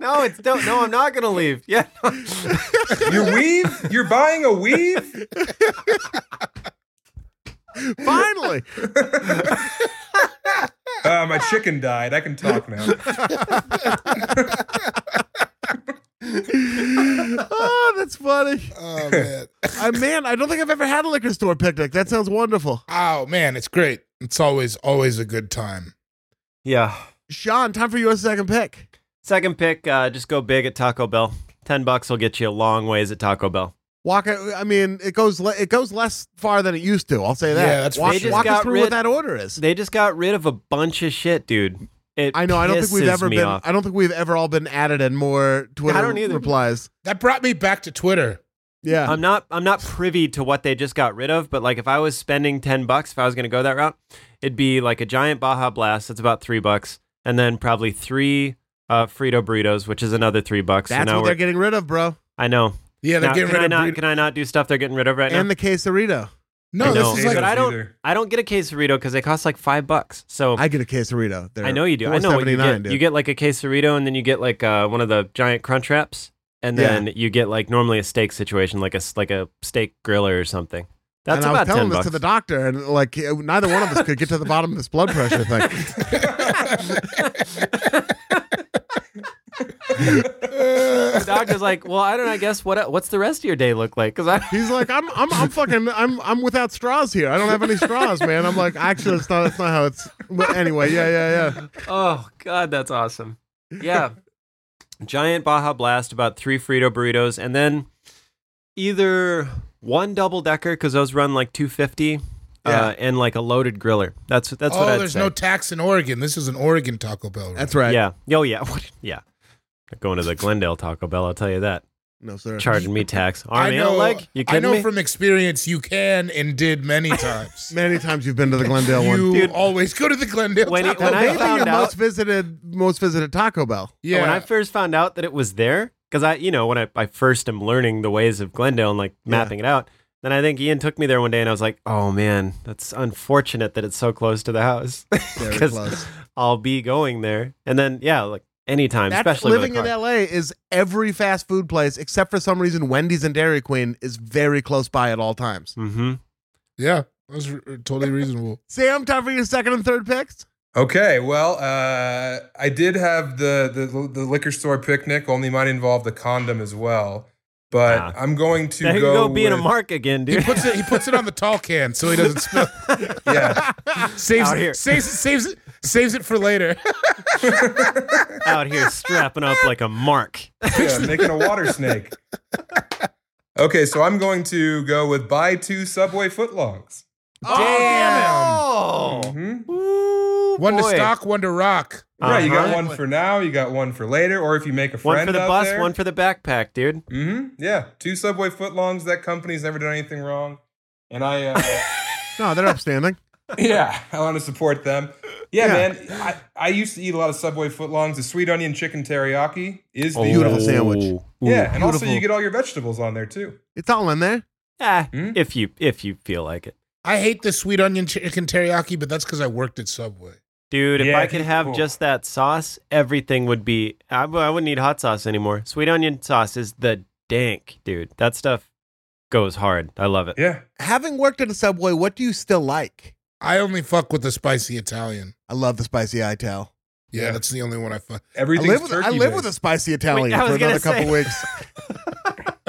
Speaker 3: no, it's don't. No, I'm not gonna leave. Yeah,
Speaker 4: Your weave? You're buying a weave?
Speaker 2: finally,
Speaker 4: Uh, my chicken died. I can talk now.
Speaker 2: oh, that's funny.
Speaker 5: oh
Speaker 2: <laughs>
Speaker 5: man.
Speaker 2: I, man, I don't think I've ever had a liquor store picnic. That sounds wonderful.
Speaker 5: Oh man, it's great. It's always always a good time.
Speaker 3: <laughs> yeah.
Speaker 2: Sean, time for your second pick.
Speaker 3: Second pick, uh, just go big at Taco Bell. Ten bucks will get you a long ways at Taco Bell.
Speaker 2: Walk. I mean, it goes. Le- it goes less far than it used to. I'll say that.
Speaker 5: Yeah, that's for
Speaker 2: walk,
Speaker 5: sure.
Speaker 2: walk
Speaker 3: They
Speaker 2: us
Speaker 3: just got
Speaker 2: through
Speaker 3: rid-
Speaker 2: what that order is.
Speaker 3: They just got rid of a bunch of shit, dude. It
Speaker 2: I know. I don't think we've
Speaker 3: pisses
Speaker 2: ever
Speaker 3: me
Speaker 2: been. <laughs>
Speaker 3: off.
Speaker 2: I don't think we've ever all been added and more Twitter
Speaker 3: don't either.
Speaker 2: replies.
Speaker 5: That brought me back to Twitter.
Speaker 2: Yeah.
Speaker 3: I'm not I'm not privy to what they just got rid of, but like if I was spending ten bucks, if I was gonna go that route, it'd be like a giant Baja Blast. That's about three bucks, and then probably three uh, Frito burritos, which is another three bucks. So
Speaker 2: that's
Speaker 3: now
Speaker 2: what they're
Speaker 3: we're-
Speaker 2: getting rid of, bro.
Speaker 3: I know.
Speaker 5: Yeah, they're
Speaker 3: Now,
Speaker 5: getting
Speaker 3: can I
Speaker 5: rid
Speaker 3: not?
Speaker 5: of. Burrito.
Speaker 3: Can I not do stuff they're getting rid of right now?
Speaker 2: And the quesarito.
Speaker 5: No,
Speaker 3: I know.
Speaker 5: this is
Speaker 3: but
Speaker 5: like
Speaker 3: I don't.
Speaker 4: either.
Speaker 3: I don't get a quesarito because they cost like five bucks. So I,
Speaker 2: I get a quesarito. They're
Speaker 3: know you do. I know what
Speaker 2: $4.79,
Speaker 3: you get.
Speaker 2: dude.
Speaker 3: You get like a quesarito, and then you get like uh, one of the giant crunch wraps, and then you get like normally a steak situation, like a s- like a steak griller or something. That's
Speaker 2: and I was
Speaker 3: about
Speaker 2: telling
Speaker 3: ten
Speaker 2: this
Speaker 3: bucks.
Speaker 2: to the doctor, and like uh, neither one of us could get to the bottom of this blood pressure thing.
Speaker 3: <laughs> The doctor's like, well, I don't. know, I guess what what's the rest of your day look like? Because I
Speaker 2: He's like, I'm, I'm, I'm fucking, I'm, I'm without straws here. I don't have any straws, man. I'm like, actually, it's not, that's not how it's. But anyway, yeah, yeah, yeah.
Speaker 3: Oh God, that's awesome. Yeah. Giant Baja Blast, about three Frito burritos, and then either one double decker because those run like two fifty,
Speaker 2: Yeah.
Speaker 3: uh, and like a loaded griller. That's that's
Speaker 5: oh,
Speaker 3: what I'd
Speaker 5: there's
Speaker 3: say.
Speaker 5: no tax in Oregon. This is an Oregon Taco Bell. Right?
Speaker 2: That's right.
Speaker 3: yeah. Oh yeah. <laughs> What- yeah. Going to the Glendale Taco Bell, I'll tell you
Speaker 5: <laughs>
Speaker 3: that.
Speaker 2: No sir.
Speaker 3: Charging me tax.
Speaker 5: I
Speaker 3: Arm and a
Speaker 5: know.
Speaker 3: leg. You
Speaker 5: I
Speaker 3: kidding
Speaker 5: know
Speaker 3: me?
Speaker 5: from experience you can and did many
Speaker 3: <laughs>
Speaker 5: times.
Speaker 2: Many times you've been to the Glendale one.
Speaker 5: you
Speaker 3: Dude.
Speaker 5: always go to the Glendale.
Speaker 3: When he-
Speaker 5: Taco
Speaker 3: when I
Speaker 2: Maybe
Speaker 5: Bell.
Speaker 3: found
Speaker 2: your
Speaker 3: out- Oh,
Speaker 2: most visited, most visited Taco Bell.
Speaker 5: yeah,
Speaker 3: When I first found out that it was there, because I, you know, when I, I first am learning the ways of Glendale and like mapping it out, then I think Ian took me there one day and I was like, oh man, that's unfortunate that it's so close to the house. <laughs>
Speaker 2: Very
Speaker 3: 'Cause
Speaker 2: close.
Speaker 3: I'll be going there. And then, yeah, like anytime,
Speaker 2: That's
Speaker 3: especially
Speaker 2: living in
Speaker 3: with a car.
Speaker 2: LA is every fast food place except for some reason Wendy's and Dairy Queen is very close by at all times.
Speaker 3: Mm-hmm.
Speaker 5: yeah, that was r-
Speaker 3: <laughs>
Speaker 5: totally reasonable.
Speaker 2: Sam, time for your second and third picks.
Speaker 4: Okay, well, uh, I did have the, the the liquor store picnic. Only mine involved a condom as well. But
Speaker 3: Ah.
Speaker 4: I'm going to
Speaker 3: There you
Speaker 4: go,
Speaker 3: go, being a
Speaker 4: with-
Speaker 3: mark again,
Speaker 5: He
Speaker 3: dude.
Speaker 5: puts it. He puts it on the tall can so he doesn't spill.
Speaker 3: <laughs>
Speaker 4: Yeah,
Speaker 5: saves,
Speaker 3: Out here.
Speaker 5: it, saves it. Saves it. Saves it
Speaker 3: <laughs>
Speaker 5: for later.
Speaker 3: <laughs> out here strapping up like
Speaker 2: <laughs>
Speaker 3: a mark.
Speaker 4: yeah, making a water snake. Okay, so I'm going to go with buy two Subway footlongs.
Speaker 3: Oh,
Speaker 5: <laughs>
Speaker 3: Damn.
Speaker 2: Mm-hmm.
Speaker 4: Mhm.
Speaker 2: Oh,
Speaker 3: Ooh,
Speaker 5: One to
Speaker 3: boy.
Speaker 5: stock, one to rock.
Speaker 4: Right, you got
Speaker 3: Uh-huh.
Speaker 4: one for now, you got one for later, or if you make a friend
Speaker 3: One for the
Speaker 4: out
Speaker 3: bus,
Speaker 4: there.
Speaker 3: one for the backpack, dude.
Speaker 4: Mm-hmm. Yeah, two Subway footlongs. That company's never done anything wrong, and I, uh,
Speaker 2: No, they're upstanding.
Speaker 4: yeah, <laughs> I want to support them. Yeah,
Speaker 2: Yeah.
Speaker 4: man, I, I used to eat a lot of Subway footlongs. The sweet onion chicken teriyaki is the
Speaker 2: Oh, Beautiful sandwich.
Speaker 4: Oh, Yeah, and also
Speaker 2: beautiful.
Speaker 4: you get all your vegetables on there too.
Speaker 2: It's all in there.
Speaker 3: Ah,
Speaker 4: Hmm?
Speaker 3: if you if you feel like it,
Speaker 5: I hate the sweet onion chicken teriyaki, but that's because I worked at Subway.
Speaker 3: dude. if
Speaker 4: Yeah,
Speaker 3: I could have
Speaker 4: cool.
Speaker 3: just that sauce, everything would be. I, w- I wouldn't need hot sauce anymore. Sweet onion sauce is the dank, dude. That stuff goes hard. I love it.
Speaker 4: Yeah,
Speaker 2: Having worked at a Subway, what do you still like?
Speaker 5: I only fuck with the spicy Italian.
Speaker 2: I love the spicy Ital.
Speaker 5: Yeah,
Speaker 4: Yeah.
Speaker 5: that's the only one I fuck.
Speaker 2: I
Speaker 4: everything's
Speaker 2: live with,
Speaker 4: turkey.
Speaker 2: I live with a
Speaker 4: based.
Speaker 2: spicy Italian
Speaker 3: Wait, I
Speaker 2: for
Speaker 3: was gonna
Speaker 2: another couple
Speaker 3: say.
Speaker 2: weeks.
Speaker 3: <laughs>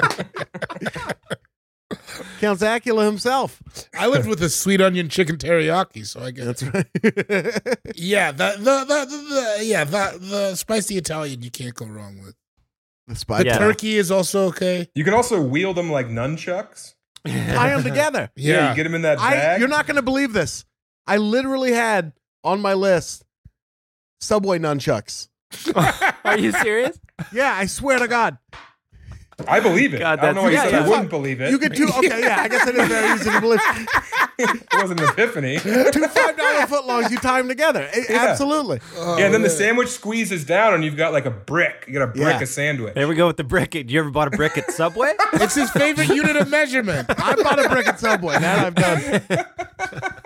Speaker 2: Count Zacula himself.
Speaker 5: I lived with a sweet onion chicken teriyaki, so I guess.
Speaker 2: That's right. <laughs>
Speaker 5: Yeah, the the, the the the yeah the the spicy Italian you can't go wrong with.
Speaker 2: the
Speaker 5: The
Speaker 2: spicy.
Speaker 3: Yeah.
Speaker 5: turkey is also okay.
Speaker 4: You can also wield them like nunchucks.
Speaker 2: Tie them <laughs> together.
Speaker 5: Yeah,
Speaker 4: you get them in that
Speaker 2: I,
Speaker 4: bag.
Speaker 2: you're not going to believe this. I literally had on my list Subway nunchucks.
Speaker 3: Are you serious?
Speaker 2: Yeah, I swear to God.
Speaker 4: I believe it.
Speaker 3: God,
Speaker 4: I don't know why you
Speaker 3: that's-
Speaker 4: said
Speaker 3: yeah,
Speaker 4: I
Speaker 3: yeah.
Speaker 4: <laughs> wouldn't believe
Speaker 3: <laughs>
Speaker 4: it.
Speaker 2: You could do okay. Yeah, I guess it is very easy to believe.
Speaker 4: it wasn't
Speaker 2: <laughs>
Speaker 4: an epiphany.
Speaker 2: Two five dollar footlongs you tie them together. A-
Speaker 4: Yeah.
Speaker 2: Absolutely.
Speaker 4: yeah, and then the sandwich squeezes down, and you've got like a brick. You got a brick
Speaker 2: Oh, Yeah.
Speaker 4: of sandwich.
Speaker 3: <laughs> There we go with the brick. You ever bought a brick at <laughs> Subway?
Speaker 5: It's his favorite unit of
Speaker 2: <laughs>
Speaker 5: measurement.
Speaker 2: I bought a brick at Subway. That I've done.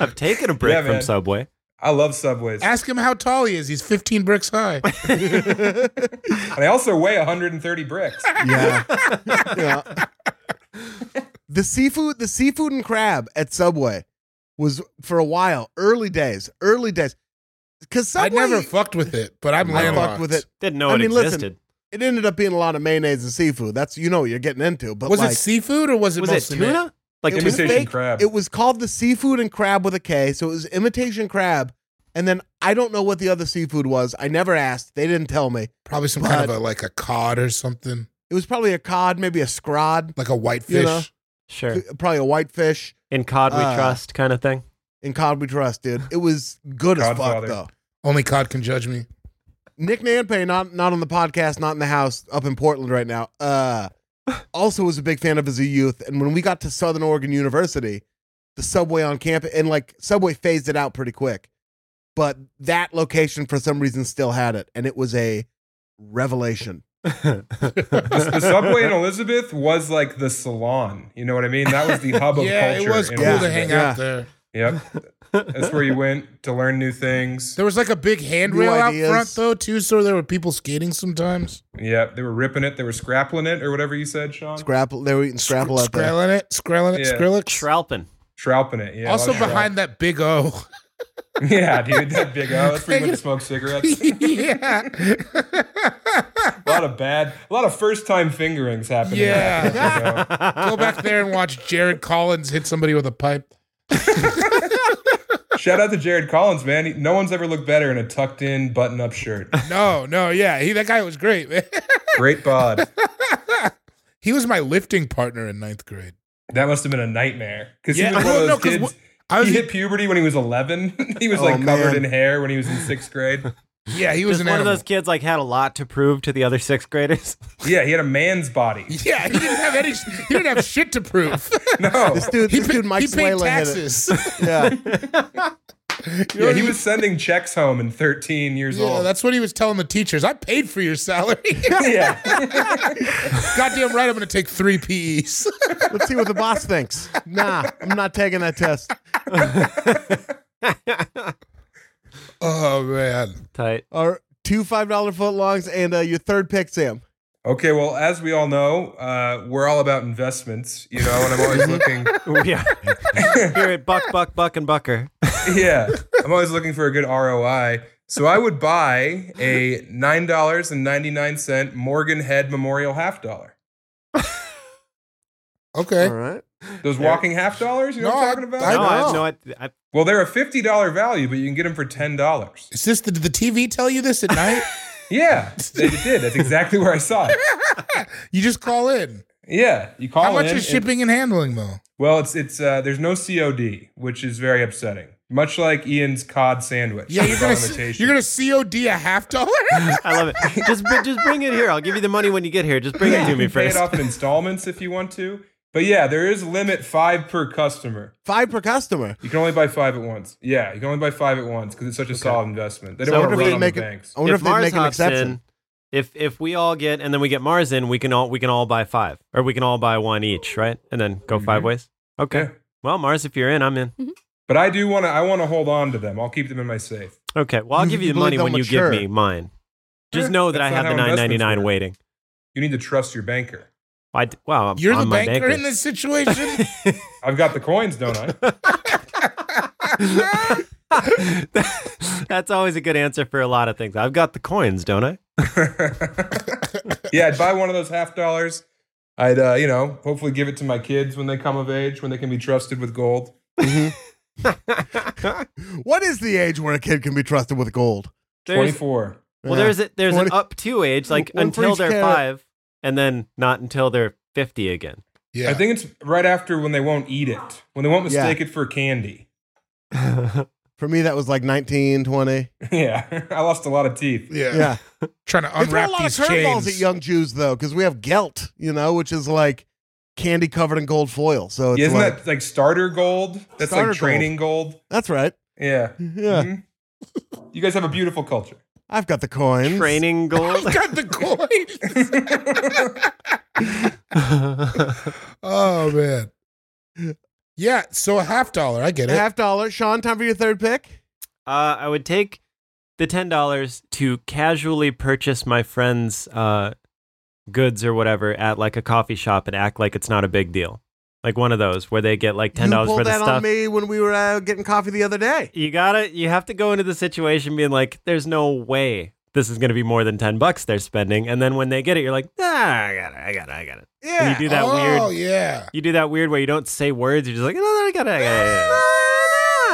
Speaker 3: I've taken a brick
Speaker 4: Yeah,
Speaker 3: from
Speaker 4: man.
Speaker 3: Subway.
Speaker 4: I love subways,
Speaker 5: Ask him how tall he is. He's 15
Speaker 2: <laughs>
Speaker 5: bricks high.
Speaker 4: and I also weigh
Speaker 2: <laughs>
Speaker 4: 130 bricks.
Speaker 2: Yeah. yeah. The seafood, the seafood and crab at Subway was for a while, early days, early days. Because
Speaker 5: I
Speaker 2: Subway,
Speaker 5: never fucked with it, but I'm
Speaker 2: I
Speaker 5: landlocked.
Speaker 2: fucked with it.
Speaker 3: Didn't know
Speaker 2: I
Speaker 3: it
Speaker 2: mean, listen,
Speaker 3: existed.
Speaker 2: It ended up being a lot of mayonnaise and seafood. That's you know what you're getting into. But
Speaker 5: Was
Speaker 2: like,
Speaker 5: it seafood or was it
Speaker 3: was it
Speaker 5: mostly meat?
Speaker 3: tuna? Like
Speaker 2: It
Speaker 3: tuna?
Speaker 2: was
Speaker 4: Imitation
Speaker 2: fake.
Speaker 4: crab.
Speaker 2: It was called the seafood and crab with a K. So it was imitation crab. And then I don't know what the other seafood was. I never asked. They didn't tell me.
Speaker 5: Probably some kind of
Speaker 2: But-
Speaker 5: a like a cod or something,
Speaker 2: It was probably a cod, maybe a scrod,
Speaker 5: like a
Speaker 2: You know.
Speaker 5: whitefish.
Speaker 3: Sure.
Speaker 2: probably a whitefish.
Speaker 3: In cod we
Speaker 2: Uh,
Speaker 3: trust kind of thing.
Speaker 2: In cod we trust, dude. It was good as fuck
Speaker 4: Codfather.
Speaker 2: though.
Speaker 5: Only cod can judge me.
Speaker 2: Nick Nanpay, not not on the podcast, not in the house, up in Portland right now. Uh, also was a big fan of as a youth, and when we got to Southern Oregon University, the subway on campus, and like subway phased it out pretty quick, but that location for some reason still had it, and it was a revelation.
Speaker 4: the subway in Elizabeth was like the salon. You know what I mean? That
Speaker 5: <laughs>
Speaker 4: was the hub of
Speaker 5: yeah,
Speaker 4: culture.
Speaker 5: it was
Speaker 4: in
Speaker 5: cool to
Speaker 4: Elizabeth.
Speaker 5: hang
Speaker 2: Yeah.
Speaker 5: out there.
Speaker 4: Yep, that's where you went to learn new things.
Speaker 5: There was like a big handrail out
Speaker 2: ideas.
Speaker 5: front though too, so there were people skating sometimes.
Speaker 4: Yep, they were ripping it. They were scrappling it, or whatever you said, Sean.
Speaker 2: Scrapple, they were eating scrapple out there.
Speaker 5: Scrailing it, scrailing it,
Speaker 4: Yeah.
Speaker 5: Skrillex.
Speaker 3: Tralpin.
Speaker 4: Shrouping it. Yeah. a
Speaker 5: also
Speaker 4: lot of
Speaker 5: behind that big O.
Speaker 4: shroup. Yeah, dude, that big O. That's where you went
Speaker 5: <laughs>
Speaker 4: to smoke cigarettes.
Speaker 5: yeah.
Speaker 4: A lot of bad, a lot of first time fingerings happening.
Speaker 5: Yeah.
Speaker 4: Yeah.
Speaker 5: <laughs> Go back there and watch Jared Collins hit somebody with a pipe.
Speaker 4: <laughs> Shout out to Jared Collins, man. He- No one's ever looked better in a tucked in button up shirt.
Speaker 5: No, no, yeah. He that guy was great, man. <laughs>
Speaker 4: Great bod.
Speaker 5: He was my lifting partner in ninth grade.
Speaker 4: That must have been a nightmare. Because
Speaker 5: Yeah,
Speaker 4: he was one
Speaker 5: well,
Speaker 4: of
Speaker 5: no,
Speaker 4: those
Speaker 5: 'cause
Speaker 4: kids.
Speaker 5: wh-
Speaker 4: <laughs>
Speaker 5: I was
Speaker 4: he hit puberty when he was 11. <laughs> he was
Speaker 2: Oh,
Speaker 4: like covered
Speaker 2: man.
Speaker 4: in hair when he was in sixth
Speaker 5: <laughs>
Speaker 4: grade.
Speaker 5: yeah, he was
Speaker 3: Just
Speaker 5: an
Speaker 3: one
Speaker 5: animal.
Speaker 3: of those kids like had a lot to prove to the other sixth graders.
Speaker 4: yeah, he had a man's body.
Speaker 5: <laughs> Yeah, he didn't have any. He didn't have shit to prove.
Speaker 4: No.
Speaker 2: This dude,
Speaker 5: he,
Speaker 2: this
Speaker 5: pa-
Speaker 2: dude, Mike
Speaker 5: he paid
Speaker 2: Swaila
Speaker 5: taxes.
Speaker 2: hit it.
Speaker 5: <laughs>
Speaker 2: Yeah,
Speaker 4: <laughs> Yeah, he was sending checks home in 13 years
Speaker 5: yeah,
Speaker 4: old.
Speaker 5: that's what he was telling the teachers. I paid for your salary. <laughs>
Speaker 4: yeah. <laughs>
Speaker 5: Goddamn right, I'm going to take three PEs.
Speaker 2: let's see what the boss thinks. Nah, I'm not taking that test.
Speaker 5: <laughs> oh man,
Speaker 3: <laughs> Tight.
Speaker 2: Or two five dollar footlongs and uh, your third pick, Sam.
Speaker 4: Okay, well, as we all know, uh, we're all about investments, you know, and I'm
Speaker 5: Mm-hmm.
Speaker 4: always looking.
Speaker 3: We
Speaker 4: <laughs>
Speaker 3: are here at Buck, Buck, Buck, and Bucker.
Speaker 4: Yeah, I'm always looking for a good ROI. So I would buy a $9.99 Morgan Head Memorial half dollar.
Speaker 5: okay.
Speaker 2: All right.
Speaker 4: Those walking half dollars, you know what
Speaker 5: No, I-
Speaker 4: I'm talking about?
Speaker 5: I
Speaker 3: No, I have
Speaker 5: know.
Speaker 3: no idea. I,
Speaker 4: Well, they're a $50 value, but you can get them for $10.
Speaker 5: Is this the, did the TV tell you this at night?
Speaker 4: Yeah, they did. That's exactly where I saw it.
Speaker 5: you just call in.
Speaker 4: Yeah, you call
Speaker 5: How much
Speaker 4: in and-
Speaker 5: is shipping and handling though?
Speaker 4: well, it's it's uh, there's no COD, which is very upsetting. Much like Ian's cod sandwich.
Speaker 5: Yeah, you're
Speaker 4: There's
Speaker 5: gonna
Speaker 4: no
Speaker 5: s-
Speaker 4: limitation.
Speaker 5: you're gonna COD a half dollar.
Speaker 3: I love it. Just, br- just bring it here. I'll give you the money when you get here. Just bring it
Speaker 4: you
Speaker 3: to me
Speaker 4: can pay it
Speaker 3: first.
Speaker 4: off in installments if you want to. But yeah, there is limit five per customer.
Speaker 2: Five per customer.
Speaker 4: You can only buy five at once. Yeah, you can only buy five at once because it's such a solid investment. They
Speaker 3: So I
Speaker 4: don't want
Speaker 3: wonder
Speaker 4: to
Speaker 3: if
Speaker 4: run
Speaker 3: they
Speaker 4: on
Speaker 2: make
Speaker 4: the
Speaker 2: it-
Speaker 4: banks.
Speaker 2: I wonder if, they'd
Speaker 3: Mars
Speaker 2: make an
Speaker 3: hops
Speaker 2: exception.
Speaker 3: in, if if we all get and then we get Mars in, we can all we can all buy five, or we can all buy one each, right? And then go five ways. Okay.
Speaker 4: Yeah.
Speaker 3: Well, Mars, if you're in, I'm in.
Speaker 4: But I do want to. I want to hold on to them. I'll keep them in my safe.
Speaker 3: Okay. Well, I'll
Speaker 2: You
Speaker 3: give you the
Speaker 2: believe
Speaker 3: money
Speaker 2: they'll
Speaker 3: when you
Speaker 2: mature.
Speaker 3: give me mine. Just
Speaker 4: Yeah,
Speaker 3: know that I
Speaker 4: that's
Speaker 3: have
Speaker 4: not
Speaker 3: the
Speaker 4: how investments
Speaker 3: 9.99
Speaker 4: work.
Speaker 3: waiting.
Speaker 4: You need to trust your banker.
Speaker 3: I d- wow. I'm,
Speaker 5: You're the
Speaker 3: I'm my
Speaker 5: banker, in this situation.
Speaker 4: I've got the coins, don't I?
Speaker 3: <laughs> That's always a good answer for a lot of things. I've got the coins, don't I?
Speaker 4: <laughs> yeah, I'd buy one of those half dollars. I'd, uh, you know, hopefully give it to my kids when they come of age, when they can be trusted with gold.
Speaker 2: What is the age where a kid can be trusted with gold?
Speaker 3: There's-
Speaker 4: Twenty-four.
Speaker 3: Well,
Speaker 2: Yeah.
Speaker 3: there's a, there's
Speaker 2: Twenty-
Speaker 3: an up to
Speaker 2: <laughs>
Speaker 3: age, like
Speaker 2: One for
Speaker 3: until
Speaker 2: each
Speaker 3: they're
Speaker 2: carrot.
Speaker 3: five, and then not until they're
Speaker 2: <laughs>
Speaker 3: fifty again.
Speaker 5: yeah,
Speaker 4: I think it's right after when they won't eat it, when they won't
Speaker 2: Yeah.
Speaker 4: mistake it for candy. <laughs>
Speaker 2: For me, that was like 19, 20.
Speaker 4: yeah, <laughs> I lost a lot of teeth.
Speaker 5: yeah.
Speaker 4: <laughs>
Speaker 2: Yeah.
Speaker 5: Trying to
Speaker 2: they throw a
Speaker 5: unwrap
Speaker 2: lot of
Speaker 5: these <laughs>
Speaker 2: curveballs
Speaker 5: chains.
Speaker 2: at young Jews, though, because we have gelt, you know, which is like candy covered in gold foil. So it's
Speaker 4: Yeah, isn't
Speaker 2: like,
Speaker 4: that like starter gold? That's
Speaker 2: Starter
Speaker 4: like
Speaker 2: gold.
Speaker 4: training gold.
Speaker 2: that's right.
Speaker 4: Yeah.
Speaker 2: Yeah,
Speaker 4: Mhm. You guys have a beautiful culture.
Speaker 2: I've got the coins. <laughs>
Speaker 3: Training
Speaker 2: Oh
Speaker 3: gold.
Speaker 5: Got the coin. oh man. Yeah, so a half dollar. I get
Speaker 2: A
Speaker 5: it.
Speaker 2: half dollar. Sean, time for your third pick.
Speaker 3: <laughs> Uh, I would take the ten dollars to casually purchase my friend's uh, goods or whatever at like a coffee shop and act like it's not a big deal, like one of those where they get like ten
Speaker 2: you
Speaker 3: dollars
Speaker 2: pulled
Speaker 3: worth of
Speaker 2: that on
Speaker 3: stuff.
Speaker 2: me when we were out getting coffee the other day.
Speaker 3: You gotta, you have to go into the situation being like, "There's no way this is gonna be more than ten bucks they're spending," and then when they get it, you're like, "Ah, I got it, I got it, I got it."
Speaker 2: Yeah.
Speaker 3: And you do that
Speaker 5: oh
Speaker 3: weird,
Speaker 5: yeah.
Speaker 3: you do that weird where you don't say words. You're just like, "No, I got it, I got it." I got it."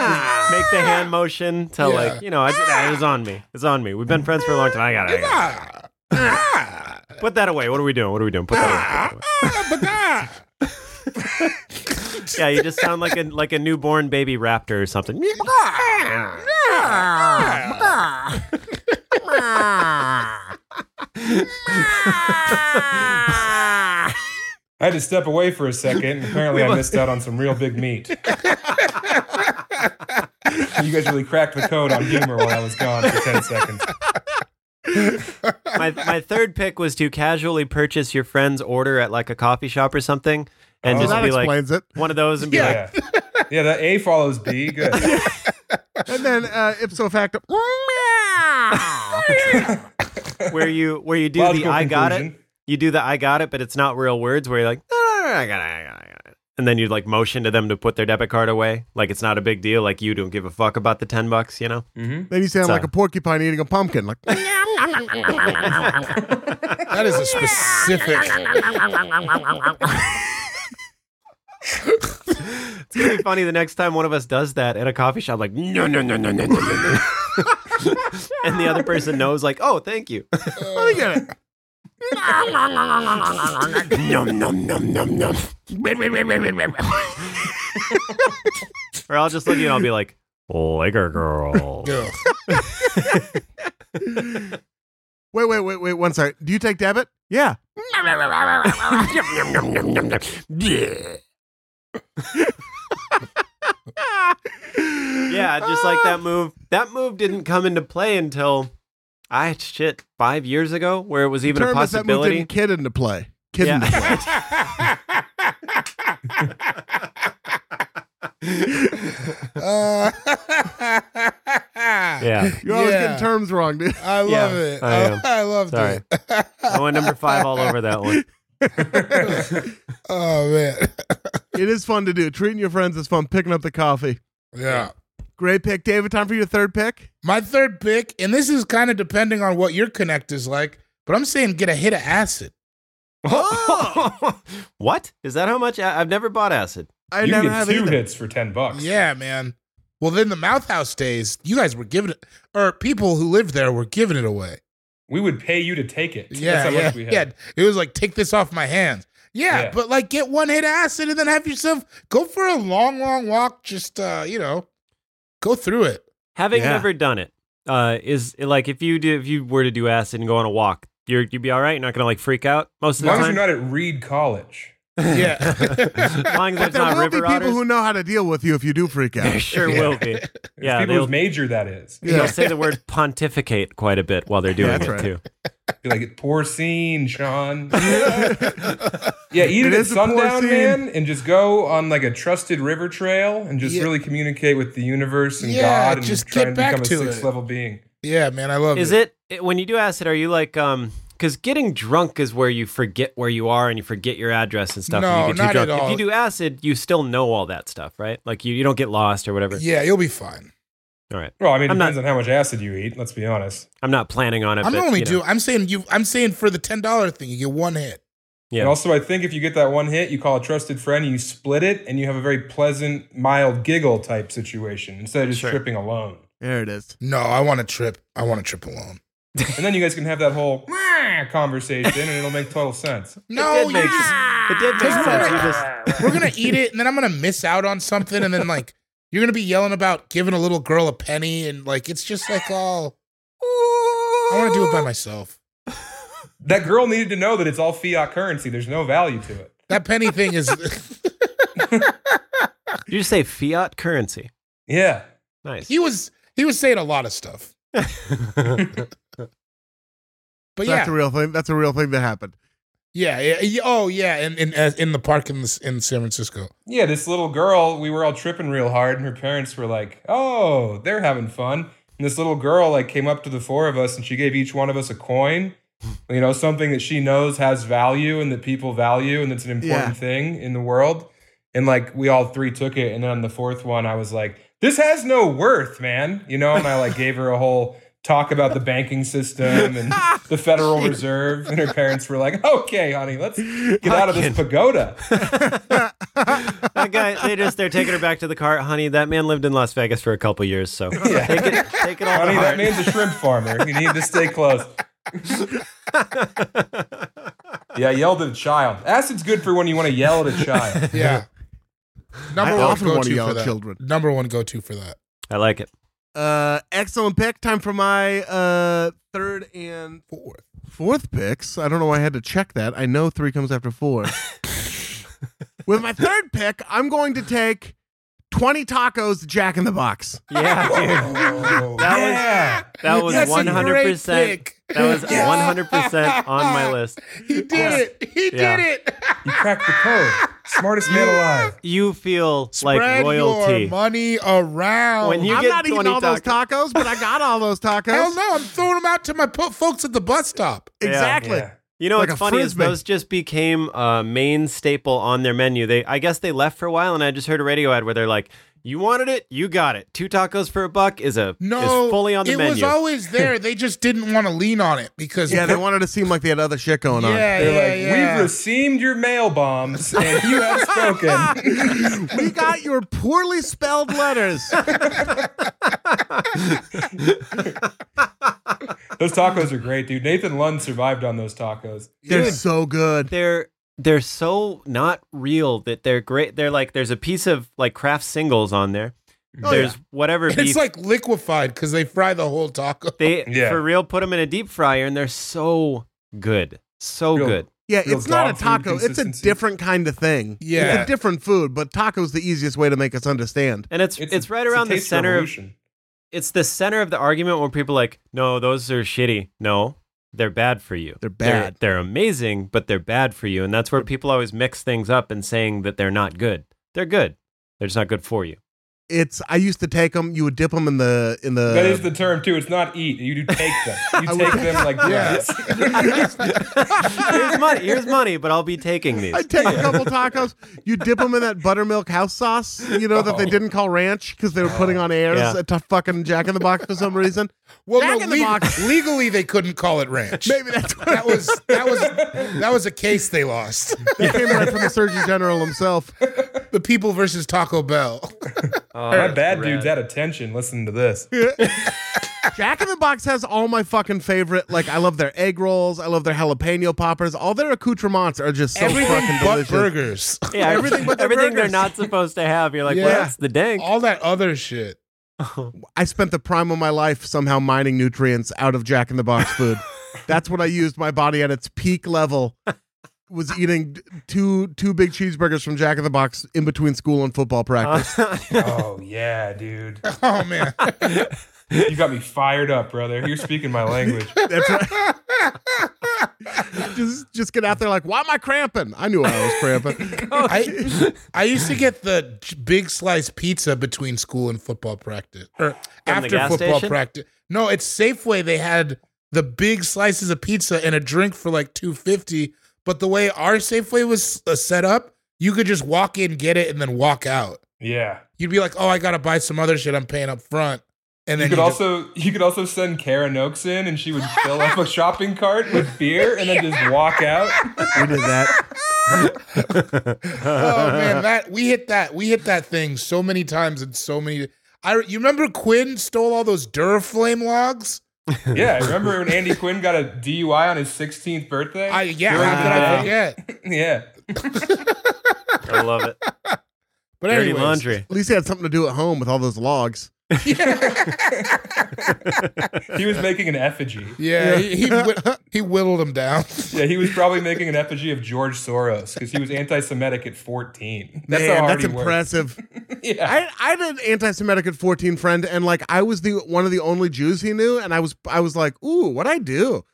Speaker 2: Ah.
Speaker 3: Make the hand motion to
Speaker 5: Yeah.
Speaker 3: like, you know, I, it was on me. It's on me. We've been friends for a long time. I got it. I got it.
Speaker 5: Ah, ah,
Speaker 3: Put that away. What are we doing? What are we doing? Put that
Speaker 5: ah,
Speaker 3: away.
Speaker 5: ah, but ah.
Speaker 3: Put that away. Yeah, you just sound like a like a newborn baby raptor or something.
Speaker 4: I had to step away for a second.
Speaker 5: <laughs>
Speaker 4: Apparently, I missed out on some real big meat. you guys really cracked the code on humor while I was gone for 10 seconds.
Speaker 3: My my third pick was to casually purchase your friend's order at like a coffee shop or something, and
Speaker 4: Oh,
Speaker 3: just
Speaker 2: that
Speaker 3: be like
Speaker 2: explains it.
Speaker 3: one of those, and be like,
Speaker 4: Yeah. Yeah, that A follows B. Good.
Speaker 2: And then uh, ipso facto. <laughs>
Speaker 3: where you where you do the
Speaker 4: Logical
Speaker 3: I got it,
Speaker 4: conclusion.
Speaker 3: you do the I got it, but it's not real words. Where you're like, "No, no, no, I got it, I got it, I got it. And then you'd like motion to them to put their debit card away, like it's not a big deal, like you don't give a fuck about the ten bucks, you know?
Speaker 5: <laughs>
Speaker 4: Mhm.
Speaker 2: Then you sound
Speaker 3: Sorry.
Speaker 2: like a porcupine eating a pumpkin. Like, <laughs>
Speaker 5: That is a specific.
Speaker 3: It's gonna be funny the next time one of us does that at a coffee shop, like no, no, no, no, no, no, no. <laughs> and the other person knows, like, oh,
Speaker 2: <laughs>
Speaker 3: thank you.
Speaker 2: I get it.
Speaker 3: or I'll just look at you and I'll be like, Laker girl.
Speaker 5: Ugh.
Speaker 2: Wait, wait, wait, wait. One second. Do you take debit?
Speaker 3: <laughs>
Speaker 2: Yeah.
Speaker 3: yeah, just like
Speaker 2: <laughs>
Speaker 3: that move. That move didn't come into play until I shit five years ago, where it was even a
Speaker 2: Term is that moved
Speaker 3: possibility.
Speaker 2: in kid into play. Kid
Speaker 3: Yeah.
Speaker 2: into play.
Speaker 3: <laughs>
Speaker 5: <laughs> Uh,
Speaker 2: <laughs>
Speaker 3: Yeah.
Speaker 2: You're always
Speaker 5: Yeah.
Speaker 2: getting terms wrong, dude.
Speaker 5: I love
Speaker 3: Yeah,
Speaker 5: it.
Speaker 3: I
Speaker 5: I,
Speaker 3: am.
Speaker 5: <laughs> I loved
Speaker 3: Sorry.
Speaker 5: it.
Speaker 3: I went number five all over that one.
Speaker 5: Oh man.
Speaker 2: It is fun to do. Treating your friends is fun. Picking up the coffee.
Speaker 5: Yeah.
Speaker 2: Great pick, David. Time for your third pick.
Speaker 5: My third pick, and this is kind of depending on what your connect is like, but I'm saying get a hit of acid.
Speaker 3: <laughs> what? Is that how much? I- I've never bought acid.
Speaker 2: I
Speaker 4: You
Speaker 2: never
Speaker 4: get
Speaker 2: have
Speaker 4: two
Speaker 2: either.
Speaker 4: hits for 10 bucks.
Speaker 5: Yeah, man. Well, then the Mouth House days, you guys were giving it, or people who lived there were giving it away.
Speaker 4: We would pay you to take it.
Speaker 5: Yeah,
Speaker 4: That's how
Speaker 5: yeah,
Speaker 4: much we had.
Speaker 5: yeah. It was like take this off my hands. Yeah,
Speaker 4: Yeah.
Speaker 5: but like get one hit of acid and then have yourself go for a long, long walk. Just uh, you know, go through it.
Speaker 3: Having
Speaker 2: Yeah.
Speaker 3: never done it, uh, is like if you do, if you were to do acid and go on a walk, you're you'd be all right. You're not gonna like freak out most
Speaker 4: As
Speaker 3: of the
Speaker 4: long as
Speaker 3: time.
Speaker 4: you're not <laughs> at Reed College.
Speaker 3: as
Speaker 5: Yeah.
Speaker 3: <laughs> long as
Speaker 2: But
Speaker 3: there's
Speaker 2: there
Speaker 3: not
Speaker 2: will be
Speaker 3: river
Speaker 2: people
Speaker 3: otters,
Speaker 2: who know how to deal with you if you do freak
Speaker 3: <laughs> there <laughs>
Speaker 2: out. <laughs>
Speaker 3: sure will be.
Speaker 4: It's
Speaker 3: Yeah,
Speaker 4: people
Speaker 3: they'll,
Speaker 4: whose major that is.
Speaker 2: Yeah.
Speaker 3: they'll say the word pontificate quite a bit while they're doing
Speaker 2: that's
Speaker 3: it
Speaker 2: right.
Speaker 3: too.
Speaker 4: Be like, poor scene,
Speaker 5: <laughs>
Speaker 4: Sean. yeah,
Speaker 2: It
Speaker 4: eat it, at
Speaker 2: is a poor
Speaker 4: sundown,
Speaker 2: scene.
Speaker 4: man, and just go on like a trusted river trail and just
Speaker 5: Yeah.
Speaker 4: really communicate with the universe and
Speaker 5: Yeah,
Speaker 4: God and
Speaker 5: just
Speaker 4: try
Speaker 5: get
Speaker 4: and
Speaker 5: back
Speaker 4: become a
Speaker 5: to
Speaker 4: sixth
Speaker 5: it.
Speaker 4: level being.
Speaker 5: yeah, man, I love
Speaker 3: Is it it- when you do acid? Are you like um? Because getting drunk is where you forget where you are and you forget your address and stuff. and
Speaker 5: No,
Speaker 3: you
Speaker 5: not at all.
Speaker 3: If you do acid, you still know all that stuff, right? Like you, you don't get lost or whatever.
Speaker 5: Yeah, you'll be fine.
Speaker 3: All right,
Speaker 4: Well, I mean, it
Speaker 3: I'm not-
Speaker 4: depends on how much acid you eat, let's be honest.
Speaker 3: I'm not planning on it.
Speaker 5: I'm
Speaker 3: but,
Speaker 5: only
Speaker 3: you know,
Speaker 5: do. I'm saying you. I'm saying for the ten dollar thing, you get one hit.
Speaker 3: Yeah.
Speaker 4: And also, I think if you get that one hit, you call a trusted friend, you split it, and you have a very pleasant, mild giggle type situation instead of just
Speaker 3: Sure.
Speaker 4: tripping alone.
Speaker 2: There it is.
Speaker 5: No, I want to trip. I want to trip alone.
Speaker 4: And then you guys can have that whole <laughs> conversation, and it'll make total sense.
Speaker 5: No,
Speaker 3: did
Speaker 5: you
Speaker 3: make-
Speaker 5: just-
Speaker 3: it did make
Speaker 5: Just
Speaker 3: sense. You
Speaker 5: wanna-
Speaker 3: just
Speaker 5: we're gonna eat it, and then I'm gonna miss out on something, and then like you're gonna be yelling about giving a little girl a penny, and like it's just like all. I want to do it by myself.
Speaker 4: That girl needed to know that it's all fiat currency. There's no value to it.
Speaker 5: That penny thing is. <laughs>
Speaker 3: Did <laughs> you say fiat currency?
Speaker 4: Yeah.
Speaker 3: Nice.
Speaker 5: he was he was saying a lot of stuff, but yeah,
Speaker 2: That's a real thing. That's a real thing that happened.
Speaker 5: yeah, yeah, yeah, oh yeah, in in uh, in the park in the, in San Francisco.
Speaker 4: Yeah, this little girl, we were all tripping real hard, and her parents were like, oh, they're having fun. And this little girl, like, came up to the four of us and she gave each one of us a coin, you know, something that she knows has value and that people value and that's an important
Speaker 2: Yeah.
Speaker 4: thing in the world. And, like, we all three took it. And then on the fourth one, I was like, this has no worth, man, you know, and I, like, gave her a whole talk about the banking system and the Federal Reserve. And her parents were like, okay, honey, let's get out of this pagoda.
Speaker 3: that guy, they just they're taking her back to the car. Honey, that man lived in Las Vegas for a couple years, so take it, take it all.
Speaker 4: Honey,
Speaker 3: to
Speaker 4: that
Speaker 3: heart.
Speaker 4: man's a shrimp farmer. You need to stay close. yeah, yelled at a child. Acid's good for when you want to yell at a <laughs> child.
Speaker 5: Yeah, number
Speaker 2: I
Speaker 5: one
Speaker 2: often
Speaker 5: go
Speaker 2: want to
Speaker 5: to
Speaker 2: yell
Speaker 5: for
Speaker 2: at
Speaker 5: that.
Speaker 2: children.
Speaker 5: Number one go to for that.
Speaker 3: I like it.
Speaker 2: Uh, excellent pick. Time for my uh third and
Speaker 5: Fourth.
Speaker 2: fourth picks. I don't know why I had to check that. I know three comes after
Speaker 3: <laughs>
Speaker 2: four. With my third pick, I'm going to take 20 tacos Jack in the Box.
Speaker 3: Yeah, dude. That
Speaker 4: yeah.
Speaker 3: That was
Speaker 5: That's a
Speaker 3: one hundred percent.
Speaker 5: great pick.
Speaker 3: That was
Speaker 5: Yeah.
Speaker 3: one hundred percent on my list.
Speaker 5: He did it. He
Speaker 3: Yeah.
Speaker 5: did
Speaker 2: <laughs>
Speaker 5: it.
Speaker 4: You cracked the code. Smartest man alive.
Speaker 3: You feel like
Speaker 5: Spread
Speaker 3: royalty.
Speaker 5: your money around.
Speaker 3: When You
Speaker 2: I'm
Speaker 3: get
Speaker 2: not eating
Speaker 3: 20
Speaker 2: all those tacos, but I got all those tacos.
Speaker 5: <laughs> Hell no! I'm throwing them out to my po- folks at the bus stop.
Speaker 2: Exactly.
Speaker 4: Yeah.
Speaker 3: You know
Speaker 2: Like
Speaker 3: what's
Speaker 2: a
Speaker 3: funny
Speaker 2: Frisbee.
Speaker 3: is those just became a main staple on their menu. They, I guess, they left for a while, and I just heard a radio ad where they're like, "You wanted it, you got it. Two tacos for a buck is a
Speaker 5: No,
Speaker 3: is fully on the
Speaker 5: it
Speaker 3: menu."
Speaker 5: was always there. They just didn't want to lean on it because
Speaker 2: Yeah, they wanted to seem like they had other shit going on.
Speaker 5: yeah,
Speaker 4: They're
Speaker 5: yeah,
Speaker 4: like,
Speaker 5: yeah.
Speaker 4: we've received your mail bombs and you have spoken. <laughs>
Speaker 2: we got your poorly spelled letters.
Speaker 4: Those tacos are great, dude. Nathan Lund survived on those tacos.
Speaker 2: They're
Speaker 3: Dude.
Speaker 2: so good.
Speaker 3: they're they're so not real that they're great. They're like there's a piece of like craft singles on there. there's whatever
Speaker 5: And <laughs> it's
Speaker 3: beef
Speaker 5: like liquefied because they fry the whole taco. <laughs>
Speaker 3: they
Speaker 4: Yeah.
Speaker 3: for real put them in a deep fryer, and they're so good, so
Speaker 4: Real-
Speaker 3: good.
Speaker 2: Yeah,
Speaker 4: Real
Speaker 2: it's not a
Speaker 4: dog food
Speaker 2: taco. It's a
Speaker 4: consistency.
Speaker 2: different kind of thing.
Speaker 5: Yeah.
Speaker 2: It's a different food, but taco's the easiest way to make us understand.
Speaker 3: And it's it's, right
Speaker 4: a
Speaker 3: around the
Speaker 4: taste
Speaker 3: center
Speaker 4: revolution.
Speaker 3: of it's the center of the argument where people are like, no, those are shitty. No, they're bad for you.
Speaker 2: They're bad.
Speaker 3: They're, amazing, but they're bad for you. And that's where people always mix things up and saying that they're not good. They're good. They're just not good for you.
Speaker 2: It's I used to take them, you would dip them in the in the
Speaker 4: That is the term too. It's not eat. You do take <laughs> them. You
Speaker 2: would-
Speaker 4: take them like
Speaker 5: Yeah.
Speaker 4: this.
Speaker 3: here's money. Here's money, but I'll be taking
Speaker 2: <laughs>
Speaker 3: these.
Speaker 2: I'd take a couple tacos. You dip them in that buttermilk house sauce, you know, that they
Speaker 4: Oh.
Speaker 2: didn't call ranch because they were putting on airs
Speaker 3: Yeah.
Speaker 2: at t- fucking Jack in the Box for some reason.
Speaker 5: Well,
Speaker 2: Jack
Speaker 5: no,
Speaker 2: in the
Speaker 5: le-
Speaker 2: Box.
Speaker 5: <laughs> legally they couldn't call it ranch.
Speaker 2: Maybe that's what
Speaker 5: that was that was that was a case they lost.
Speaker 2: that came right from the Surgeon General himself.
Speaker 5: The people versus Taco Bell.
Speaker 4: My bad dude's out of tension. Listen to this.
Speaker 2: Jack in the Box has all my fucking favorite. Like, I love their egg rolls. I love their jalapeno poppers. All their accoutrements are just so
Speaker 5: Everything
Speaker 2: fucking
Speaker 5: but
Speaker 2: delicious.
Speaker 5: <laughs> burgers.
Speaker 3: <laughs> Yeah, everything,
Speaker 2: but their
Speaker 3: everything they're
Speaker 2: burgers.
Speaker 3: not supposed to have. You're like,
Speaker 5: Yeah.
Speaker 3: well, that's the dank.
Speaker 5: All that other shit.
Speaker 2: I spent the prime of my life somehow mining nutrients out of Jack in the Box food. That's what I used my body at its peak level. Was eating two two big cheeseburgers from Jack in the Box in between school and football practice.
Speaker 4: Oh yeah, dude.
Speaker 5: Oh man.
Speaker 4: You got me fired up, brother. You're speaking my language.
Speaker 2: That's right. just just get out there like, why am I cramping? I knew I was cramping.
Speaker 5: I I used to get the j- big slice pizza between school and football practice, or after
Speaker 3: gas
Speaker 5: football
Speaker 3: station?
Speaker 5: practice. No, it's Safeway. They had the big slices of pizza and a drink for like two fifty. But the way our Safeway was uh, set up, you could just walk in, get it, and then walk out.
Speaker 4: Yeah.
Speaker 5: You'd be like, "Oh, I gotta buy some other shit. I'm paying up front." And
Speaker 4: You
Speaker 5: then
Speaker 4: could
Speaker 5: you just-
Speaker 4: also you could also send Karen Oaks in and she would fill up a shopping cart with beer and then just walk out.
Speaker 2: we did <laughs> that.
Speaker 5: oh man, that we hit that we hit that thing so many times and so many. I you remember Quinn stole all those Duraflame logs.
Speaker 4: Yeah, I remember when Andy Quinn got a DUI on his 16th birthday?
Speaker 5: I yeah,
Speaker 4: During
Speaker 5: how
Speaker 4: the
Speaker 5: could I
Speaker 4: day?
Speaker 5: forget?
Speaker 4: Yeah.
Speaker 3: I love it.
Speaker 5: But
Speaker 3: Dirty
Speaker 5: anyways,
Speaker 3: laundry.
Speaker 2: At
Speaker 5: <laughs>
Speaker 2: least he had something to do at home with all those logs.
Speaker 4: he was making an effigy.
Speaker 5: Yeah, he he, whi- he whittled
Speaker 3: <laughs>
Speaker 5: him down.
Speaker 4: Yeah, he was probably making an effigy of George Soros because he was anti-Semitic at 14. That's
Speaker 2: Man,
Speaker 4: how hard
Speaker 2: that's
Speaker 4: he worked.
Speaker 2: impressive.
Speaker 4: <laughs>
Speaker 5: <laughs>
Speaker 4: Yeah.
Speaker 2: I, I had an anti-Semitic at 14 friend, and like I was the one of the only Jews he knew, and I was I was like, ooh, what I do?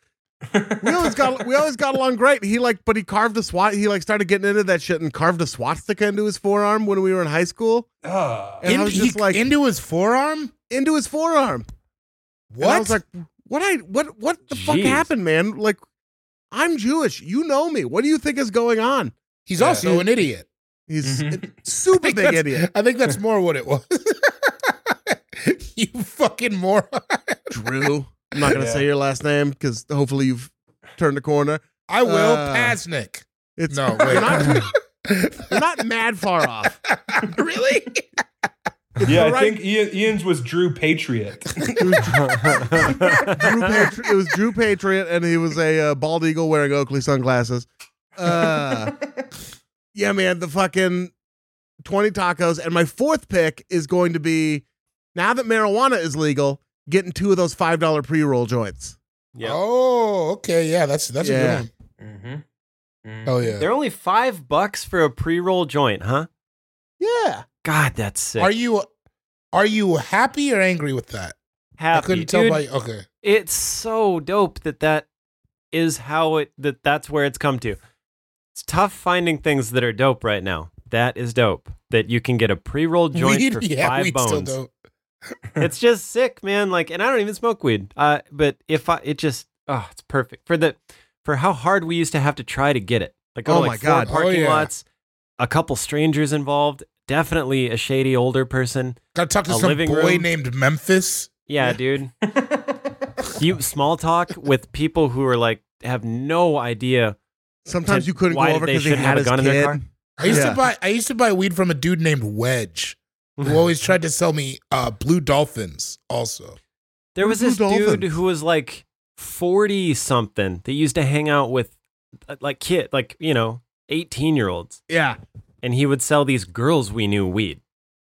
Speaker 2: we always got we always got along great. He like, but he carved a swat. He like started getting into that shit and carved a swastika into his forearm when we were in high school,
Speaker 4: <laughs> Ah.
Speaker 2: and I was just like
Speaker 5: into his forearm.
Speaker 2: into his forearm. And
Speaker 5: What?
Speaker 2: I was like, what I what what the fuck
Speaker 3: Jeez.
Speaker 2: happened, man? Like, I'm Jewish. You know me. What do you think is going on?
Speaker 5: He's
Speaker 4: Yeah.
Speaker 5: also an idiot.
Speaker 2: He's
Speaker 4: Mhm.
Speaker 2: a super
Speaker 5: think
Speaker 2: big
Speaker 5: that's-
Speaker 2: idiot.
Speaker 5: Mm-hmm. <laughs> I think that's more what it was. <laughs> you fucking moron.
Speaker 2: Drew. I'm not gonna
Speaker 4: Yeah.
Speaker 2: say your last name because hopefully you've turned a corner.
Speaker 5: I will
Speaker 2: Uh,
Speaker 5: pass Nick. <laughs>
Speaker 2: It's
Speaker 5: No,
Speaker 2: <laughs> You're, not,
Speaker 3: <laughs>
Speaker 5: wait.
Speaker 2: you're not mad far off.
Speaker 5: really?
Speaker 4: Yeah, I
Speaker 2: Right.
Speaker 4: think Ian, Ian's was Drew Patriot.
Speaker 2: It was, Drew Patri- it was Drew Patriot, and he was a uh, bald eagle wearing Oakley sunglasses. Uh, yeah, man, the fucking twenty tacos. And my fourth pick is going to be now that marijuana is legal, getting two of those five dollar pre roll joints.
Speaker 3: Yeah.
Speaker 5: Oh, okay. Yeah, that's that's
Speaker 2: Yeah.
Speaker 5: a good
Speaker 4: mm-hmm.
Speaker 5: one. Oh yeah.
Speaker 3: They're only five bucks for a pre-roll joint, huh?
Speaker 2: Yeah,
Speaker 3: God, that's sick.
Speaker 5: Are you are you happy or angry with that?
Speaker 3: happy?
Speaker 5: I couldn't tell
Speaker 3: dude.
Speaker 5: by okay.
Speaker 3: It's so dope that that is how it that that's where it's come to. It's tough finding things that are dope right now. That is dope that you can get a pre-roll joint
Speaker 5: Weed-
Speaker 3: for
Speaker 5: <laughs> yeah,
Speaker 3: five
Speaker 5: weed still
Speaker 3: bones.
Speaker 5: dope. <laughs>
Speaker 3: it's just sick, man. Like, and I don't even smoke weed. Uh, but if I, it just, oh, it's perfect for the, for how hard we used to have to try to get it. Like, go
Speaker 2: Oh
Speaker 3: to,
Speaker 2: my
Speaker 3: like four
Speaker 2: God.
Speaker 5: Oh,
Speaker 3: parking
Speaker 5: yeah.
Speaker 3: lots, a couple strangers involved, definitely a shady older person.
Speaker 5: Gotta talk to
Speaker 3: A
Speaker 5: some
Speaker 3: living
Speaker 5: boy
Speaker 3: room.
Speaker 5: named Memphis.
Speaker 3: Yeah, dude. you small talk with people who are like have no idea.
Speaker 2: sometimes you couldn't
Speaker 3: Why
Speaker 2: go
Speaker 3: did
Speaker 2: over
Speaker 3: they
Speaker 2: because he
Speaker 3: shouldn't
Speaker 2: had
Speaker 3: have a
Speaker 2: his
Speaker 3: gun in their
Speaker 2: kid.
Speaker 3: car?
Speaker 5: I used
Speaker 2: Yeah.
Speaker 5: to buy I used to buy weed from a dude named Wedge
Speaker 2: <laughs>
Speaker 5: who always tried to sell me uh, blue dolphins also.
Speaker 2: Mm-hmm.
Speaker 3: There was
Speaker 2: Blue
Speaker 3: this
Speaker 2: dolphins.
Speaker 3: dude who was like forty something that used to hang out with uh, like kid, like you know, eighteen year olds.
Speaker 2: Yeah,
Speaker 3: and he would sell these girls we knew weed.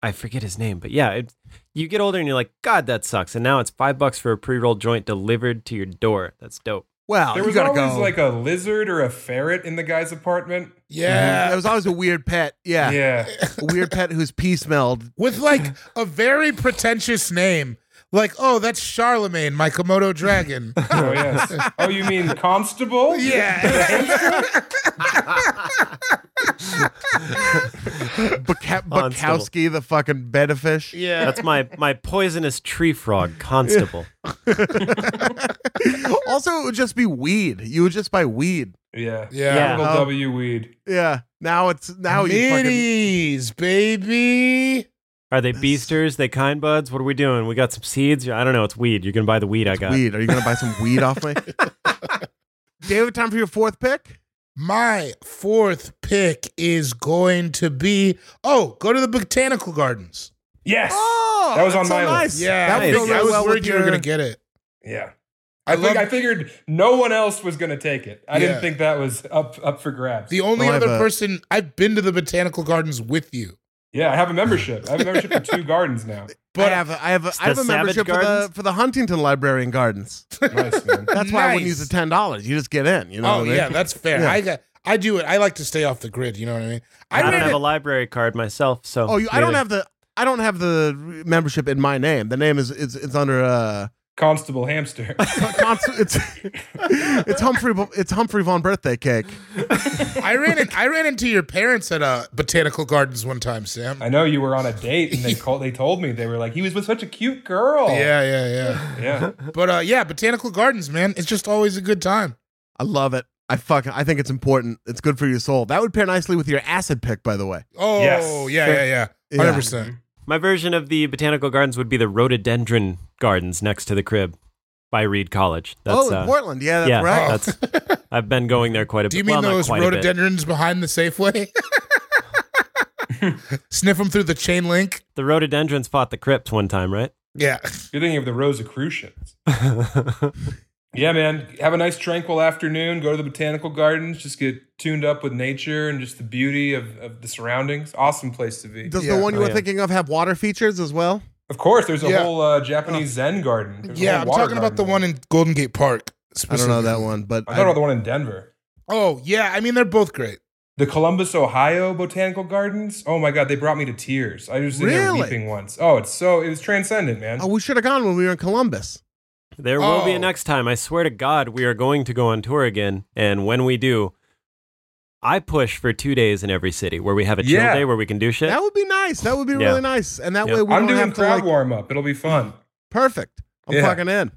Speaker 3: I forget his name, but yeah, it, you get older and you're like, God, that sucks. And now it's five bucks for a pre-roll joint delivered to your door. That's dope.
Speaker 2: well,
Speaker 4: there
Speaker 2: you
Speaker 4: was
Speaker 2: gotta
Speaker 4: always
Speaker 2: go.
Speaker 4: like a lizard or a ferret in the guy's apartment.
Speaker 5: Yeah.
Speaker 2: there was always a weird pet. Yeah,
Speaker 4: Yeah.
Speaker 2: <laughs> a weird pet whose pee smelled.
Speaker 5: with like a very pretentious name. Like, oh, that's Charlemagne, my
Speaker 2: <laughs>
Speaker 5: Komodo dragon.
Speaker 4: Oh yes. Oh, you mean constable?
Speaker 5: yeah. <laughs>
Speaker 2: Buka-
Speaker 3: Constable.
Speaker 2: Bukowski, the fucking betafish.
Speaker 5: yeah.
Speaker 3: That's my my poisonous tree frog constable.
Speaker 2: also, it would just be weed. You would just buy weed.
Speaker 4: Yeah.
Speaker 5: yeah.
Speaker 4: Capital
Speaker 2: Yeah.
Speaker 4: W weed.
Speaker 2: Yeah. Now it's now you fucking
Speaker 5: Middies, baby.
Speaker 3: Are they beasters? They kind buds? What are we doing? We got some seeds. I don't know. It's weed. You're gonna buy the weed I got. <laughs>
Speaker 2: weed. Are you gonna buy some weed off
Speaker 5: <laughs>
Speaker 2: me? David, time for your fourth pick.
Speaker 5: My fourth pick is going to be oh, go to the botanical gardens.
Speaker 4: Yes.
Speaker 2: Oh,
Speaker 4: That was
Speaker 2: that's
Speaker 4: on my
Speaker 2: so
Speaker 4: list.
Speaker 2: nice.
Speaker 5: Yeah,
Speaker 2: that
Speaker 3: Nice.
Speaker 2: would
Speaker 5: I, think,
Speaker 2: go
Speaker 5: I was
Speaker 2: well
Speaker 5: worried
Speaker 2: with
Speaker 5: you were
Speaker 2: your-
Speaker 5: gonna get it.
Speaker 4: Yeah.
Speaker 5: I
Speaker 4: I think
Speaker 5: love-
Speaker 4: I figured no one else was going to take it. I
Speaker 5: Yeah.
Speaker 4: didn't think that was up up for grabs.
Speaker 5: The only
Speaker 2: Oh, I
Speaker 5: other
Speaker 2: bet.
Speaker 5: person I've been to the botanical gardens with you.
Speaker 4: yeah, I have a membership. I have a membership for two gardens now.
Speaker 2: But I have a, I have a, I have
Speaker 3: the
Speaker 2: a membership
Speaker 3: Savage
Speaker 2: for the
Speaker 3: Gardens?
Speaker 2: for the Huntington Library and
Speaker 5: <laughs>
Speaker 2: Gardens.
Speaker 4: Nice man.
Speaker 2: That's why I wouldn't
Speaker 5: Nice.
Speaker 2: use the ten dollars. You just get in. You know. what
Speaker 5: oh
Speaker 2: I mean?
Speaker 5: yeah, that's fair.
Speaker 2: Yeah.
Speaker 5: I got I do it. I like to stay off the grid. You know what I mean?
Speaker 3: I, don't
Speaker 5: ran
Speaker 3: have
Speaker 5: it-
Speaker 3: a library card myself, so
Speaker 2: Oh, you, I don't
Speaker 3: neither.
Speaker 2: have the I don't have the membership in my name. The name is it's it's under uh
Speaker 4: Constable hamster.
Speaker 2: Const- it's it's <laughs> Humphrey it's Humphrey Von Birthday Cake.
Speaker 5: I ran in, I ran into your parents at uh, botanical gardens one time, Sam.
Speaker 4: I know you were on a date, and they called. They told me they were like, he was with such a cute girl.
Speaker 5: Yeah, yeah, yeah.
Speaker 4: yeah.
Speaker 5: But uh, yeah, botanical gardens, man. It's just always a good time.
Speaker 2: I love it. I fucking I think it's important. It's good for your soul. That would pair nicely with your acid pick, by the way.
Speaker 5: Oh,
Speaker 4: Yes.
Speaker 5: yeah, yeah, yeah.
Speaker 2: Yeah.
Speaker 5: Hundred percent.
Speaker 3: my version of the botanical gardens would be the rhododendron gardens next to the crib by Reed College. That's
Speaker 2: oh, in
Speaker 3: uh,
Speaker 2: Portland. Yeah, that's
Speaker 3: yeah,
Speaker 2: right.
Speaker 3: that's I've been going there quite a
Speaker 5: Do
Speaker 3: bit.
Speaker 5: you mean
Speaker 3: well, not
Speaker 5: those
Speaker 3: quite a bit.
Speaker 5: rhododendrons behind
Speaker 3: <laughs>
Speaker 5: the Safeway? Sniff them through the chain link.
Speaker 3: The rhododendrons fought the crypt one time, right? <laughs>
Speaker 5: Yeah.
Speaker 4: You're thinking of the Rosicrucians. yeah, man. Have a nice tranquil afternoon. Go to the botanical gardens. Just get tuned up with nature and just the beauty of, of the surroundings. Awesome place to be.
Speaker 2: <laughs> Does
Speaker 5: Yeah.
Speaker 2: the one you
Speaker 3: Oh,
Speaker 2: were
Speaker 3: yeah.
Speaker 2: thinking of have water features as well?
Speaker 4: Of course, there's a
Speaker 5: Yeah.
Speaker 4: whole uh, Japanese Zen garden. There's a
Speaker 5: yeah,
Speaker 4: whole
Speaker 5: I'm
Speaker 4: water
Speaker 5: talking about
Speaker 4: garden
Speaker 5: the
Speaker 4: there.
Speaker 5: one in Golden Gate Park.
Speaker 2: I don't
Speaker 5: Specifically.
Speaker 2: know that one, but
Speaker 4: I thought about the one in Denver.
Speaker 5: Oh yeah, I mean they're both great.
Speaker 4: The Columbus, Ohio Botanical Gardens. Oh my God, they brought me to tears. I was in there
Speaker 2: Really?
Speaker 4: weeping once. Oh, it's so it was transcendent, man.
Speaker 2: oh, we should have gone when we were in Columbus.
Speaker 3: There will be
Speaker 5: Oh.
Speaker 3: a next time. I swear to God, we are going to go on tour again. And when we do, I push for two days in every city where we have a chill
Speaker 4: Yeah.
Speaker 3: day where we can do shit.
Speaker 2: That would be nice. That would be
Speaker 3: Yeah.
Speaker 2: really nice. And that
Speaker 3: Yeah.
Speaker 2: way we
Speaker 4: I'm
Speaker 2: don't
Speaker 4: doing
Speaker 2: have to
Speaker 4: crowd
Speaker 2: like
Speaker 4: warm up. It'll be fun.
Speaker 2: perfect. I'm
Speaker 4: Yeah.
Speaker 2: fucking in.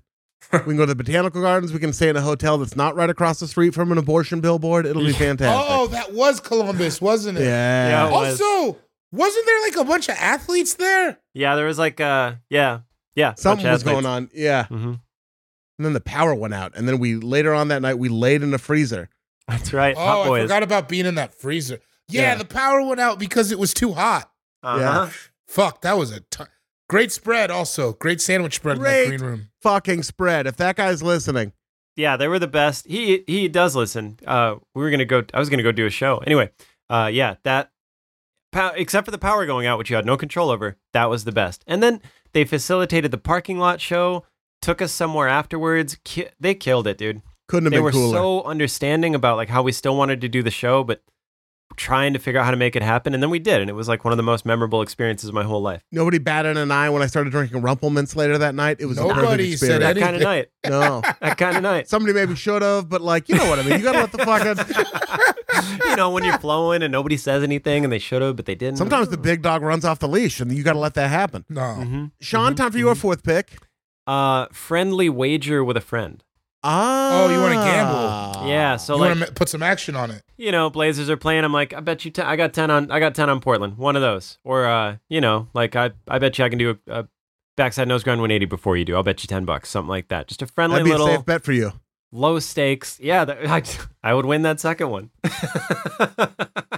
Speaker 2: We can go to the botanical gardens. We can stay in a hotel that's not right across the street from an abortion billboard. It'll be fantastic.
Speaker 5: Oh, that was Columbus, wasn't it?
Speaker 2: <laughs> yeah.
Speaker 3: Yeah. was.
Speaker 5: Also, wasn't there like a bunch of athletes there?
Speaker 3: yeah, there was like, uh, yeah, yeah.
Speaker 2: Something was going on. Yeah.
Speaker 3: hmm
Speaker 2: And then the power went out. And then we later on that night we laid in a freezer.
Speaker 3: That's right.
Speaker 5: Oh,
Speaker 3: Hot
Speaker 5: I
Speaker 3: boys.
Speaker 5: forgot about being in that freezer. Yeah,
Speaker 2: Yeah.
Speaker 5: the power went out because it was too hot.
Speaker 3: Uh-huh.
Speaker 5: Fuck, that was a t- great spread. Also, great sandwich spread
Speaker 2: Great.
Speaker 5: in that green room.
Speaker 2: Fucking spread. If that guy's listening,
Speaker 3: yeah, they were the best. He he does listen. Uh, we were gonna go. I was gonna go do a show anyway. Uh, yeah, that pow- except for the power going out, which you had no control over, that was the best. And then they facilitated the parking lot show. Took us somewhere afterwards. Ki- they killed it, dude.
Speaker 2: couldn't have
Speaker 3: They
Speaker 2: been
Speaker 3: were
Speaker 2: cooler.
Speaker 3: so understanding about like how we still wanted to do the show, but trying to figure out how to make it happen. And then we did, and it was like one of the most memorable experiences of my whole life.
Speaker 2: Nobody batted an eye when I started drinking Rumplemintz later that night. It was a perfect
Speaker 5: Nobody said
Speaker 2: experience.
Speaker 3: That kind of
Speaker 5: Anything.
Speaker 3: night.
Speaker 2: No.
Speaker 3: That kind
Speaker 2: <laughs>
Speaker 3: of night.
Speaker 2: Somebody maybe should have, but like, you know what I mean. You gotta let the fucking
Speaker 3: you know, when you're flowing and nobody says anything, and they should have, but they didn't.
Speaker 2: sometimes the big dog runs off the leash and you gotta let that happen.
Speaker 5: No,
Speaker 3: hmm
Speaker 2: Sean, time for your fourth pick.
Speaker 3: Uh, friendly wager with a friend.
Speaker 2: Ah,
Speaker 5: Oh, you wanna gamble.
Speaker 3: yeah. So
Speaker 5: you
Speaker 3: like,
Speaker 5: want to put some action on it.
Speaker 3: you know, Blazers are playing. I'm like, I bet you, ten, I got ten on, I got ten on Portland. One of those, or uh, you know, like I, I bet you I can do a, a backside nose grind 180 before you do. I'll bet you ten bucks, something like that. Just a friendly
Speaker 2: That'd be
Speaker 3: little
Speaker 2: a safe bet for you.
Speaker 3: low stakes. Yeah, that, <laughs> I, I would win that
Speaker 2: <laughs>
Speaker 3: second one.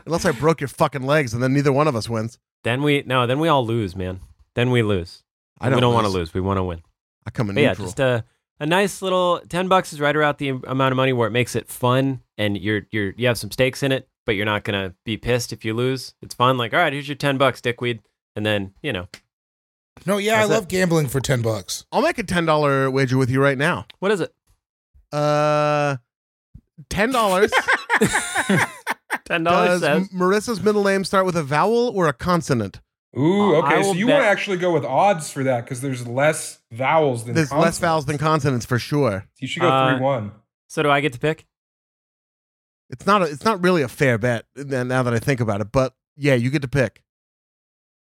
Speaker 2: Unless I broke your fucking legs and then neither one of us wins.
Speaker 3: then we no, then we all lose, man. Then we lose.
Speaker 2: I
Speaker 3: we don't want to
Speaker 2: lose.
Speaker 3: lose. We want to win.
Speaker 2: I come in
Speaker 3: But yeah,
Speaker 2: neutral.
Speaker 3: just uh, a a nice little ten bucks is right around the amount of money where it makes it fun, and you're you're you have some stakes in it, but you're not gonna be pissed if you lose. It's fun. Like, all right, here's your ten bucks, dickweed, and then you know
Speaker 5: No, yeah,
Speaker 3: That's
Speaker 5: I
Speaker 3: it.
Speaker 5: love gambling for ten bucks.
Speaker 2: I'll make a ten dollar wager with you right now.
Speaker 3: what is it?
Speaker 2: Uh, ten
Speaker 3: <laughs>
Speaker 2: dollars.
Speaker 3: Ten dollars
Speaker 2: Does M-
Speaker 3: says.
Speaker 2: Marissa's middle name start with a vowel or a consonant?
Speaker 4: Ooh,
Speaker 3: Uh, I
Speaker 4: okay. So
Speaker 3: will
Speaker 4: you want to
Speaker 3: bet-
Speaker 4: actually go with odds for that because there's less vowels than
Speaker 2: There's less
Speaker 4: consonants.
Speaker 2: vowels than consonants for sure.
Speaker 4: You should go
Speaker 3: Uh,
Speaker 4: three one.
Speaker 3: So do I get to pick?
Speaker 2: It's not. A, it's not really a fair bet. uh, Now that I think about it, but yeah, you get to pick.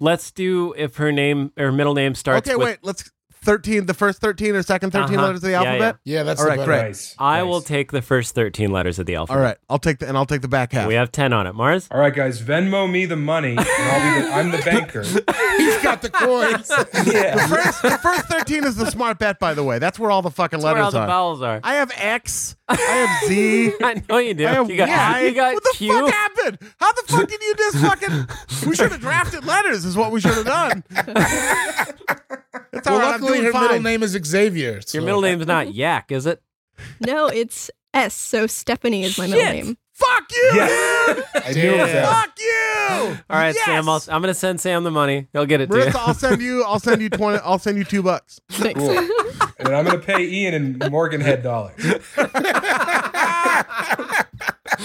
Speaker 3: Let's do if her name her middle name starts.
Speaker 2: okay,
Speaker 3: with,
Speaker 2: wait. Let's thirteen. The first thirteen or second 13
Speaker 3: Uh-huh.
Speaker 2: letters of the
Speaker 3: Yeah,
Speaker 2: alphabet.
Speaker 5: Yeah, that's
Speaker 2: All
Speaker 5: the
Speaker 2: right,
Speaker 5: better.
Speaker 2: great.
Speaker 4: Nice.
Speaker 3: I
Speaker 4: nice.
Speaker 3: will take the first thirteen letters of the alphabet.
Speaker 2: All right, I'll take the and I'll take the back half.
Speaker 3: We have 10 on it. Mars?
Speaker 4: All right, guys, Venmo me the money, and I'll be the, I'm the banker.
Speaker 5: <laughs> He's got the coins.
Speaker 2: the,
Speaker 4: <laughs> yeah.
Speaker 2: first, the first thirteen is the smart bet, by the way. That's where all the fucking
Speaker 3: Where all
Speaker 2: letters
Speaker 3: the
Speaker 2: are.
Speaker 3: vowels <laughs> are. I,
Speaker 2: I have X. I have Z.
Speaker 3: know you do.
Speaker 2: I have
Speaker 3: You got,
Speaker 2: Y.
Speaker 3: you got
Speaker 2: what the
Speaker 3: Q.
Speaker 2: fuck happened? How the fuck did you just fucking? We should have drafted letters. Is what we should have done. It's all
Speaker 5: well,
Speaker 2: right, I'm
Speaker 5: luckily
Speaker 2: doing
Speaker 5: her
Speaker 2: fine.
Speaker 5: middle name is Xavier.
Speaker 3: Your <laughs>
Speaker 5: so-
Speaker 3: middle
Speaker 5: <laughs>
Speaker 3: name's not Yak, is it?
Speaker 7: No, it's S. So Stephanie is my middle
Speaker 3: Shit.
Speaker 7: name.
Speaker 2: Fuck you,
Speaker 4: Yes.
Speaker 2: dude.
Speaker 4: I knew it was
Speaker 5: Damn.
Speaker 4: that.
Speaker 2: Fuck you.
Speaker 3: All right,
Speaker 2: Yes.
Speaker 3: Sam. I'll, I'm going to send Sam the money. He'll get it
Speaker 2: Marissa,
Speaker 3: to
Speaker 2: I'll send you. I'll send you twenty. I'll send you two
Speaker 3: <laughs>
Speaker 2: bucks. <laughs>
Speaker 7: Thanks.
Speaker 4: Cool. And then I'm gonna pay Ian in Morgan head dollars.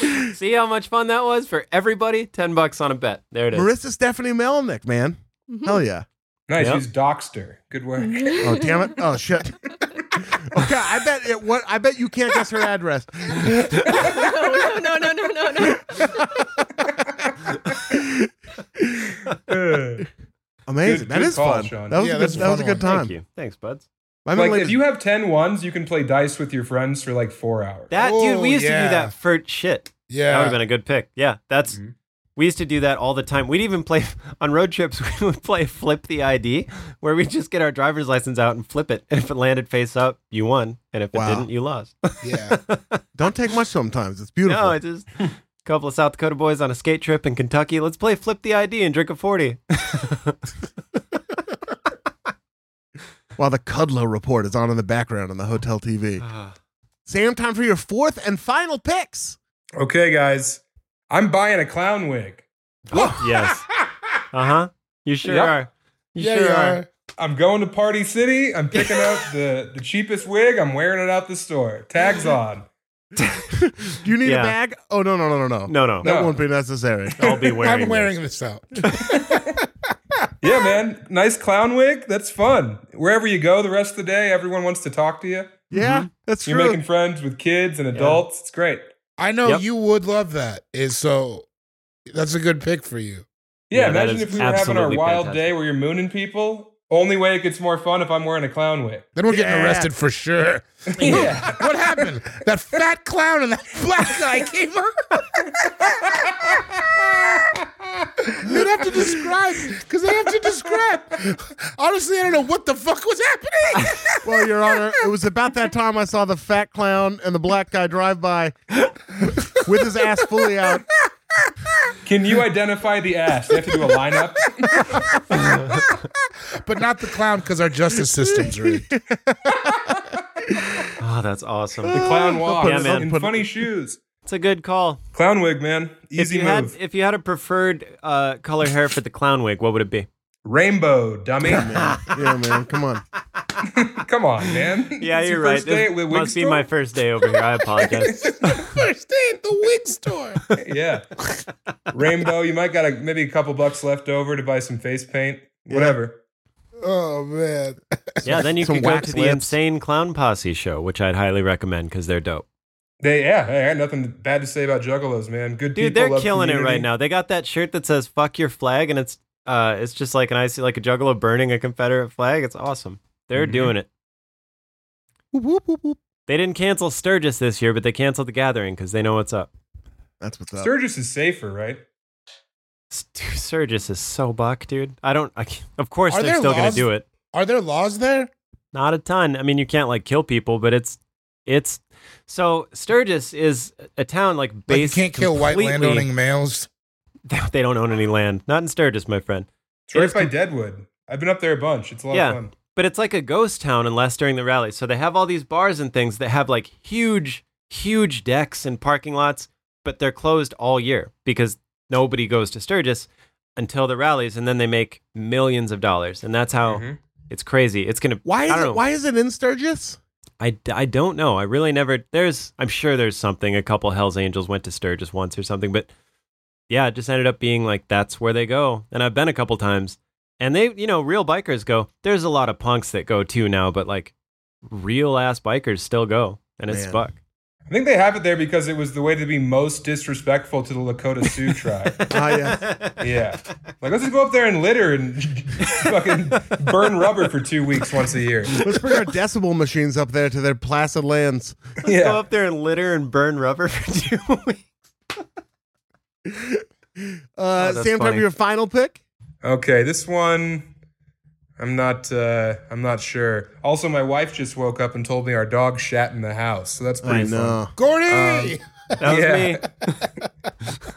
Speaker 3: you. See how much fun that was for everybody? 10 bucks on a bet. There it is.
Speaker 2: Marissa Stephanie Melnick, man.
Speaker 5: Mm-hmm.
Speaker 2: Hell yeah.
Speaker 4: Nice.
Speaker 3: Yep.
Speaker 4: He's Doxter. Good work. <laughs>
Speaker 2: Oh damn it. Oh shit.
Speaker 5: <laughs>
Speaker 2: Okay, I bet it. What I bet you can't guess her address.
Speaker 7: <laughs> no, no, no, no, no, no.
Speaker 2: Amazing.
Speaker 4: Good-
Speaker 2: That
Speaker 4: good
Speaker 2: is
Speaker 4: call,
Speaker 2: fun.
Speaker 4: Sean.
Speaker 2: That was
Speaker 5: Yeah,
Speaker 2: a good.
Speaker 5: that's a
Speaker 2: That was a
Speaker 5: fun
Speaker 2: good
Speaker 5: one.
Speaker 2: time.
Speaker 3: Thank you. Thanks, buds.
Speaker 2: My middle
Speaker 4: like
Speaker 2: name
Speaker 4: if
Speaker 2: is-
Speaker 4: you have 10 ones, you can play dice with your friends for like four hours.
Speaker 3: That, dude,
Speaker 5: Oh,
Speaker 3: we used to
Speaker 5: yeah.
Speaker 3: do that for shit. That would
Speaker 5: Yeah.
Speaker 3: have been a good pick. Yeah, that's.
Speaker 4: Mhm.
Speaker 3: We used to do that all the time. We'd even play <laughs> on road trips. We would play flip the ID, where we would just get our driver's license out and flip it. And if it landed face up, you won, and if
Speaker 2: Wow.
Speaker 3: it didn't, you
Speaker 5: <laughs>
Speaker 3: lost.
Speaker 5: yeah.
Speaker 2: Don't take much sometimes. It's beautiful.
Speaker 3: No, it's <laughs> just a couple of South Dakota boys on a skate trip in Kentucky. Let's play flip the ID and drink a forty.
Speaker 2: While the Cuddler report is on in the background on the hotel TV.
Speaker 5: Ah.
Speaker 2: Sam, time for your fourth and final picks.
Speaker 4: Okay, guys. I'm buying a clown wig.
Speaker 2: <laughs>
Speaker 3: <laughs> yes. Uh huh. You sure
Speaker 4: Yep.
Speaker 3: are. You
Speaker 5: yeah,
Speaker 3: sure
Speaker 5: you
Speaker 3: are.
Speaker 5: are.
Speaker 4: I'm going to Party City. I'm picking <laughs> up the, the cheapest wig. I'm wearing it out the store. Tags on.
Speaker 2: Do you need
Speaker 3: Yeah.
Speaker 2: a bag? Oh no no no no no
Speaker 3: No, no.
Speaker 2: That
Speaker 4: No.
Speaker 2: won't be necessary.
Speaker 3: I'll be wearing.
Speaker 5: <laughs> I'm
Speaker 3: this.
Speaker 5: wearing this out.
Speaker 4: Yeah, man. Nice clown wig. That's fun. Wherever you go the rest of the day, everyone wants to talk to you.
Speaker 5: Mm-hmm.
Speaker 2: yeah, that's
Speaker 4: You're
Speaker 2: true.
Speaker 4: making friends with kids and adults. It's great.
Speaker 5: I know
Speaker 3: Yep.
Speaker 5: you would love that. Is so that's a good pick for you.
Speaker 4: Yeah,
Speaker 3: Yeah, that
Speaker 4: imagine
Speaker 3: is
Speaker 4: if we were having our
Speaker 3: absolutely
Speaker 4: wild
Speaker 3: fantastic.
Speaker 4: day where you're mooning people. Only way it gets more fun if I'm wearing a clown wig.
Speaker 5: Then we're getting
Speaker 2: Yeah.
Speaker 5: arrested for sure. <laughs>
Speaker 4: Yeah.
Speaker 5: what happened? That fat clown and that black
Speaker 2: <laughs>
Speaker 5: guy came up. They'd have to describe because they have to describe. Honestly, I don't know what the fuck was happening.
Speaker 2: <laughs> well, Your Honor, it was about that time I saw the fat clown and the black guy drive by with his ass fully out.
Speaker 3: <laughs>
Speaker 4: Can you identify the ass? You have to do a lineup.
Speaker 5: but not the clown because our justice system's rigged.
Speaker 3: Oh, that's awesome.
Speaker 5: Uh,
Speaker 4: The clown walks
Speaker 3: Yeah, man.
Speaker 4: in funny shoes.
Speaker 3: It's a good call.
Speaker 4: Clown wig, man.
Speaker 3: If
Speaker 4: Easy
Speaker 3: you had
Speaker 4: move.
Speaker 3: if you had a preferred uh, color hair for the clown wig, what would it be?
Speaker 4: Rainbow, dummy.
Speaker 2: Yeah, man, come on.
Speaker 4: Come on, man.
Speaker 3: <laughs> Yeah,
Speaker 4: It's
Speaker 3: you're
Speaker 4: your
Speaker 3: right.
Speaker 4: first day
Speaker 3: This
Speaker 4: at Wig
Speaker 3: must be
Speaker 4: Store?
Speaker 3: my first day over here.
Speaker 4: <laughs>
Speaker 3: I apologize. <laughs>
Speaker 5: First day at the wig store.
Speaker 4: yeah. Rainbow, you might got a, maybe a couple bucks left over to buy some face paint, whatever.
Speaker 5: Oh man.
Speaker 3: yeah, then you
Speaker 2: Some
Speaker 3: could go
Speaker 2: wax
Speaker 3: to the
Speaker 2: lips.
Speaker 3: Insane Clown Posse show, which I'd highly recommend because they're dope.
Speaker 4: They yeah, hey, I got nothing bad to say about Juggalos, man. Good
Speaker 3: Dude,
Speaker 4: people.
Speaker 3: they're
Speaker 4: love
Speaker 3: killing it
Speaker 4: community.
Speaker 3: right now. They got that shirt that says "Fuck your flag" and it's uh, it's just like an I see like a juggalo burning a Confederate flag. It's awesome. They're
Speaker 4: Mhm.
Speaker 3: doing it.
Speaker 2: Whoop, whoop, whoop, whoop.
Speaker 3: They didn't cancel Sturgis this year, but they canceled the gathering because they know what's up.
Speaker 2: That's what's up.
Speaker 4: Sturgis is safer, right?
Speaker 3: S- dude, Sturgis is so buck, dude. I don't. I can't- of course,
Speaker 5: Are
Speaker 3: they're
Speaker 5: there
Speaker 3: still gonna
Speaker 5: laws?
Speaker 3: do it.
Speaker 5: Are there laws there?
Speaker 3: Not a ton. I mean, you can't like kill people, but it's it's. So Sturgis is a town like
Speaker 5: Like you
Speaker 3: based.
Speaker 5: can't kill white
Speaker 3: completely-
Speaker 5: landowning males.
Speaker 3: <laughs> They don't own any land. Not in Sturgis, my friend.
Speaker 4: It's right
Speaker 3: is
Speaker 4: by
Speaker 3: com-
Speaker 4: Deadwood. I've been up there a bunch. It's a lot
Speaker 3: Yeah.
Speaker 4: of fun.
Speaker 3: but it's like a ghost town unless during the rally. So they have all these bars and things that have like huge, huge decks and parking lots, but they're closed all year because nobody goes to Sturgis until the rallies, and then they make millions of dollars, and that's how
Speaker 4: Mhm.
Speaker 3: it's crazy. It's gonna.
Speaker 2: Why
Speaker 3: I
Speaker 2: is
Speaker 3: don't know.
Speaker 2: it, why is it in Sturgis?
Speaker 3: I, I don't know. I really never. There's. I'm sure there's something. A couple Hell's Angels went to Sturgis once or something, but yeah, it just ended up being like that's where they go. And I've been a couple times, and they, you know, real bikers go. There's a lot of punks that go too now, but like real ass bikers still go, and it's
Speaker 2: Man.
Speaker 3: fuck.
Speaker 4: I think they have it there because it was the way to be most disrespectful to the
Speaker 3: <laughs>
Speaker 4: Lakota Sioux tribe.
Speaker 2: Ah, yeah.
Speaker 4: Yeah. Like, let's just go up there and litter and <laughs> fucking burn rubber for two weeks once a year.
Speaker 2: Let's bring our decibel machines up there to their placid lands.
Speaker 3: Go
Speaker 4: Yeah.
Speaker 3: up there and litter and burn rubber <laughs> for two weeks.
Speaker 2: Uh,
Speaker 3: Oh, that's
Speaker 2: Sam, can I have
Speaker 3: funny.
Speaker 2: your final pick?
Speaker 4: Okay, this one I'm not uh I'm not sure. Also my wife just woke up and told me our dog shat in the house. So that's pretty fun.
Speaker 3: Um,
Speaker 5: Gordy!
Speaker 3: That was
Speaker 4: Yeah.
Speaker 3: me.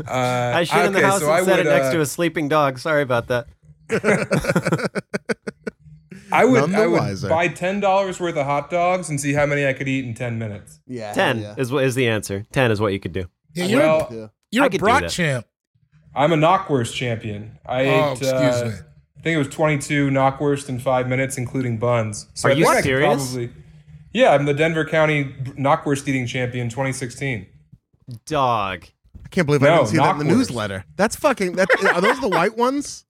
Speaker 4: Uh,
Speaker 3: I shit in the
Speaker 4: okay,
Speaker 3: house
Speaker 4: so I
Speaker 3: and set it
Speaker 4: would,
Speaker 3: next
Speaker 4: uh,
Speaker 3: to a sleeping dog. Sorry about that.
Speaker 4: I would
Speaker 2: None
Speaker 4: I
Speaker 2: the
Speaker 4: would
Speaker 2: wiser.
Speaker 4: buy ten dollars worth of hot dogs and see how many I could eat in ten minutes.
Speaker 2: Yeah.
Speaker 3: Ten is what is the answer. Ten is what you could do.
Speaker 5: yeah, you're
Speaker 4: Well,
Speaker 5: a, you're
Speaker 3: I
Speaker 5: a
Speaker 3: could do
Speaker 5: brat
Speaker 3: that.
Speaker 5: champ.
Speaker 4: I'm a knockwurst champion. I
Speaker 5: Oh,
Speaker 4: ate.
Speaker 5: excuse
Speaker 4: uh,
Speaker 5: me.
Speaker 4: I think it was 22 knockwurst in five minutes, including buns. So
Speaker 3: Are
Speaker 4: I
Speaker 3: you
Speaker 4: think I could
Speaker 3: serious?
Speaker 4: Probably, yeah, I'm the Denver County knockwurst eating champion 2016.
Speaker 3: Dog.
Speaker 2: I can't believe I
Speaker 4: No,
Speaker 2: didn't see that in the
Speaker 4: knockwurst.
Speaker 2: newsletter. That's fucking. That, are those the white ones?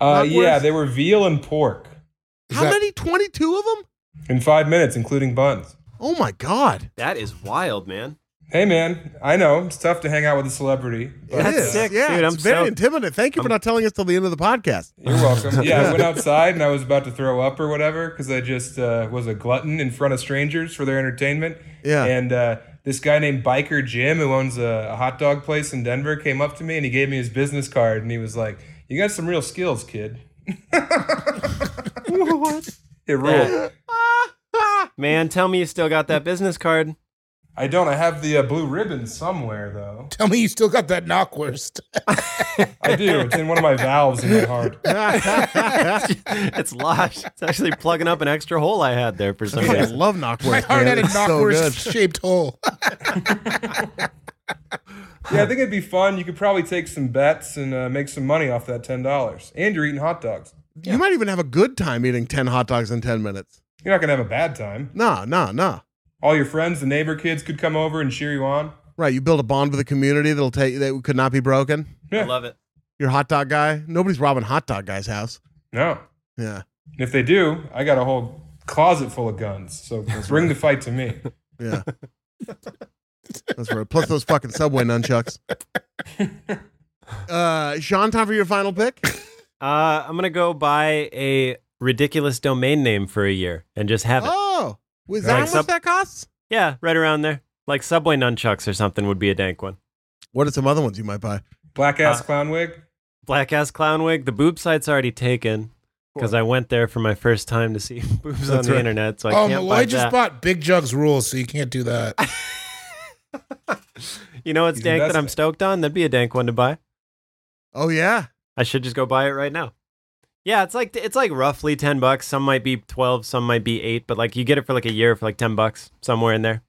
Speaker 4: Uh,
Speaker 2: Knockwurst?
Speaker 4: yeah, they were veal and pork
Speaker 5: Is
Speaker 2: How
Speaker 5: that-
Speaker 2: many? Twenty-two of them?
Speaker 4: in five minutes, including buns.
Speaker 2: Oh my god!
Speaker 3: That is wild, man.
Speaker 4: Hey, man, I know it's tough to hang out with a celebrity. But
Speaker 3: That's
Speaker 2: It is.
Speaker 3: sick,
Speaker 2: yeah,
Speaker 3: dude.
Speaker 2: It's
Speaker 3: I'm
Speaker 2: very
Speaker 3: so-
Speaker 2: intimidating. Thank you for not telling us till the end of the podcast. <laughs>
Speaker 4: You're welcome. Yeah, I went outside and I was about to throw up or whatever because I just uh, was a glutton in front of strangers for their entertainment.
Speaker 2: Yeah.
Speaker 4: And uh, this guy named Biker Jim, who owns a, a hot dog place in Denver, came up to me and he gave me his business card and he was like, "You got some real skills, kid." It ruled.
Speaker 3: <laughs> Man, tell me you still got that business card.
Speaker 4: I don't. I have the uh, blue ribbon somewhere though.
Speaker 5: Tell me you still got that knockwurst. <laughs>
Speaker 4: I do. It's in one of my valves in my heart.
Speaker 3: it's lodged. It's actually plugging up an extra hole I had there for some
Speaker 2: <laughs> I
Speaker 3: reason.
Speaker 2: love knockwurst.
Speaker 5: My heart
Speaker 2: man.
Speaker 5: had a
Speaker 2: It's so good.
Speaker 5: <laughs> knockwurst shaped hole.
Speaker 4: Yeah, I think it'd be fun. You could probably take some bets and uh, make some money off that ten dollars. And you're eating hot dogs.
Speaker 7: Yeah.
Speaker 2: You might even have a good time eating 10 hot dogs in 10 minutes.
Speaker 4: You're not gonna have a bad time.
Speaker 2: No, no, no.
Speaker 4: All your friends, the neighbor kids, could come over and cheer you on.
Speaker 2: Right. You build a bond with a community that'll take that could not be broken.
Speaker 4: Yeah.
Speaker 3: I love it.
Speaker 2: Your hot dog guy. Nobody's robbing hot dog guy's house.
Speaker 4: No,
Speaker 2: Yeah.
Speaker 4: and if they do, I got a whole closet full of guns.
Speaker 5: <laughs>
Speaker 4: So bring the fight to me.
Speaker 2: Yeah. That's right. Plus those fucking subway
Speaker 5: <laughs>
Speaker 2: nunchucks. Uh Sean, time for your final pick.
Speaker 3: Uh, I'm gonna go buy a ridiculous domain name for a year and just have it.
Speaker 2: Oh. Was that how
Speaker 3: Like
Speaker 2: much
Speaker 3: sub-
Speaker 2: that costs?
Speaker 3: Yeah, right around there. Like Subway Nunchucks or something would be a dank one.
Speaker 2: What are some other ones you might buy?
Speaker 4: Black ass
Speaker 3: Uh,
Speaker 4: clown wig.
Speaker 5: <laughs>
Speaker 3: Black ass clown wig. The boob site's already taken because I went there for my first time to see <laughs> boobs on
Speaker 2: That's
Speaker 3: the
Speaker 2: right.
Speaker 3: internet. So I
Speaker 5: oh,
Speaker 3: can't
Speaker 5: Malloy
Speaker 3: buy
Speaker 5: just
Speaker 3: that.
Speaker 5: bought Big Jug's rules, so you can't do that.
Speaker 3: you know what's
Speaker 4: He's
Speaker 3: dank that
Speaker 4: invested.
Speaker 3: I'm stoked on? That'd be a dank one to buy.
Speaker 2: Oh yeah.
Speaker 3: I should just go buy it right now. Yeah, it's like it's like roughly ten bucks. Some might be twelve, some might be eight, but like you get it for like a year for like ten bucks somewhere in there.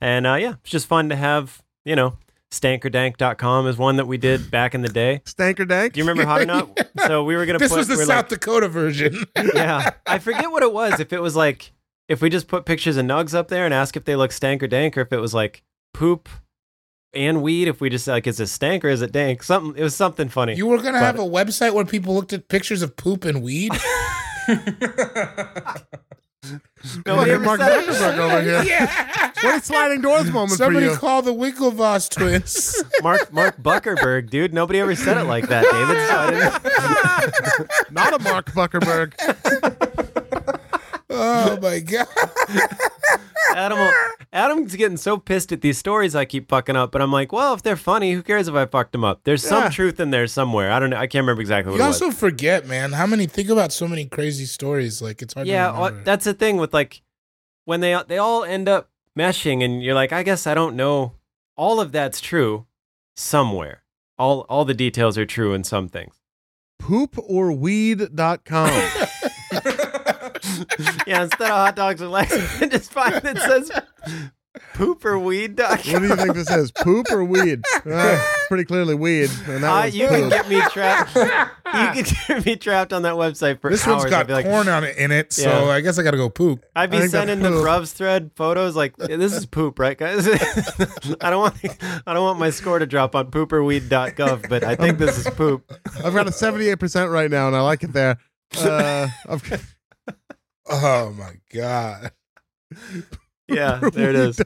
Speaker 3: And uh, yeah, it's just fun to have. You know, stankerdank.com is one that we did back in the day.
Speaker 2: Stank or dank?
Speaker 3: Do you
Speaker 5: <laughs>
Speaker 3: remember Hard Knot? So we were gonna.
Speaker 5: this
Speaker 3: put,
Speaker 5: was the
Speaker 3: we're
Speaker 5: South
Speaker 3: like-
Speaker 5: Dakota version.
Speaker 3: yeah, I forget what it was. If it was like if we just put pictures of nugs up there and ask if they look stank or dank, or if it was like poop and weed. If we just like is it stank or is it dank? Something. It was something funny. <laughs>
Speaker 5: You were gonna
Speaker 3: But-
Speaker 5: have a website where people looked at pictures of poop and weed.
Speaker 2: Fucking
Speaker 3: Nobody ever
Speaker 2: Mark
Speaker 3: said it.
Speaker 2: Zuckerberg over
Speaker 3: <laughs>
Speaker 2: here.
Speaker 5: yeah.
Speaker 2: What a sliding doors moment
Speaker 5: Somebody
Speaker 2: for you.
Speaker 5: call the Winklevoss twins.
Speaker 3: Mark Mark Buckerberg, dude. Nobody ever said it like that, David. So I didn't-
Speaker 2: Not a Mark Zuckerberg.
Speaker 5: <laughs> oh my god.
Speaker 3: Adam, will- Adam's getting so pissed at these stories I keep fucking up, but I'm like, well, if they're funny, who cares if I fucked them up? There's
Speaker 2: Yeah.
Speaker 3: some truth in there somewhere. I don't know. I can't remember exactly what
Speaker 5: You
Speaker 3: it was.
Speaker 5: also forget, man, how many think about so many crazy stories. Like it's hard
Speaker 3: yeah,
Speaker 5: to
Speaker 3: uh,
Speaker 5: remember.
Speaker 3: that's the thing with like when they they all end up meshing, and you're like, I guess I don't know. All of that's true somewhere. All all the details are true in some things.
Speaker 2: Pooporweed.com.
Speaker 3: Yeah, instead of hot dogs and legs, <laughs> just find it says poop or weed. dot
Speaker 2: What do you think this is? Poop or weed? Uh, pretty clearly weed. And that
Speaker 3: Uh,
Speaker 2: one's
Speaker 3: you can
Speaker 2: poop.
Speaker 3: get me trapped. you
Speaker 5: <laughs>
Speaker 3: can get me trapped on that website for
Speaker 5: this
Speaker 3: hours.
Speaker 5: one's got
Speaker 3: I'd be like,
Speaker 5: corn on it in it, so
Speaker 3: Yeah.
Speaker 5: I guess I gotta go poop.
Speaker 3: I'd
Speaker 2: I
Speaker 3: be
Speaker 2: think that's
Speaker 3: sending the
Speaker 2: poop.
Speaker 3: Bruvs thread photos like this is poop, right, guys? <laughs> I don't want I don't want my score to drop on pooperweed.gov, but I think this is poop.
Speaker 2: I've got a 78% right now, and I like it there. Uh, I've,
Speaker 5: Oh my god.
Speaker 3: Yeah, there it
Speaker 5: <laughs>
Speaker 3: is.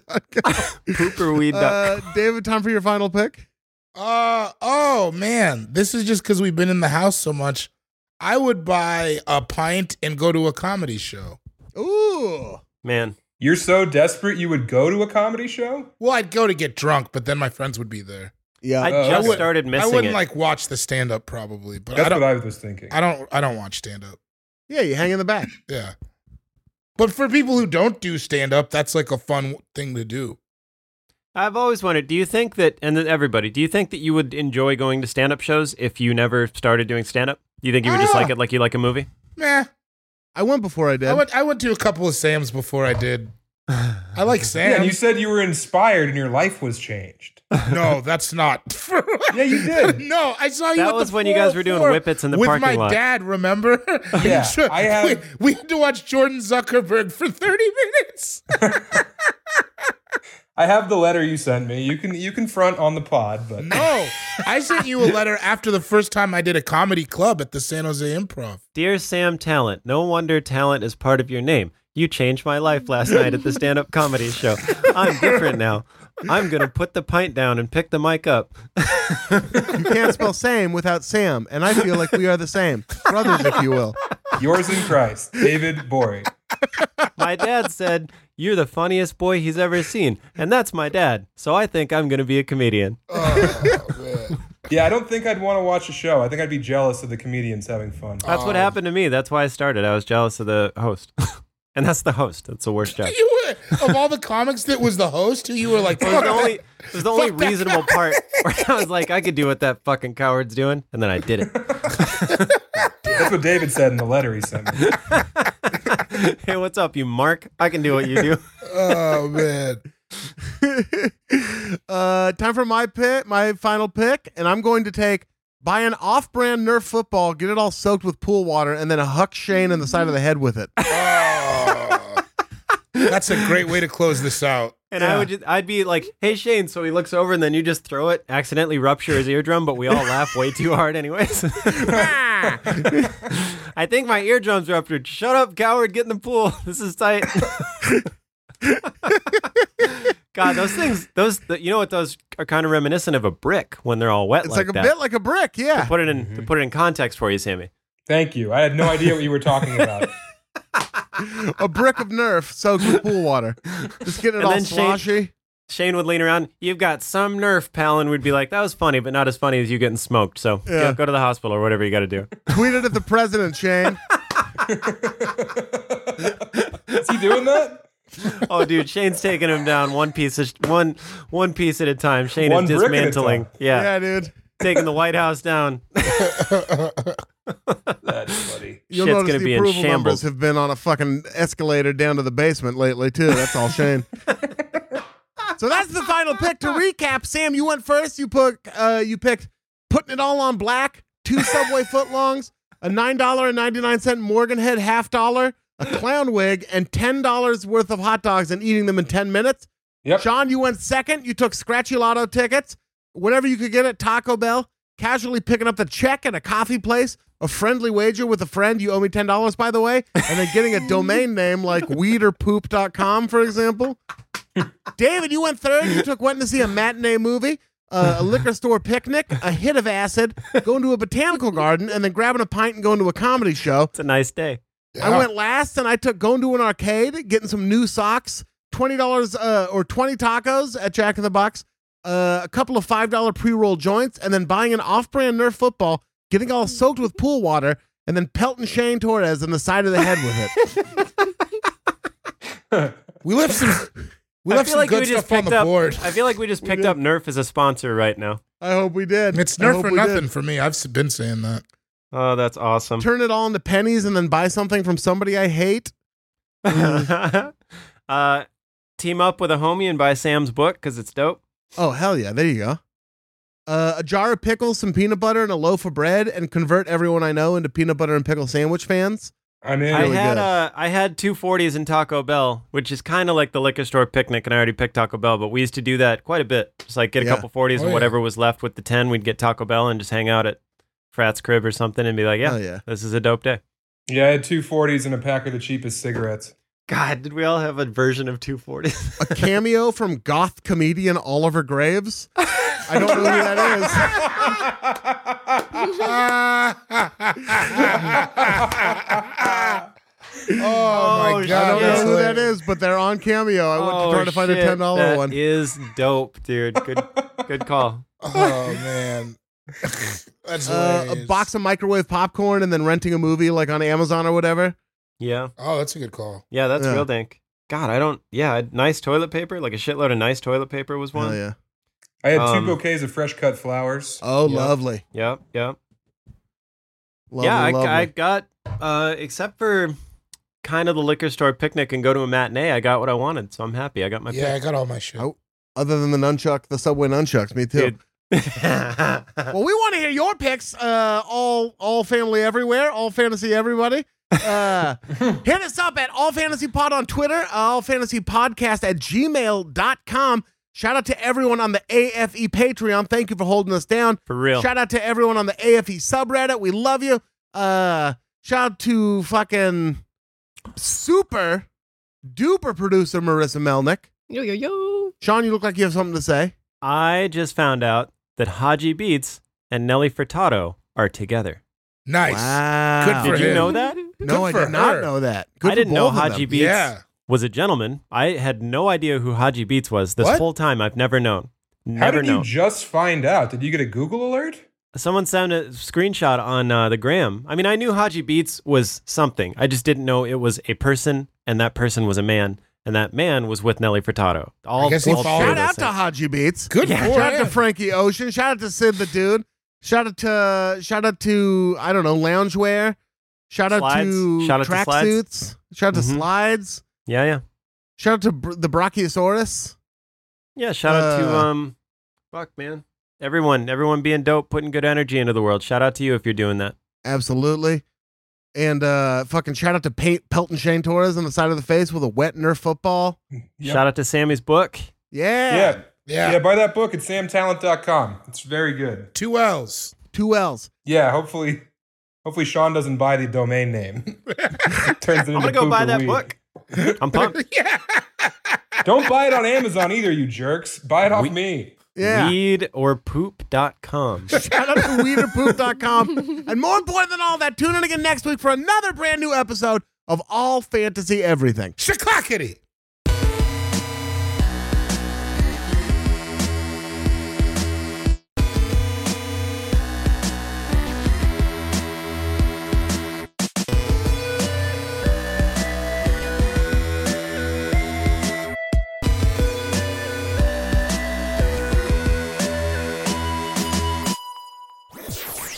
Speaker 3: <laughs> Pooperweed.
Speaker 2: uh, David, time for your final pick.
Speaker 5: Uh oh man, this is just because we've been in the house so much. I would buy a pint and go to a comedy show.
Speaker 2: Ooh.
Speaker 3: Man,
Speaker 4: You're so desperate you would go to a comedy show?
Speaker 5: Well, I'd go to get drunk, but then my friends would be there.
Speaker 2: Yeah.
Speaker 3: I
Speaker 4: Oh,
Speaker 3: just
Speaker 4: okay.
Speaker 3: started
Speaker 5: I
Speaker 3: missing
Speaker 5: uh, wouldn't
Speaker 3: it.
Speaker 5: like watch the stand up probably, but I
Speaker 4: That's
Speaker 5: don't.
Speaker 4: what I was thinking.
Speaker 5: I don't I don't watch stand up.
Speaker 2: yeah, you hang in the back.
Speaker 5: Yeah. But for people who don't do stand up, that's like a fun thing to do.
Speaker 3: I've always wondered, do you think that and then everybody, do you think that you would enjoy going to stand up shows if you never started doing stand up? Do you think you would just
Speaker 5: Ah.
Speaker 3: like it like you like a movie?
Speaker 5: Meh.
Speaker 2: I went before I did.
Speaker 5: I went I went to a couple of Sam's before I did. I like
Speaker 4: <laughs> yeah, and you
Speaker 5: Sam's.
Speaker 4: said you were inspired and your life was changed.
Speaker 5: <laughs> no, that's not. <laughs>
Speaker 4: <laughs> Yeah, you did.
Speaker 5: no, I saw you.
Speaker 3: That
Speaker 5: at the
Speaker 3: was when you guys were doing
Speaker 5: 404
Speaker 3: whippets in the
Speaker 5: with
Speaker 3: parking
Speaker 5: my
Speaker 3: lot.
Speaker 5: dad. Remember? <laughs>
Speaker 4: Yeah, I have-
Speaker 5: We, we had to watch Jordan Zuckerberg for thirty <laughs>
Speaker 4: <laughs>
Speaker 5: minutes.
Speaker 4: I have the letter you sent me. You can you can front on the pod, but
Speaker 2: oh.
Speaker 5: No, I sent you a letter after the first time I did a comedy club at the San Jose Improv.
Speaker 3: Dear Sam Talent, no wonder talent is part of your name. You changed my life last night at the stand up comedy show. I'm different now. I'm going to put the pint down and pick the mic up.
Speaker 2: <laughs> You can't spell same without Sam, and I feel like we are the same. Brothers, if you will. <laughs>
Speaker 4: <laughs> yours in Christ,
Speaker 5: <laughs>
Speaker 4: David Bory.
Speaker 3: My dad said, You're the funniest boy he's ever seen. And that's my dad. So I think I'm going to be a comedian.
Speaker 4: Yeah, I don't think I'd want to watch a show. I think I'd be jealous of the comedians having fun.
Speaker 3: That's what happened to me. That's why I started. I was jealous of the host. <laughs> and that's the host. That's the worst job. It
Speaker 5: <laughs> You were, of all the comics that was the host, who you were like,
Speaker 3: was the only,
Speaker 5: "Fuck
Speaker 3: it was the only
Speaker 5: Fuck that
Speaker 3: reasonable part where I was like, I could do what that fucking coward's doing. And then I did it.
Speaker 5: <laughs>
Speaker 4: That's what David said in the letter he sent me.
Speaker 3: hey, what's up, you Mark? I can do what you do.
Speaker 5: <laughs> Oh man.
Speaker 2: uh, time for my pick, my final pick, and I'm going to take Buy an off-brand Nerf football, get it all soaked with pool water, and then huck Shane in the side of the head with it.
Speaker 5: Oh. That's a great way to close this out.
Speaker 3: And I would just, I'd be like, "Hey Shane," so he looks over, and then you just throw it, accidentally rupture his eardrum, but we all laugh way too hard, anyways. <laughs> I think my eardrum's ruptured. Shut up, coward! Get in the pool. <laughs> This is tight. God, those things, those the, you know what? Those are kind of reminiscent of a brick when they're all wet.
Speaker 2: It's like, a
Speaker 3: that.
Speaker 2: bit like a brick,
Speaker 3: <laughs>
Speaker 2: yeah.
Speaker 3: Put it in to put it in context for you, Sammy.
Speaker 4: Thank you. I had no idea what you were talking about.
Speaker 2: a brick of Nerf soaked with pool water. Just get it
Speaker 3: And
Speaker 2: all
Speaker 3: then Shane-
Speaker 2: sloshy.
Speaker 3: Shane would lean around. You've got some nerf, pal, and we'd be like, "That was funny, but not as funny as you getting smoked." So
Speaker 2: Yeah.
Speaker 3: go, go to the hospital or whatever you got to do.
Speaker 2: Tweet it at the president, Shane.
Speaker 4: Is he doing that?
Speaker 3: Oh, dude, Shane's taking him down one piece of one one piece at a time. Shane
Speaker 4: One
Speaker 3: is
Speaker 4: brick at a time.
Speaker 3: dismantling. <laughs> Yeah,
Speaker 2: yeah, dude.
Speaker 3: taking the White House down.
Speaker 4: That's funny.
Speaker 2: You'll
Speaker 3: Shit's
Speaker 2: notice
Speaker 3: gonna
Speaker 2: the
Speaker 3: be in
Speaker 2: approval numbers
Speaker 3: shambles.
Speaker 2: have been on a fucking escalator down to the basement lately, too. That's all Shane. so that's the final pick. To recap, Sam, you went first. You put uh, you picked putting it all on black, two subway footlongs, a nine dollar and ninety nine cent Morgan head half dollar, a clown wig, and ten dollars worth of hot dogs and eating them in ten minutes.
Speaker 4: Yep.
Speaker 2: Sean, you went second. You took Scratchulato tickets, whatever you could get at Taco Bell, casually picking up the check at a coffee place, a friendly wager with a friend. You owe me $10, by the way. And then getting a domain name like weedorpoop.com, for example. David, you went third. You took went to see a matinee movie, uh, a liquor store picnic, a hit of acid, going to a botanical garden, and then grabbing a pint and going to a comedy show.
Speaker 3: It's a nice day.
Speaker 2: I went last and I took going to an arcade, getting some new socks, twenty dollars uh, or twenty tacos at Jack in the Box, uh, a couple of five dollar pre roll joints, and then buying an off brand Nerf football, getting all soaked with pool water, and then pelting Shane Torres in the side of the head with
Speaker 5: <laughs>
Speaker 2: it.
Speaker 5: We left some. We left some good stuff on the
Speaker 3: up.
Speaker 5: board.
Speaker 3: I feel like we just picked up Nerf as a sponsor right now.
Speaker 2: I hope we did.
Speaker 5: It's
Speaker 2: I
Speaker 5: nerf
Speaker 2: hope
Speaker 5: for
Speaker 2: we did.
Speaker 5: nothing for me. I've s- been saying that.
Speaker 3: Oh, that's awesome.
Speaker 2: Turn it all into pennies and then buy something from somebody I hate.
Speaker 3: <laughs> uh, team up with a homie and buy Sam's book because it's dope.
Speaker 2: Oh hell yeah! There you go. Uh, a jar of pickles, some peanut butter, and a loaf of bread, and convert everyone I know into peanut butter and pickle sandwich fans.
Speaker 4: I'm in.
Speaker 3: I
Speaker 2: Really
Speaker 3: had
Speaker 2: good.
Speaker 3: uh, I had two forties in Taco Bell, which is kind of like the liquor store picnic, and I already picked Taco Bell, but we used to do that quite a bit. Just like get a
Speaker 2: Yeah.
Speaker 3: couple forties
Speaker 5: Oh,
Speaker 3: and
Speaker 5: yeah.
Speaker 3: whatever was left with the ten, we'd get Taco Bell and just hang out at frat's crib or something, and be like, yeah,
Speaker 2: Hell yeah.
Speaker 3: this is a dope day.
Speaker 4: yeah, I had two forties and a pack of the cheapest cigarettes.
Speaker 3: God, did we all have a version of two forties?
Speaker 2: a cameo from goth comedian Oliver Graves. I don't know who
Speaker 3: <laughs>
Speaker 5: <laughs>
Speaker 2: that is.
Speaker 5: Oh,
Speaker 3: Oh,
Speaker 5: my god!
Speaker 2: I don't
Speaker 3: Yeah.
Speaker 2: know who that is, but they're on cameo. I went to try to find a ten dollar one.
Speaker 3: Oh, Is dope, dude. Good, <laughs> good call.
Speaker 5: Oh
Speaker 2: <laughs>
Speaker 5: man,
Speaker 2: Uh,
Speaker 5: that's
Speaker 2: a
Speaker 5: hilarious.
Speaker 2: box of microwave popcorn and then renting a movie like on Amazon or whatever.
Speaker 3: Yeah,
Speaker 5: Oh, that's a good call.
Speaker 3: yeah, that's
Speaker 2: Yeah.
Speaker 3: real dank. God, I don't. Yeah, I- nice toilet paper, like a shitload of nice toilet paper was one.
Speaker 2: Hell yeah.
Speaker 4: I had
Speaker 3: Um, uh,
Speaker 4: two bouquets of fresh cut flowers.
Speaker 2: Oh,
Speaker 3: Yeah.
Speaker 2: lovely.
Speaker 3: Yep, yep.
Speaker 2: Lovely,
Speaker 3: yeah, I,
Speaker 2: lovely.
Speaker 3: I got uh, except for kind of the liquor store picnic and go to a matinee. I got what I wanted, so I'm happy. I got my
Speaker 5: yeah, I got all my shit.
Speaker 2: Oh, Other than the nunchuck, the subway nunchucks, me too.
Speaker 3: pick. Dude.
Speaker 2: Well, we want to hear your picks. Uh, all all family everywhere, all fantasy everybody. Uh, hit us up at all fantasy pod on Twitter, all fantasy podcast at gmail.com. Shout out to everyone on the AFE Patreon. Thank you for holding us down.
Speaker 3: <laughs> For real.
Speaker 2: Shout out to everyone on the AFE subreddit. We love you. Uh, shout out to fucking super duper producer Marissa Melnick.
Speaker 7: Yo, yo, yo.
Speaker 2: Sean, you look like you have something to say.
Speaker 3: I just found out that Haji Beats and Nelly Furtado are together.
Speaker 5: Nice.
Speaker 2: Wow.
Speaker 5: Good for
Speaker 3: Did you
Speaker 5: him.
Speaker 3: know that?
Speaker 2: No,
Speaker 5: Good
Speaker 2: I
Speaker 5: for
Speaker 2: did not
Speaker 5: her.
Speaker 2: know that. Good
Speaker 3: I
Speaker 2: for
Speaker 3: didn't know
Speaker 2: both of
Speaker 3: Haji
Speaker 2: them.
Speaker 3: Beats
Speaker 5: Yeah.
Speaker 3: was a gentleman. I had no idea who Haji Beats was this
Speaker 5: What?
Speaker 3: whole time. I've never known.
Speaker 4: How
Speaker 3: Never
Speaker 4: did you
Speaker 3: known.
Speaker 4: just find out? Did you get a Google alert?
Speaker 3: Someone sent a screenshot on uh, the gram. I mean, I knew Haji Beats was something. I just didn't know it was a person, and that person was a man, and that man was with Nelly Furtado. All,
Speaker 5: I guess he
Speaker 3: all
Speaker 5: followed
Speaker 3: three of
Speaker 2: Shout
Speaker 5: us
Speaker 3: those
Speaker 2: out to
Speaker 3: things.
Speaker 2: Haji Beats.
Speaker 5: Good for
Speaker 2: Shout out to
Speaker 5: him.
Speaker 2: Frankie Ocean. Shout out to Sid the Dude. Shout out to shout out to I don't know loungewear. Shout out to
Speaker 3: Slides. Shout out to slides.
Speaker 2: tracksuits. Shout out to
Speaker 3: Mhm.
Speaker 2: slides.
Speaker 3: Yeah, yeah,
Speaker 2: Shout out to br- the Brachiosaurus.
Speaker 3: yeah. Shout out to
Speaker 2: Uh,
Speaker 3: um, fuck man, everyone, everyone being dope, putting good energy into the world. Shout out to you if you're doing that.
Speaker 2: Absolutely. And uh, fucking shout out to Paint Pelton Shane Torres on the side of the face with a wet Nerf football.
Speaker 4: Yep.
Speaker 3: Shout out to Sammy's book.
Speaker 2: Yeah.
Speaker 4: Yeah.
Speaker 5: Yeah.
Speaker 4: Yeah, buy that book at samtalent.com. It's very good.
Speaker 5: Two L's.
Speaker 2: Two L's.
Speaker 4: Yeah, hopefully hopefully Sean doesn't buy the domain
Speaker 3: <laughs>
Speaker 4: name. Turns it into
Speaker 3: I'm gonna go buy
Speaker 4: Pooper
Speaker 3: that
Speaker 4: Weed.
Speaker 3: book. I'm pumped.
Speaker 5: <laughs> Yeah.
Speaker 4: Don't buy it on Amazon either, you jerks. Buy it off
Speaker 3: We-
Speaker 4: me.
Speaker 2: Yeah.
Speaker 3: Weed or poop.com.
Speaker 2: <laughs> Shout out to weederpoop.com. and more important than all that, tune in again next week for another brand new episode of All Fantasy Everything.
Speaker 5: Shaklackety.